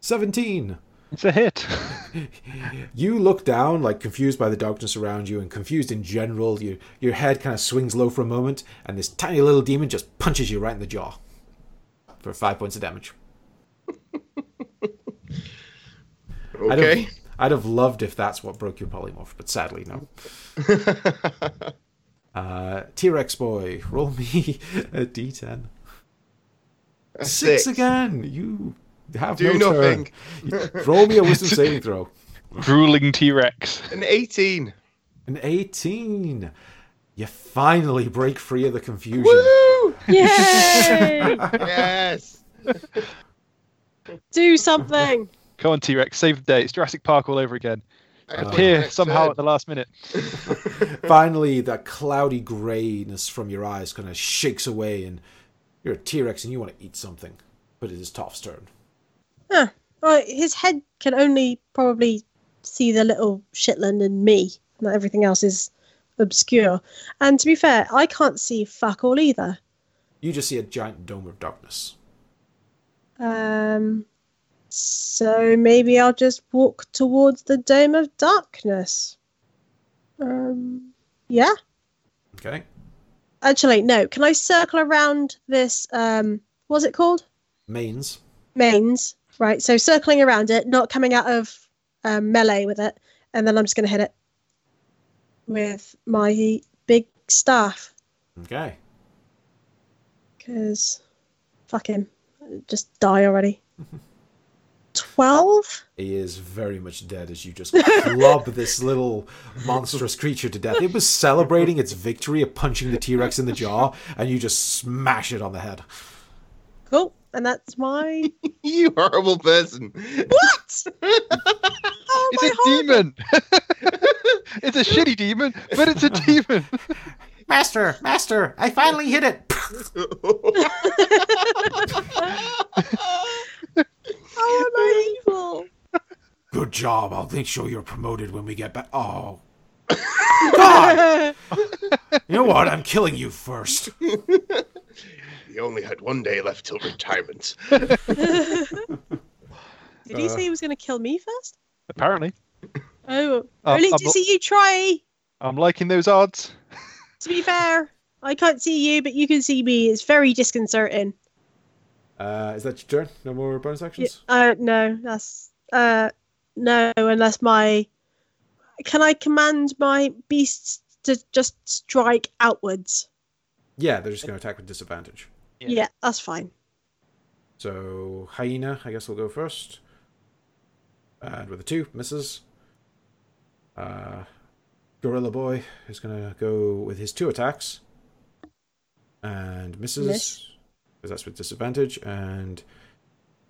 Speaker 1: Seventeen.
Speaker 5: it's a hit.
Speaker 1: You look down, like confused by the darkness around you, and confused in general. Your your head kind of swings low for a moment, and this tiny little demon just punches you right in the jaw for five points of damage. I'd have-
Speaker 6: Okay.
Speaker 1: I'd have loved if that's what broke your polymorph, but sadly, no. uh, T Rex boy, roll me a d10.
Speaker 6: A
Speaker 1: Six, again. You have
Speaker 6: Do
Speaker 1: no
Speaker 6: nothing.
Speaker 1: turn. roll me a wisdom saving throw.
Speaker 5: Grueling T Rex.
Speaker 6: An 18.
Speaker 1: An 18. You finally break free of the confusion.
Speaker 6: Woo!
Speaker 2: Yay!
Speaker 6: yes.
Speaker 2: Do something.
Speaker 5: Come on, T Rex, save the day. It's Jurassic Park all over again.
Speaker 6: Excellent,
Speaker 5: Here,
Speaker 6: excellent.
Speaker 5: somehow at the last minute.
Speaker 1: Finally, that cloudy grayness from your eyes kind of shakes away, and you're a T Rex and you want to eat something. But it is Toph's turn.
Speaker 2: Huh. Well, his head can only probably see the little shitland and me. Not everything else is obscure. And to be fair, I can't see fuck all either.
Speaker 1: You just see a giant dome of darkness.
Speaker 2: Um, so maybe I'll just walk towards the dome of darkness. Um, yeah.
Speaker 1: Okay?
Speaker 2: Actually, no. Can I circle around this? Um, what's it called?
Speaker 1: Mains.
Speaker 2: Mains. Right. So circling around it, not coming out of um, melee with it, and then I'm just going to hit it with my big staff
Speaker 1: Okay.
Speaker 2: because fuck him, just die already. Twelve.
Speaker 1: He is very much dead as you just club this little monstrous creature to death. It was celebrating its victory of punching the T Rex in the jaw, and you just smash it on the head.
Speaker 2: Cool. And that's my
Speaker 6: You horrible person.
Speaker 2: What? oh
Speaker 5: It's
Speaker 2: my
Speaker 5: a demon. it's a shitty demon, but it's a demon.
Speaker 1: Master, master, I finally hit it.
Speaker 2: Oh, am I evil?
Speaker 1: Good job. I'll make sure you're promoted when we get back. Oh. God! You know what? I'm killing you first.
Speaker 4: You only had one day left till retirement.
Speaker 2: Did he say he was going to kill me first?
Speaker 5: Apparently,
Speaker 2: Oh,
Speaker 5: Uh,
Speaker 2: only
Speaker 5: I'm
Speaker 2: to
Speaker 5: not-
Speaker 2: see you try.
Speaker 5: I'm liking those odds.
Speaker 2: To be fair, I can't see you, but you can see me. It's very disconcerting.
Speaker 1: Uh, is that your turn? No more bonus
Speaker 2: Yeah,
Speaker 1: actions?
Speaker 2: uh, no, that's uh, no, unless my can I command my beasts to just strike outwards?
Speaker 1: Yeah, they're just going to attack with disadvantage.
Speaker 5: Yeah.
Speaker 2: Yeah, that's fine.
Speaker 1: So, Hyena, I guess we'll go first. And with a two, misses. Uh, Gorilla Boy is going to go with his two attacks. And misses.
Speaker 2: Miss.
Speaker 1: Because that's with disadvantage. And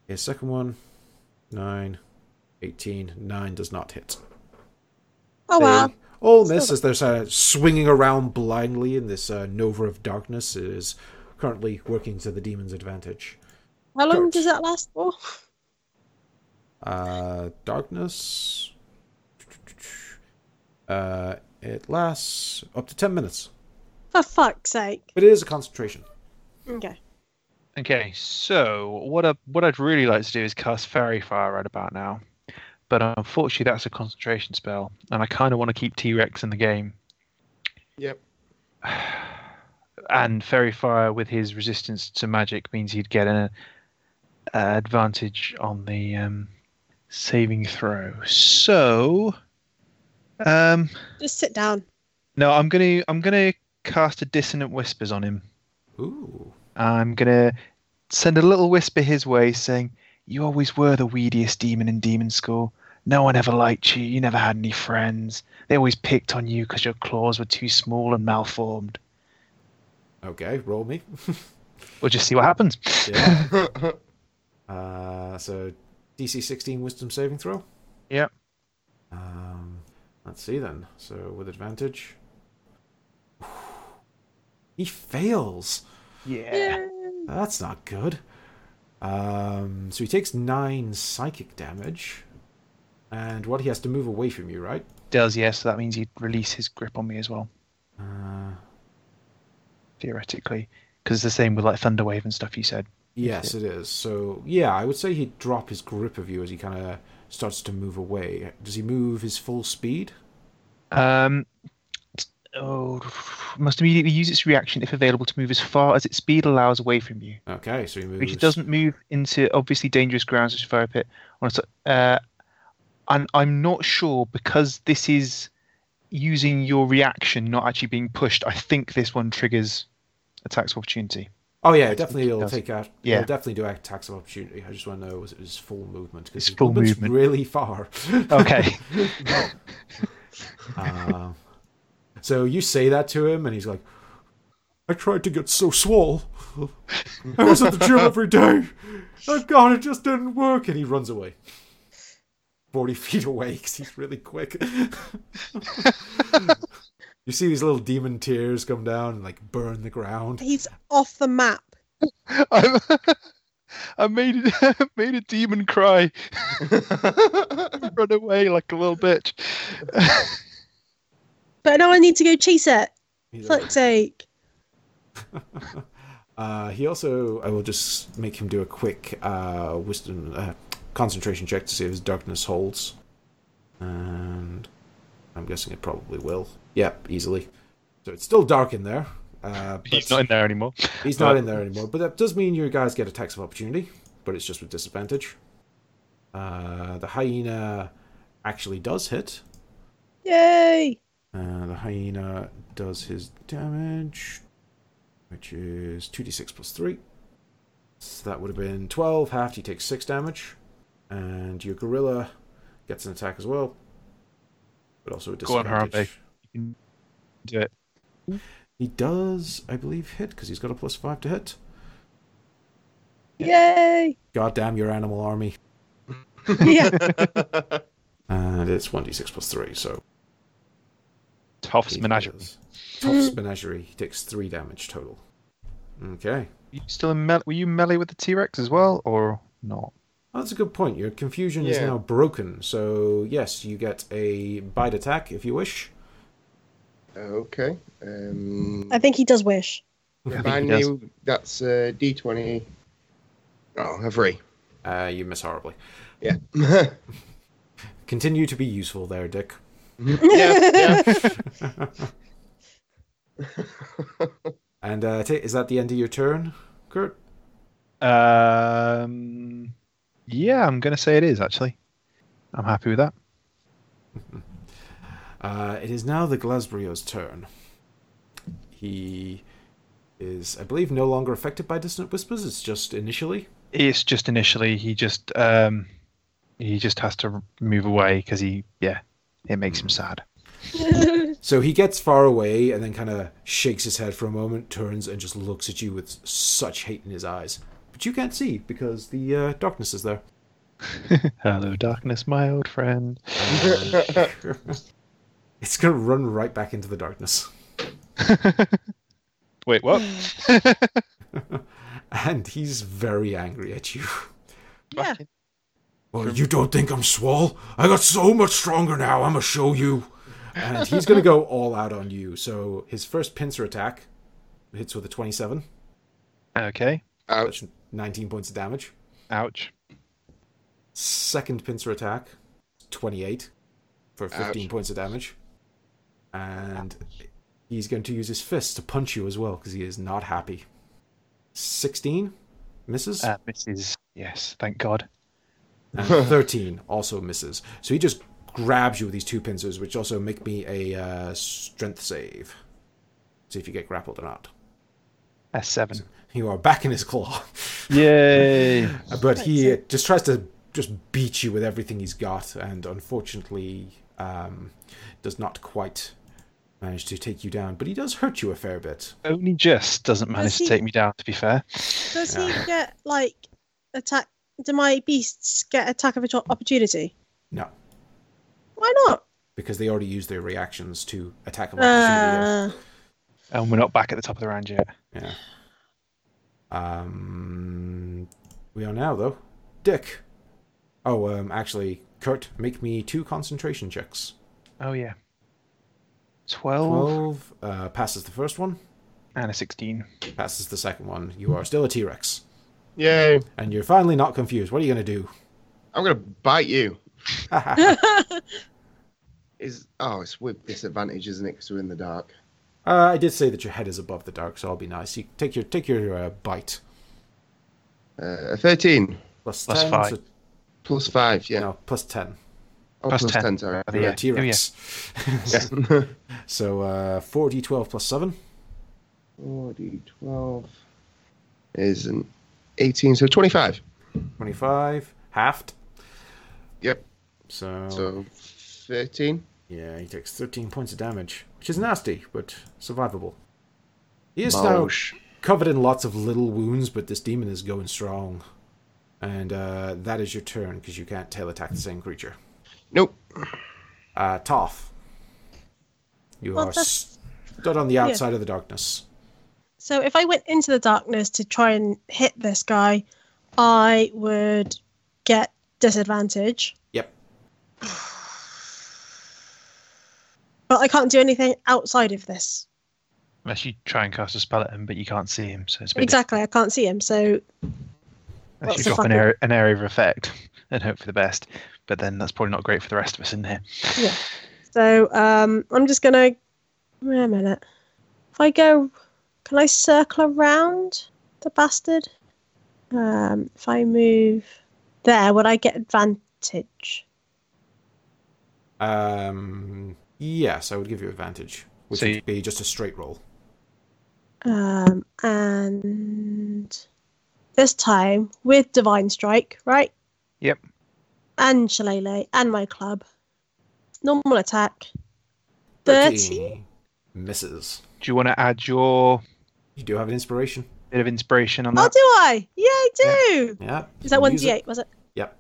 Speaker 1: his second one, 9, 18, 9 does not hit.
Speaker 2: Oh well,
Speaker 1: They all
Speaker 2: Still
Speaker 1: miss as they're sort of swinging around blindly in this uh, Nova of Darkness. It is currently working to the demon's advantage.
Speaker 2: how long
Speaker 1: Kurt.
Speaker 2: does that last for?
Speaker 1: Uh, darkness. Uh, it lasts up to 10 minutes,
Speaker 2: For fuck's sake.
Speaker 1: but it is a concentration.
Speaker 2: Okay.
Speaker 5: Okay, so what I what I'd really like to do is cast Fairy Fire right about now, but unfortunately that's a concentration spell, and I kind of want to keep T Rex in the game.
Speaker 6: Yep.
Speaker 5: And Fairy Fire with his resistance to magic means he'd get an uh, advantage on the um, saving throw. So, um,
Speaker 2: Just sit down.
Speaker 5: no, I'm gonna I'm gonna cast a Dissonant Whispers on him.
Speaker 1: Ooh.
Speaker 5: I'm gonna send a little whisper his way, saying, "You always were the weediest demon in demon school. No one ever liked you. You never had any friends. They always picked on you because your claws were too small and malformed."
Speaker 1: Okay, roll me.
Speaker 5: We'll just see what happens.
Speaker 1: Yeah. uh, so, DC 16 Wisdom Saving Throw?
Speaker 5: Yep.
Speaker 1: Um, let's see then. So, with advantage. He fails.
Speaker 5: Yeah.
Speaker 2: Yay.
Speaker 1: That's not good. Um, so he takes nine psychic damage, and what he has to move away from you, right?
Speaker 5: Does yes, so that means he'd release his grip on me as well,
Speaker 1: Uh,
Speaker 5: theoretically, because it's the same with like Thunderwave and stuff you said.
Speaker 1: yes, it is. So yeah, I would say he'd drop his grip of you as he kind of starts to move away. Does he move his full speed?
Speaker 5: Um, oh, must immediately use its reaction if available to move as far as its speed allows away from you.
Speaker 1: Okay, so he moves.
Speaker 5: which it doesn't move into obviously dangerous grounds such as fire pit. Or so- Uh, and I'm not sure because this is using your reaction, not actually being pushed. I think this one triggers attacks of opportunity.
Speaker 1: Oh yeah, definitely
Speaker 5: it
Speaker 1: it'll
Speaker 5: does.
Speaker 1: take out.
Speaker 5: Yeah.
Speaker 1: Yeah, will definitely do attacks of opportunity. I just want to know was it his full movement because
Speaker 5: His full
Speaker 1: movement's
Speaker 5: movement.
Speaker 1: really far.
Speaker 5: Okay.
Speaker 1: Um, so you say that to him, and he's like, "I tried to get so swole. I was at the gym every day. Oh God, it just didn't work." And he runs away, forty feet away because he's really quick. you see these little demon tears come down and like burn the ground.
Speaker 2: He's off the map.
Speaker 5: I'm, I made it, made a demon cry, run away like a little bitch.
Speaker 2: But now I need to go chase it.
Speaker 1: He's like-
Speaker 2: Fuck's sake.
Speaker 1: Uh, he also, I will just make him do a quick uh, wisdom uh, concentration check to see if his darkness holds, and I'm guessing it probably will. Yep, easily. So it's still dark in there. Uh, but
Speaker 5: He's not in there anymore.
Speaker 1: he's not in there anymore, but that does mean you guys get attacks of opportunity, but it's just with disadvantage. Uh, the hyena actually does hit.
Speaker 2: Yay!
Speaker 1: Uh, the hyena does his damage, which is 2d6 plus 3. So that would have been 12, half, he takes 6 damage. And your gorilla gets an attack as well, but also a
Speaker 5: Go on,
Speaker 1: disadvantage.
Speaker 5: Harambe. Do it.
Speaker 1: He does, I believe, hit because he's got a plus 5 to hit.
Speaker 2: Yay!
Speaker 1: God damn your animal army.
Speaker 2: Yeah.
Speaker 1: And it's 1d6 plus 3, so.
Speaker 5: Toff's
Speaker 1: he
Speaker 5: menagerie.
Speaker 1: does. Toff's menagerie. He takes 3 damage total. Okay.
Speaker 5: You still in mele- were you melee with the T Rex as well, or not?
Speaker 1: Oh, that's a good point. Your confusion is
Speaker 6: Yeah.
Speaker 1: now broken. So, yes, you get a bite attack if you wish.
Speaker 6: Okay. Um,
Speaker 2: I think he does wish.
Speaker 5: I
Speaker 6: if
Speaker 5: think
Speaker 6: I
Speaker 5: he does.
Speaker 6: knew that's uh, D20. Oh, a three.
Speaker 1: Uh, you miss horribly.
Speaker 6: Yeah.
Speaker 1: Continue to be useful there, Dick.
Speaker 6: yeah.
Speaker 1: And uh, ta is that the end of your turn, Kurt?
Speaker 5: Um, yeah, I'm gonna say it is actually. I'm happy with that.
Speaker 1: Uh, it is now the Glasbrio's turn. He is, I believe, no longer affected by Distant Whispers. It's just initially.
Speaker 5: It's just initially he just um, he just has to move away because he yeah it makes him sad.
Speaker 1: So he gets far away and then kind of shakes his head for a moment, turns, and just looks at you with such hate in his eyes. But you can't see because the uh, darkness is there.
Speaker 5: Hello, darkness, my old friend.
Speaker 1: it's gonna run right back into the darkness.
Speaker 5: Wait, what?
Speaker 1: And he's very angry at you.
Speaker 2: yeah.
Speaker 1: Well, you don't think I'm swole? I got so much stronger now, I'ma show you. And he's gonna go all out on you. So his first pincer attack hits with a twenty-seven.
Speaker 5: okay,
Speaker 1: That's nineteen points of damage.
Speaker 5: ouch.
Speaker 1: Second pincer attack, 28 for 15
Speaker 6: Ouch.
Speaker 1: points of damage. And he's going to use his fist to punch you as well because he is not happy. 16 misses,
Speaker 5: Uh, Mrs. Yes, thank God.
Speaker 1: and 13 also misses. So he just grabs you with these two pincers, which also make me a uh, strength save. See if you get grappled or not.
Speaker 5: S seven.
Speaker 1: You are back in his claw.
Speaker 5: Yay!
Speaker 1: Uh, but he just tries to just beat you with everything he's got, and unfortunately, um, does not quite manage to take you down. But he does hurt you a fair bit.
Speaker 5: Only just doesn't manage to
Speaker 2: he-
Speaker 5: take me down. To be fair,
Speaker 2: Does he get, like, attack? Do my beasts get attack of atto- opportunity?
Speaker 1: No,
Speaker 2: Why not?
Speaker 1: because they already used their reactions to attack a lot.
Speaker 2: Uh,
Speaker 5: and we're not back at the top of the round yet.
Speaker 1: Um, We are now, though. Dick. Oh, um, actually, Kurt, make me two concentration checks.
Speaker 5: Oh yeah. 12,
Speaker 1: 12 uh, passes the first one,
Speaker 5: and a 16.
Speaker 1: passes the second one. You are still a T Rex.
Speaker 4: Yay.
Speaker 1: And you're finally not confused. What are you going to do?
Speaker 6: I'm gonna bite you.
Speaker 2: I
Speaker 6: Is oh, it's with disadvantage, isn't it? Because we're in the dark.
Speaker 1: Uh, I did say that your head is above the dark, so I'll be nice. You take your take your uh, bite.
Speaker 6: Uh, a Thirteen
Speaker 1: Plus,
Speaker 5: Plus
Speaker 1: 10,
Speaker 5: five.
Speaker 1: so-
Speaker 6: plus five. Yeah.
Speaker 1: no, plus 10.
Speaker 6: Oh,
Speaker 5: Plus
Speaker 6: plus
Speaker 5: 10.
Speaker 6: ten. Sorry.
Speaker 1: You're
Speaker 5: Yeah.
Speaker 1: a T Rex.
Speaker 6: Yeah.
Speaker 1: so uh, 4d12 plus 7.
Speaker 6: 40, 12 is an 18, so 25.
Speaker 1: 25. Halved.
Speaker 6: Yep.
Speaker 1: So,
Speaker 6: So 13.
Speaker 1: yeah, he takes 13 points of damage, which is nasty, but survivable. He is now
Speaker 6: Mosh.
Speaker 1: covered in lots of little wounds, but this demon is going strong. And uh, that is your turn, because you can't tail attack the same creature.
Speaker 6: Nope.
Speaker 1: Uh, Toph. You
Speaker 2: Well,
Speaker 1: are
Speaker 2: that's-
Speaker 1: stood on the outside of the darkness.
Speaker 2: So if I went into the darkness to try and hit this guy, I would get disadvantage.
Speaker 1: Yep.
Speaker 2: But I can't do anything outside of this.
Speaker 5: Unless you try and cast a spell at him, but you can't see him, so it's a bit
Speaker 2: Exactly, I can't see him. So
Speaker 5: different. Unless you
Speaker 2: Lots of
Speaker 5: drop an
Speaker 2: fucking-
Speaker 5: area, an area of effect and hope for the best, but then that's probably not great for the rest of us in here.
Speaker 2: so um, I'm just gonna wait a minute. If I go, can I circle around the bastard? Um, if I move there, would I get advantage?
Speaker 1: Um, yes, I would give you advantage, which
Speaker 5: So you-
Speaker 1: would be just a straight roll.
Speaker 2: Um, and this time with divine strike, right?
Speaker 5: Yep.
Speaker 2: And shillelagh and my club. Normal attack. Thirty.
Speaker 1: misses.
Speaker 5: Do you want to add your
Speaker 1: You do have an inspiration.
Speaker 5: bit of inspiration on
Speaker 2: Oh,
Speaker 5: that?
Speaker 2: do I? Yeah, I do.
Speaker 1: Yeah.
Speaker 2: Is that
Speaker 1: you
Speaker 2: one
Speaker 1: use
Speaker 2: d
Speaker 1: it.
Speaker 2: eight? Was it?
Speaker 1: Yep.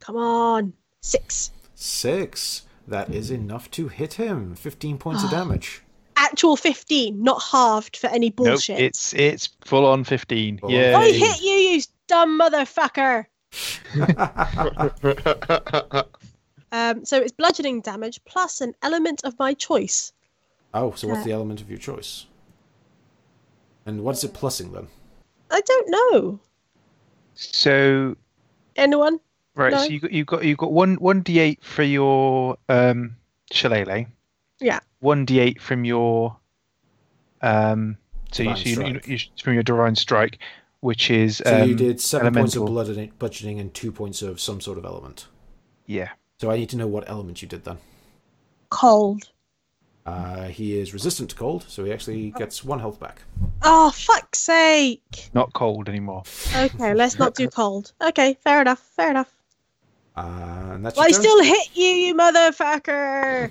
Speaker 2: Come on, six.
Speaker 1: Six. That is enough to hit him. Fifteen points of damage.
Speaker 2: Actual fifteen, not halved for any
Speaker 5: Nope,
Speaker 2: bullshit.
Speaker 5: it's it's full on 15.
Speaker 1: Full on
Speaker 5: Yeah.
Speaker 2: I hit you, you dumb motherfucker. Um, so it's bludgeoning damage plus an element of my choice.
Speaker 1: oh, so what's
Speaker 2: Uh,
Speaker 1: the element of your choice? And what's it plussing then?
Speaker 2: I don't know.
Speaker 5: So
Speaker 2: Anyone?
Speaker 5: right,
Speaker 2: No.
Speaker 5: so you got you got you got one one d8 for your um shillelagh.
Speaker 2: Yeah.
Speaker 5: One d8 from your um so you,
Speaker 1: Divine
Speaker 5: so you, you,
Speaker 1: strike.
Speaker 5: you from your divine strike, which is
Speaker 1: So you
Speaker 5: um,
Speaker 1: did seven points of
Speaker 5: elemental.
Speaker 1: blood and budgeting and two points of some sort of element.
Speaker 5: yeah
Speaker 1: So I need to know what element you did then.
Speaker 2: Cold.
Speaker 1: Uh, he is resistant to cold, so he actually gets one health back.
Speaker 2: Oh, fuck's sake.
Speaker 5: not cold anymore.
Speaker 2: Okay, let's not do cold. Okay, fair enough. Fair enough.
Speaker 1: Uh, and that's
Speaker 2: Well,
Speaker 1: your
Speaker 2: I
Speaker 1: turn.
Speaker 2: still hit you, you motherfucker.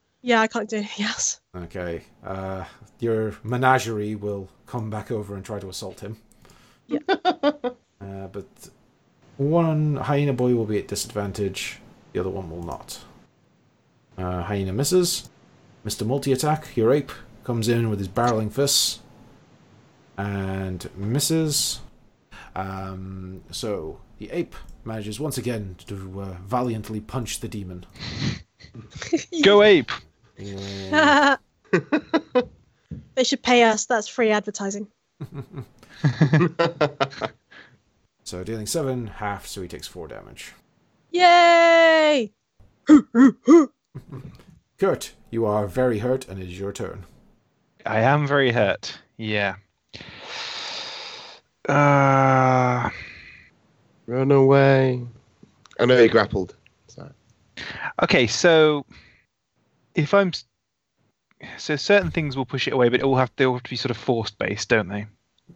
Speaker 2: yeah, I can't do anything else.
Speaker 1: Okay. Uh, your menagerie will come back over and try to assault him.
Speaker 2: Yeah.
Speaker 1: uh, but one hyena boy will be at disadvantage. The other one will not. Uh, hyena misses. Mr. Multi Attack, your ape, comes in with his barreling fists and misses. Um, so the ape manages once again to uh, valiantly punch the demon.
Speaker 5: Go ape.
Speaker 2: they should pay us. That's free advertising.
Speaker 1: So dealing seven, half, so he takes four damage.
Speaker 2: Yay!
Speaker 1: Kurt, you are very hurt, and it is your turn.
Speaker 5: I am very hurt. Yeah. Uh,
Speaker 6: Run away. I know you grappled. Sorry.
Speaker 5: okay, so if I'm s- so certain things will push it away, but it all have they all have to be sort of forced based, don't they?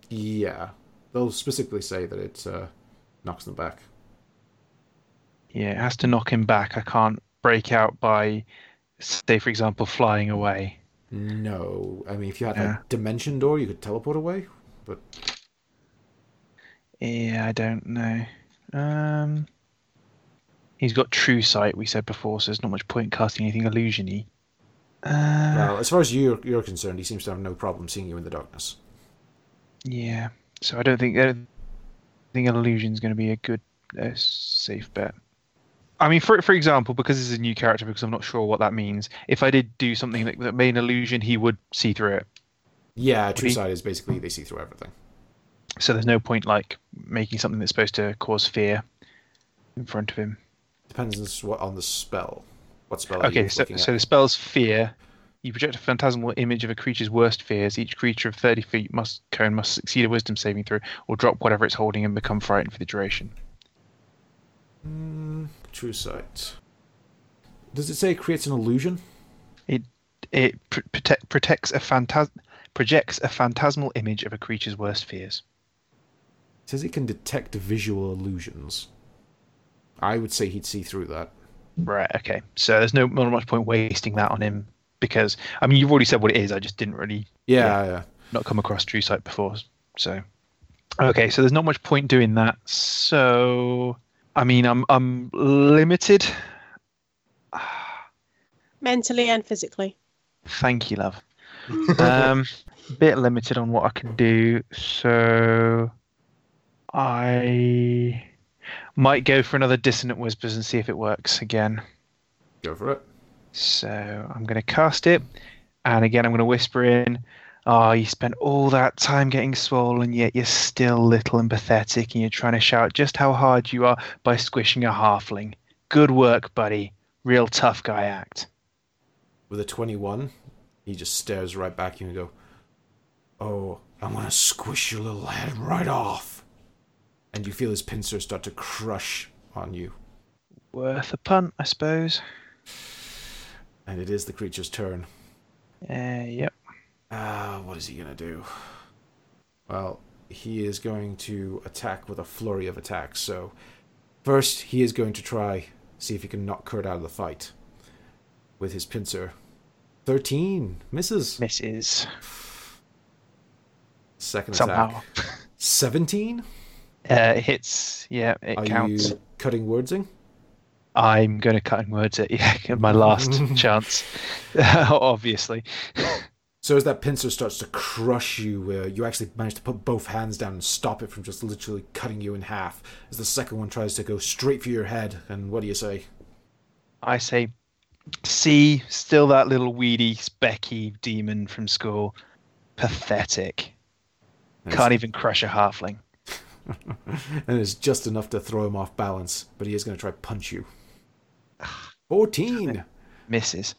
Speaker 1: Yeah, they'll specifically say that it uh, knocks them back.
Speaker 5: Yeah, it has to knock him back. I can't break out by, say, for example, flying away.
Speaker 1: No, I mean if you had
Speaker 5: Yeah.
Speaker 1: a dimension door, you could teleport away.
Speaker 5: Yeah, I don't know. Um, he's got true sight. We said before, so there's not much point casting anything illusiony. Uh,
Speaker 1: Well, as far as you're, you're concerned, he seems to have no problem seeing you in the darkness.
Speaker 5: Yeah. So I don't think I don't think illusion's going to be a good uh, safe bet. I mean, for for example, because this is a new character, because I'm not sure what that means. If I did do something that, that made an illusion, he would see through it.
Speaker 1: Yeah, true
Speaker 5: he-
Speaker 1: sight is basically they see through everything.
Speaker 5: So there's no point like making something that's supposed to cause fear in front of him.
Speaker 1: Depends on s- what on the spell. What spell? are
Speaker 5: Okay,
Speaker 1: you
Speaker 5: so,
Speaker 1: looking
Speaker 5: so
Speaker 1: at?
Speaker 5: the spell's fear. You project a phantasmal image of a creature's worst fears. Each creature of 30 feet must cone must succeed a wisdom saving throw or drop whatever it's holding and become frightened for the duration.
Speaker 1: Mm, true sight. Does it say it creates an illusion?
Speaker 5: It pr- protect, protects a phantas- projects a phantasmal image of a creature's worst fears.
Speaker 1: It says it can detect visual illusions. I would say he'd see through that.
Speaker 5: Right. Okay. So there's no not much point wasting that on him because I mean you've already said what it is. I just didn't really
Speaker 1: Yeah, yeah.
Speaker 5: not come across True Sight before. So okay, so there's not much point doing that. So I mean I'm I'm limited.
Speaker 2: mentally and physically.
Speaker 5: Thank you, love. um, bit limited on what I can do, so I might go for another Dissonant Whispers and see if it works again.
Speaker 1: Go for it.
Speaker 5: So I'm going to cast it, and again I'm going to whisper in. Oh, you spent all that time getting swollen, yet you're still little and pathetic, and you're trying to shout just how hard you are by squishing a halfling. Good work, buddy. Real tough guy act.
Speaker 1: With a 21, he just stares right back at you and go, Oh, I'm gonna squish your little head right off. And you feel his pincers start to crush on you.
Speaker 5: Worth a punt, I suppose.
Speaker 1: And it is the creature's turn.
Speaker 5: Uh, yep.
Speaker 1: Ah, what is he gonna do? Well, he is going to attack with a flurry of attacks. So, first, he is going to try see if he can knock Kurt out of the fight with his pincer. Thirteen misses.
Speaker 5: Misses
Speaker 1: Second
Speaker 5: somehow.
Speaker 1: attack. Seventeen.
Speaker 5: Uh, it hits. Yeah, it
Speaker 1: Are
Speaker 5: counts.
Speaker 1: you cutting wordsing?
Speaker 5: I'm going to cut in words at yeah, my last chance, obviously.
Speaker 1: So as that pincer starts to crush you, uh, you actually manage to put both hands down and stop it from just literally cutting you in half. As the second one tries to go straight for your head, and what do you say?
Speaker 5: I say, see, still that little weedy, specky demon from school. Pathetic. Can't even crush a halfling.
Speaker 1: and it's just enough to throw him off balance, but he is going to try punch you. 14.
Speaker 5: Misses.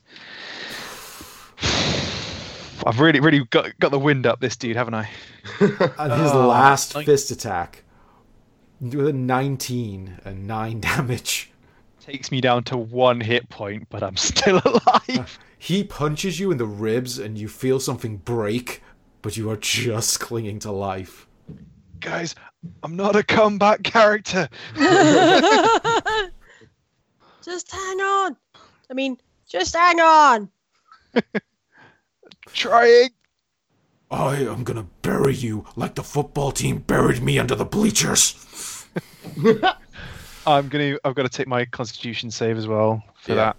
Speaker 5: I've really, really got, got the wind up this dude, haven't I?
Speaker 1: And his
Speaker 5: Oh,
Speaker 1: last
Speaker 5: like-
Speaker 1: fist attack with a 19 and 9 damage.
Speaker 5: Takes me down to one hit point, but I'm still alive.
Speaker 1: He punches you in the ribs and you feel something break, but you are just clinging to life.
Speaker 5: Guys, I'm not a combat character.
Speaker 2: Just hang on. I mean, just hang on.
Speaker 5: Trying.
Speaker 1: I am going to bury you like the football team buried me under the bleachers.
Speaker 5: I'm gonna. I've got to take my Constitution save as well for
Speaker 1: Yeah.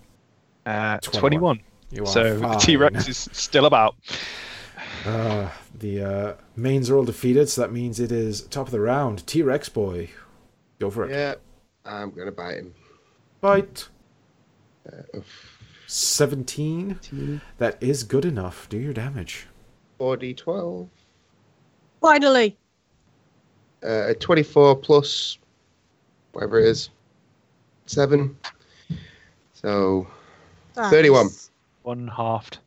Speaker 5: that. Uh,
Speaker 1: 21.
Speaker 5: Twenty-one.
Speaker 1: You are
Speaker 5: So the
Speaker 1: fine.
Speaker 5: T Rex is still about.
Speaker 1: Uh, the uh, mains are all defeated, so that means it is top of the round. T Rex boy, go for it.
Speaker 6: Yeah, I'm going to bite him.
Speaker 1: Bite. 17. That is good enough. Do your damage.
Speaker 6: 4d12.
Speaker 2: Finally.
Speaker 6: Uh, a 24 plus whatever it is. 7. So,
Speaker 2: Ah,
Speaker 6: 31.
Speaker 5: One halved.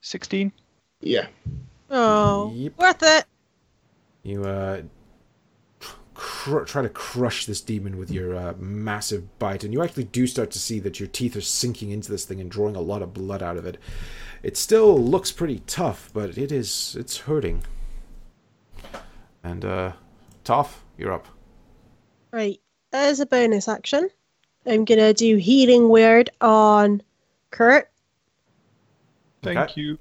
Speaker 5: Sixteen.
Speaker 6: yeah.
Speaker 2: Oh,
Speaker 1: Yep.
Speaker 2: worth it.
Speaker 1: You uh, cr- try to crush this demon with your uh, massive bite, and you actually do start to see that your teeth are sinking into this thing and drawing a lot of blood out of it. It still looks pretty tough, but it is. It's hurting. And uh, Toph, you're up.
Speaker 2: Right. As a bonus action, I'm gonna do healing word on Kurt.
Speaker 1: Thank Okay.
Speaker 5: you.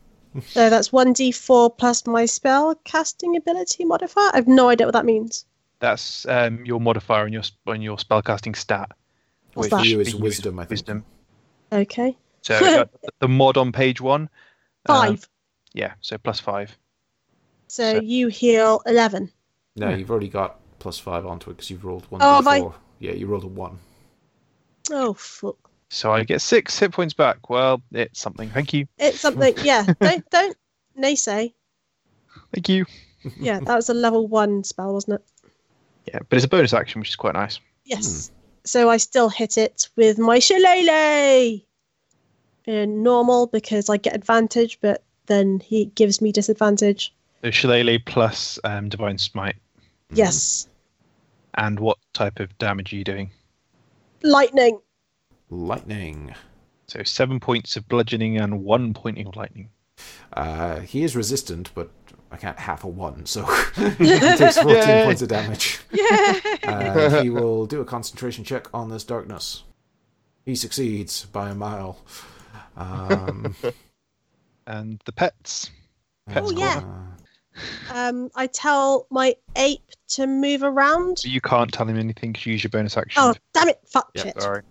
Speaker 2: So that's one d4 plus my spell casting ability modifier. I've no idea what that means.
Speaker 5: That's um, your modifier on your sp- on your spellcasting stat.
Speaker 2: What's
Speaker 5: which
Speaker 2: that?
Speaker 1: You is
Speaker 5: you use
Speaker 1: wisdom, I think.
Speaker 5: Wisdom.
Speaker 2: Okay.
Speaker 5: So I got the mod on page one. uh,
Speaker 2: Five.
Speaker 5: yeah. So plus five.
Speaker 2: so you heal eleven.
Speaker 1: No, you've already got plus five onto it because you've rolled one.
Speaker 2: Oh,
Speaker 1: d4.
Speaker 2: my-
Speaker 1: Yeah, you rolled a one.
Speaker 2: Oh fuck!
Speaker 5: So I get six hit points back. Well, it's something. Thank you.
Speaker 2: It's something. Yeah, don't don't naysay.
Speaker 5: Thank you.
Speaker 2: Yeah, that was a level one spell, wasn't it?
Speaker 5: Yeah, but it's a bonus action, which is quite nice.
Speaker 2: Yes. So I still hit it with my shillelagh. In normal because I get advantage, but then he gives me disadvantage.
Speaker 5: So Shillelagh plus um, Divine Smite.
Speaker 2: Yes,
Speaker 5: And what type of damage are you doing?
Speaker 2: lightning.
Speaker 1: Lightning.
Speaker 5: So seven points of bludgeoning and one point of lightning.
Speaker 1: Uh, he is resistant, but I can't half a one, so he takes 14
Speaker 5: Yay.
Speaker 1: points of damage.
Speaker 2: Yeah.
Speaker 1: Uh, he will do a concentration check on this darkness. He succeeds by a mile. Um,
Speaker 5: And the pets.
Speaker 1: uh,
Speaker 2: Oh, yeah. Um, I tell my ape to move around.
Speaker 5: So you can't tell him anything because you use your bonus action.
Speaker 2: Oh damn it! Fuck
Speaker 1: Yeah,
Speaker 2: shit.
Speaker 5: Sorry.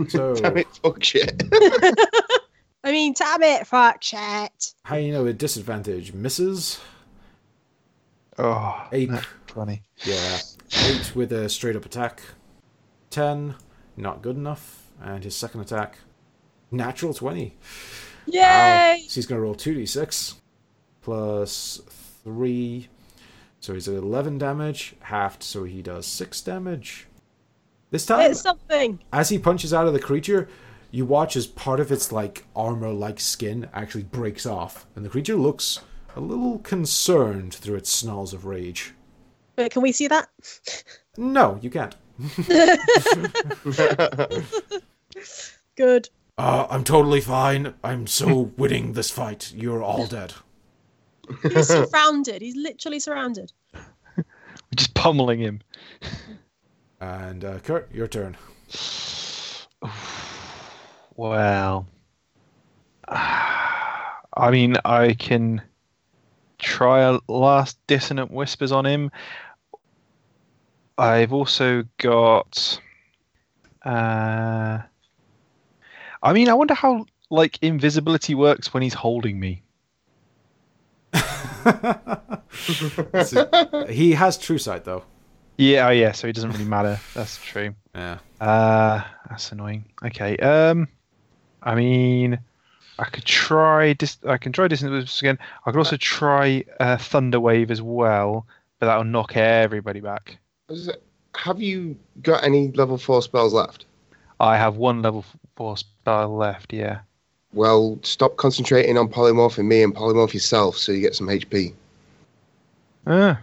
Speaker 1: uh, So,
Speaker 6: Damn it, fuck shit.
Speaker 2: I mean, damn it! Fuck shit.
Speaker 1: hyena with disadvantage misses.
Speaker 5: Oh,
Speaker 1: Ape,
Speaker 5: that's funny.
Speaker 1: yeah. Eight with a straight up attack. Ten, not good enough. And his second attack, natural 20. Ow.
Speaker 2: Yay!
Speaker 1: So he's going to roll 2d6 plus 3. So he's at 11 damage, halved, so he does 6 damage. This time,
Speaker 2: It's something.
Speaker 1: as he punches out of the creature, you watch as part of its like armor like skin actually breaks off, and the creature looks a little concerned through its snarls of rage.
Speaker 2: Wait, can we see that?
Speaker 1: No, you can't.
Speaker 2: Good.
Speaker 1: Uh, I'm totally fine. I'm so winning this fight. You're all dead.
Speaker 2: He's surrounded. He's literally surrounded.
Speaker 5: We're just pummeling him.
Speaker 1: And uh, Kurt, your turn.
Speaker 5: Well, I mean, I can try a last dissonant whispers on him. I've also got. Uh, I mean, I wonder how like invisibility works when he's holding me.
Speaker 1: So- he has true sight though.
Speaker 5: Yeah, oh yeah. So it doesn't really matter. That's true.
Speaker 1: Yeah.
Speaker 5: Uh, that's annoying. Okay. Um, I mean, I could try. Dis- I can try distant whispers again. I could also try uh, thunder wave as well, but that'll knock everybody back.
Speaker 6: Have you got any level four spells left?
Speaker 5: I have one level f- four spell left. Yeah.
Speaker 6: Well, stop concentrating on polymorphing me and polymorph yourself so you get some HP.
Speaker 5: Ah,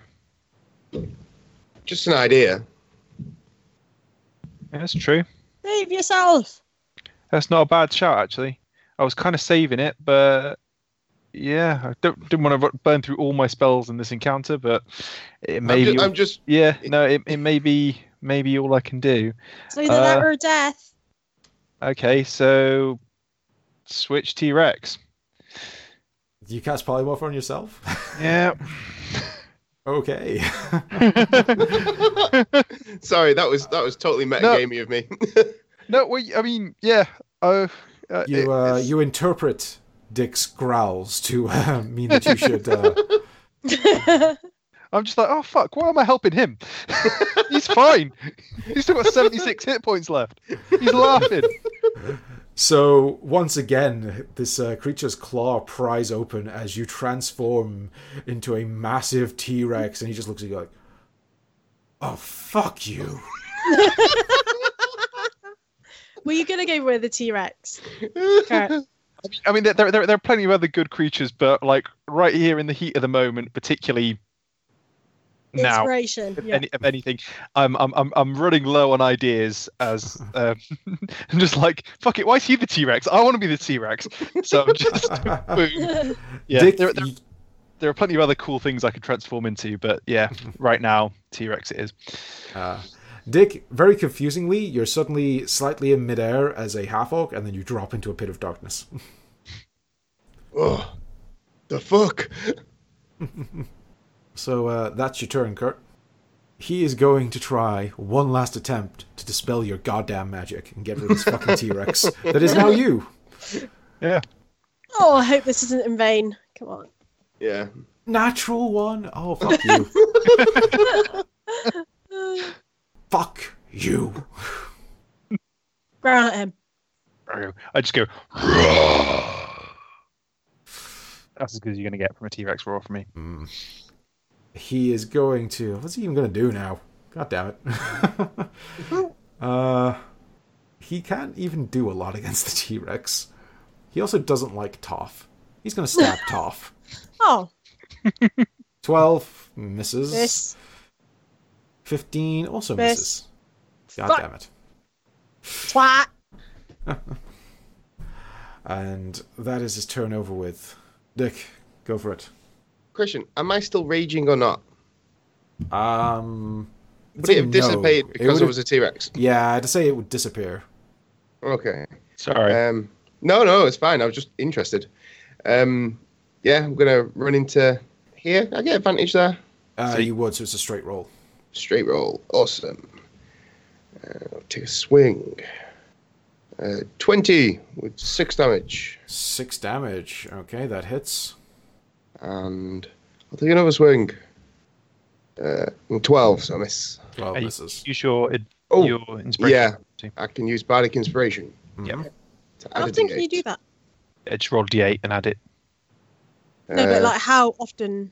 Speaker 6: Just an idea.
Speaker 5: yeah, that's true.
Speaker 2: Save yourself.
Speaker 5: That's not a bad shout actually. I was kind of saving it, but yeah, I don't, didn't want to burn through all my spells in this encounter, but it may
Speaker 6: I'm ju-
Speaker 5: be.
Speaker 6: I'm just
Speaker 5: yeah, no, it, it may be maybe all I can do.
Speaker 2: It's either that
Speaker 5: Uh,
Speaker 2: or death.
Speaker 5: Okay, so switch T Rex.
Speaker 1: You cast polymorph on yourself?
Speaker 5: Yeah.
Speaker 1: okay.
Speaker 6: Sorry, that was that was totally metagamey of me.
Speaker 5: no, well, I mean, yeah. Oh, uh, it-
Speaker 1: You uh,
Speaker 5: it's-
Speaker 1: you interpret Dick's growls to uh, mean that you should. Uh,
Speaker 5: I'm just like, oh fuck, why am I helping him? He's fine. He's still got 76 hit points left. He's laughing.
Speaker 1: so once again, this uh, creature's claw pries open as you transform into a massive T Rex, and he just looks at you like, "Oh fuck you!"
Speaker 2: Were you gonna go with the T Rex?
Speaker 5: I mean, there, there, there are plenty of other good creatures, but like right here in the heat of the moment, particularly now,
Speaker 2: Inspiration.
Speaker 5: if,
Speaker 2: Yeah.
Speaker 5: any, if anything, I'm, I'm I'm I'm running low on ideas as um, I'm just like fuck it. Why is he the T Rex? I want to be the T Rex. So I'm just boom. yeah.
Speaker 1: Dick,
Speaker 5: there, there,
Speaker 1: you-
Speaker 5: there are plenty of other cool things I could transform into, but yeah, right now T Rex it is.
Speaker 1: uh, Dick, very confusingly, you're suddenly slightly in midair as a half orc, and then you drop into a pit of darkness.
Speaker 4: Oh, the fuck?
Speaker 1: So uh, that's your turn, Kurt. He is going to try one last attempt to dispel your goddamn magic and get rid of this fucking T Rex. That is now you.
Speaker 5: Yeah.
Speaker 2: Oh, I hope this isn't in vain. Come on.
Speaker 6: yeah.
Speaker 1: Natural one. Oh, fuck you. Fuck you.
Speaker 2: Growl at him.
Speaker 5: I just go. That's as good as you're gonna get from a T-Rex roar from me.
Speaker 1: He is going to. What's he even going to do now? God damn it. uh, he can't even do a lot against the T Rex. He also doesn't like Toph. He's going to stab Toph.
Speaker 2: Oh,
Speaker 1: 12 misses.
Speaker 2: this.
Speaker 1: 15 also
Speaker 2: Miss.
Speaker 1: misses. God
Speaker 2: Fuck.
Speaker 1: damn it.
Speaker 2: Twat.
Speaker 1: And that is his turn over with. Dick, go for it.
Speaker 6: Christian, am I still raging or not?
Speaker 1: Um. I'd
Speaker 6: Would
Speaker 1: say
Speaker 6: it have
Speaker 1: no.
Speaker 6: dissipated
Speaker 1: It
Speaker 6: because
Speaker 1: would
Speaker 6: I
Speaker 1: have-
Speaker 6: was a T Rex?
Speaker 1: Yeah, I'd say it would disappear.
Speaker 6: Okay.
Speaker 5: Sorry.
Speaker 6: Um, no, no, it's fine. I was just interested. Um, yeah, I'm gonna run into here. I get advantage there.
Speaker 1: Uh,
Speaker 5: Sweet.
Speaker 1: you would, so it's a straight roll.
Speaker 6: Straight roll, awesome. Uh, take a swing. Uh, Twenty with six damage,
Speaker 1: Six damage. Okay, that hits.
Speaker 6: and I'll take another swing. Uh, and Twelve, so I miss.
Speaker 1: Twelve
Speaker 5: Hey.
Speaker 1: misses.
Speaker 5: Use your in-
Speaker 6: Oh,
Speaker 5: your inspiration. Yeah.
Speaker 6: I can use bardic inspiration.
Speaker 1: Mhm.
Speaker 6: to add
Speaker 2: How
Speaker 6: a
Speaker 2: often can you
Speaker 6: D8.
Speaker 2: do that?
Speaker 5: Just roll D8 and add it.
Speaker 2: No, but
Speaker 6: Uh,
Speaker 2: like how often?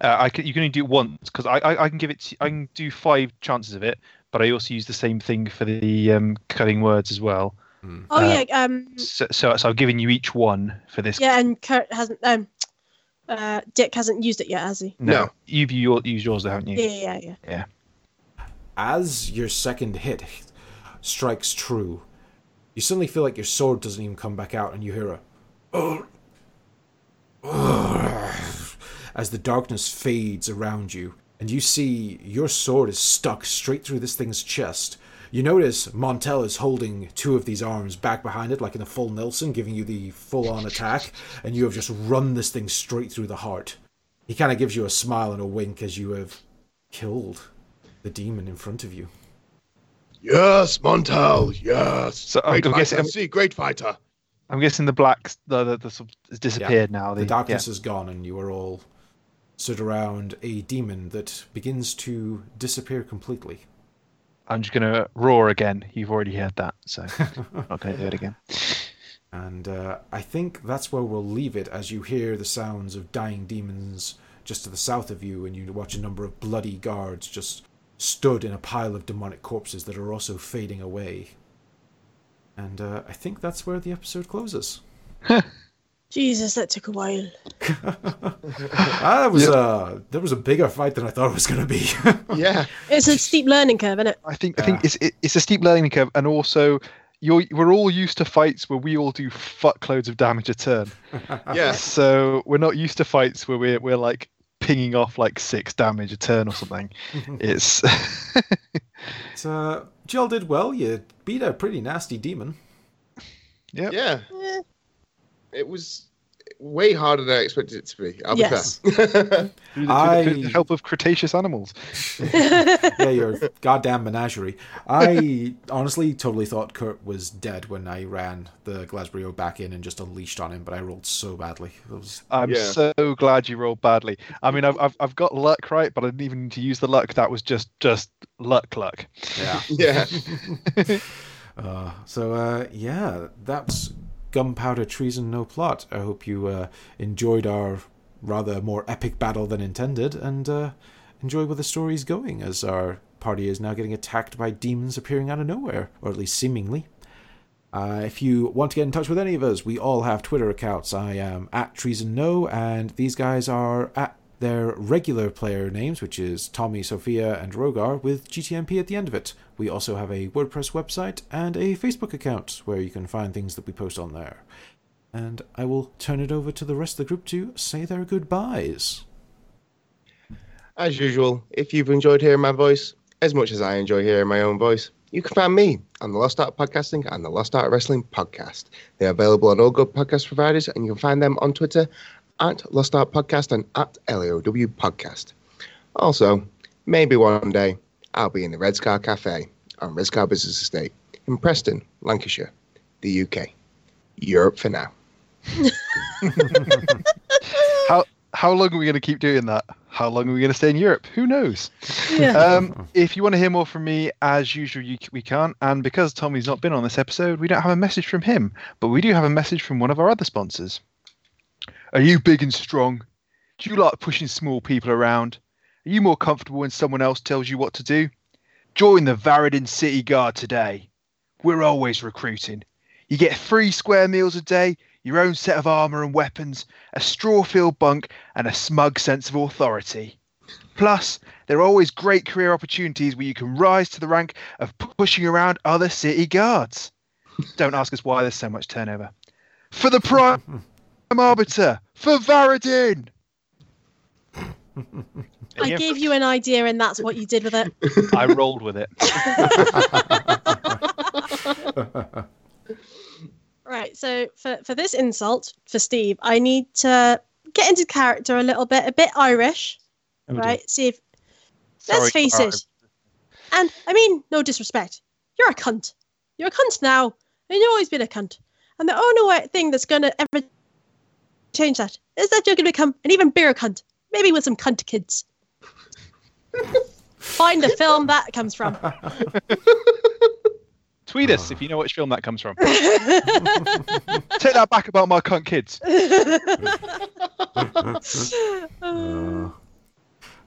Speaker 5: Uh, I can, you can only do it once because I, I I can give it. To, I can do five chances of it, but I also use the same thing for the um, cutting words as well.
Speaker 2: Oh
Speaker 5: uh,
Speaker 2: yeah, um,
Speaker 5: So, so so I've given you each one for this.
Speaker 2: yeah, and Kurt hasn't. Um, uh, Dick hasn't used it yet, has he?
Speaker 6: No.
Speaker 5: You've your, used yours though, haven't you?
Speaker 2: Yeah, yeah, yeah.
Speaker 1: As your second hit strikes true, you suddenly feel like your sword doesn't even come back out, and you hear a. As the darkness fades around you, and you see your sword is stuck straight through this thing's chest. You notice Montel is holding two of these arms back behind it, like in a full Nelson, giving you the full on attack, and you have just run this thing straight through the heart. He kind of gives you a smile and a wink as you have killed the demon in front of you.
Speaker 4: Yes, Montel. Yes.
Speaker 5: So I'm
Speaker 4: great
Speaker 5: gonna guess
Speaker 4: fighter.
Speaker 5: I'm-
Speaker 4: See, great fighter.
Speaker 5: I'm guessing the black the the, the sub- has disappeared now.
Speaker 1: The darkness is gone, and you are all stood around a demon that begins to disappear completely.
Speaker 5: yeah. I'm just gonna roar again. You've already heard that, so I'm not gonna do it again.
Speaker 1: And uh, I think that's where we'll leave it as you hear the sounds of dying demons just to the south of you, and you watch a number of bloody guards just stood in a pile of demonic corpses that are also fading away. And uh, I think that's where the episode closes.
Speaker 2: Jesus, that took a while.
Speaker 1: Ah, that was uh, that was a bigger fight than I thought it was going to be.
Speaker 6: yeah.
Speaker 2: It's a steep learning curve, isn't it?
Speaker 5: I think I
Speaker 1: Yeah.
Speaker 5: think it's it, it's a steep learning curve, and also you're we're all used to fights where we all do fuckloads of damage a turn.
Speaker 6: Yes.
Speaker 5: So we're not used to fights where we're we're like pinging off like six damage a turn or something. it's
Speaker 1: But, uh, Jill did well. You beat a pretty nasty demon.
Speaker 5: Yep.
Speaker 6: Yeah.
Speaker 2: Yeah.
Speaker 6: It was way harder than I expected it to be. I'll
Speaker 2: Yes.
Speaker 6: be fair.
Speaker 5: through the, through the- through
Speaker 1: I-
Speaker 5: the help of Cretaceous animals.
Speaker 1: yeah, your goddamn menagerie. I honestly totally thought Kurt was dead when I ran the Glasbrio back in and just unleashed on him, but I rolled so badly. It was
Speaker 5: I'm
Speaker 6: Yeah.
Speaker 5: so glad you rolled badly. I mean, I've, I've I've got luck right, but I didn't even need to use the luck. That was just just luck luck.
Speaker 1: yeah.
Speaker 6: yeah.
Speaker 1: Uh, so uh, yeah, that's Gunpowder Treason No Plot. I hope you uh, enjoyed our rather more epic battle than intended, and uh, enjoy where the story's going as our party is now getting attacked by demons appearing out of nowhere, or at least seemingly. Uh, if you want to get in touch with any of us, we all have Twitter accounts. I am at Treason No, and these guys are at their regular player names, which is Tommy, Sophia, and Rogar, with GTMP at the end of it. We also have a WordPress website and a Facebook account where you can find things that we post on there. And I will turn it over to the rest of the group to say their goodbyes.
Speaker 6: As usual, if you've enjoyed hearing my voice, as much as I enjoy hearing my own voice, you can find me on the Lost Art Podcasting and the Lost Art Wrestling Podcast. They are available on all good podcast providers, and you can find them on Twitter at Lost Art Podcast and at LAOW Podcast. Also, maybe one day I'll be in the Red Scar Cafe on Red Scar Business Estate in Preston, Lancashire, the UK. Europe for now.
Speaker 5: How how long are we going to keep doing that? How long are we going to stay in Europe? Who knows?
Speaker 2: Yeah.
Speaker 5: Um, if you want to hear more from me, as usual, you, we can't. And because Tommy's not been on this episode, we don't have a message from him. But we do have a message from one of our other sponsors. Are you big and strong? Do you like pushing small people around? Are you more comfortable when someone else tells you what to do? Join the Varadin City Guard today. We're always recruiting. You get three square meals a day, your own set of armour and weapons, a straw filled bunk, and a smug sense of authority. Plus, there are always great career opportunities where you can rise to the rank of p- pushing around other city guards. Don't ask us why there's so much turnover. For the Prime Arbiter! For Varadin!
Speaker 2: I gave you an idea, and that's what you did with it.
Speaker 5: I rolled with it.
Speaker 2: Right. So for for this insult for Steve, I need to get into character a little bit, a bit Irish, right? See if
Speaker 5: Sorry,
Speaker 2: let's face
Speaker 5: Cara.
Speaker 2: it. And I mean, no disrespect. You're a cunt. You're a cunt now. And you've always been a cunt. And the only way, thing that's going to ever change that is that you're going to become an even bigger cunt. Maybe with some cunt kids. Find the film that comes from.
Speaker 5: Tweet us if you know which film that comes from. Take that back about my cunt kids.
Speaker 1: Uh,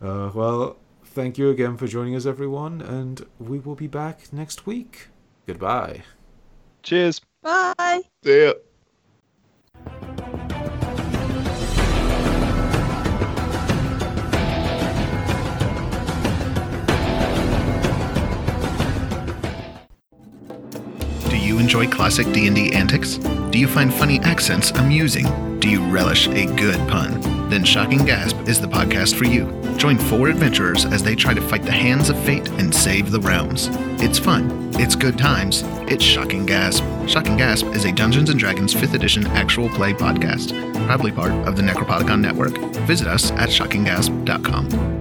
Speaker 1: uh, well, thank you again for joining us, everyone, and we will be back next week. Goodbye.
Speaker 5: Cheers.
Speaker 2: Bye.
Speaker 6: See ya.
Speaker 7: Do you enjoy classic D&D antics? Do you find funny accents amusing? Do you relish a good pun? Then Shocking Gasp is the podcast for you. Join four adventurers as they try to fight the hands of fate and save the realms. It's fun. It's good times. It's Shocking Gasp. Shocking Gasp is a Dungeons & Dragons 5th edition actual play podcast, proudly part of the Necropodicon Network. Visit us at shockinggasp.com.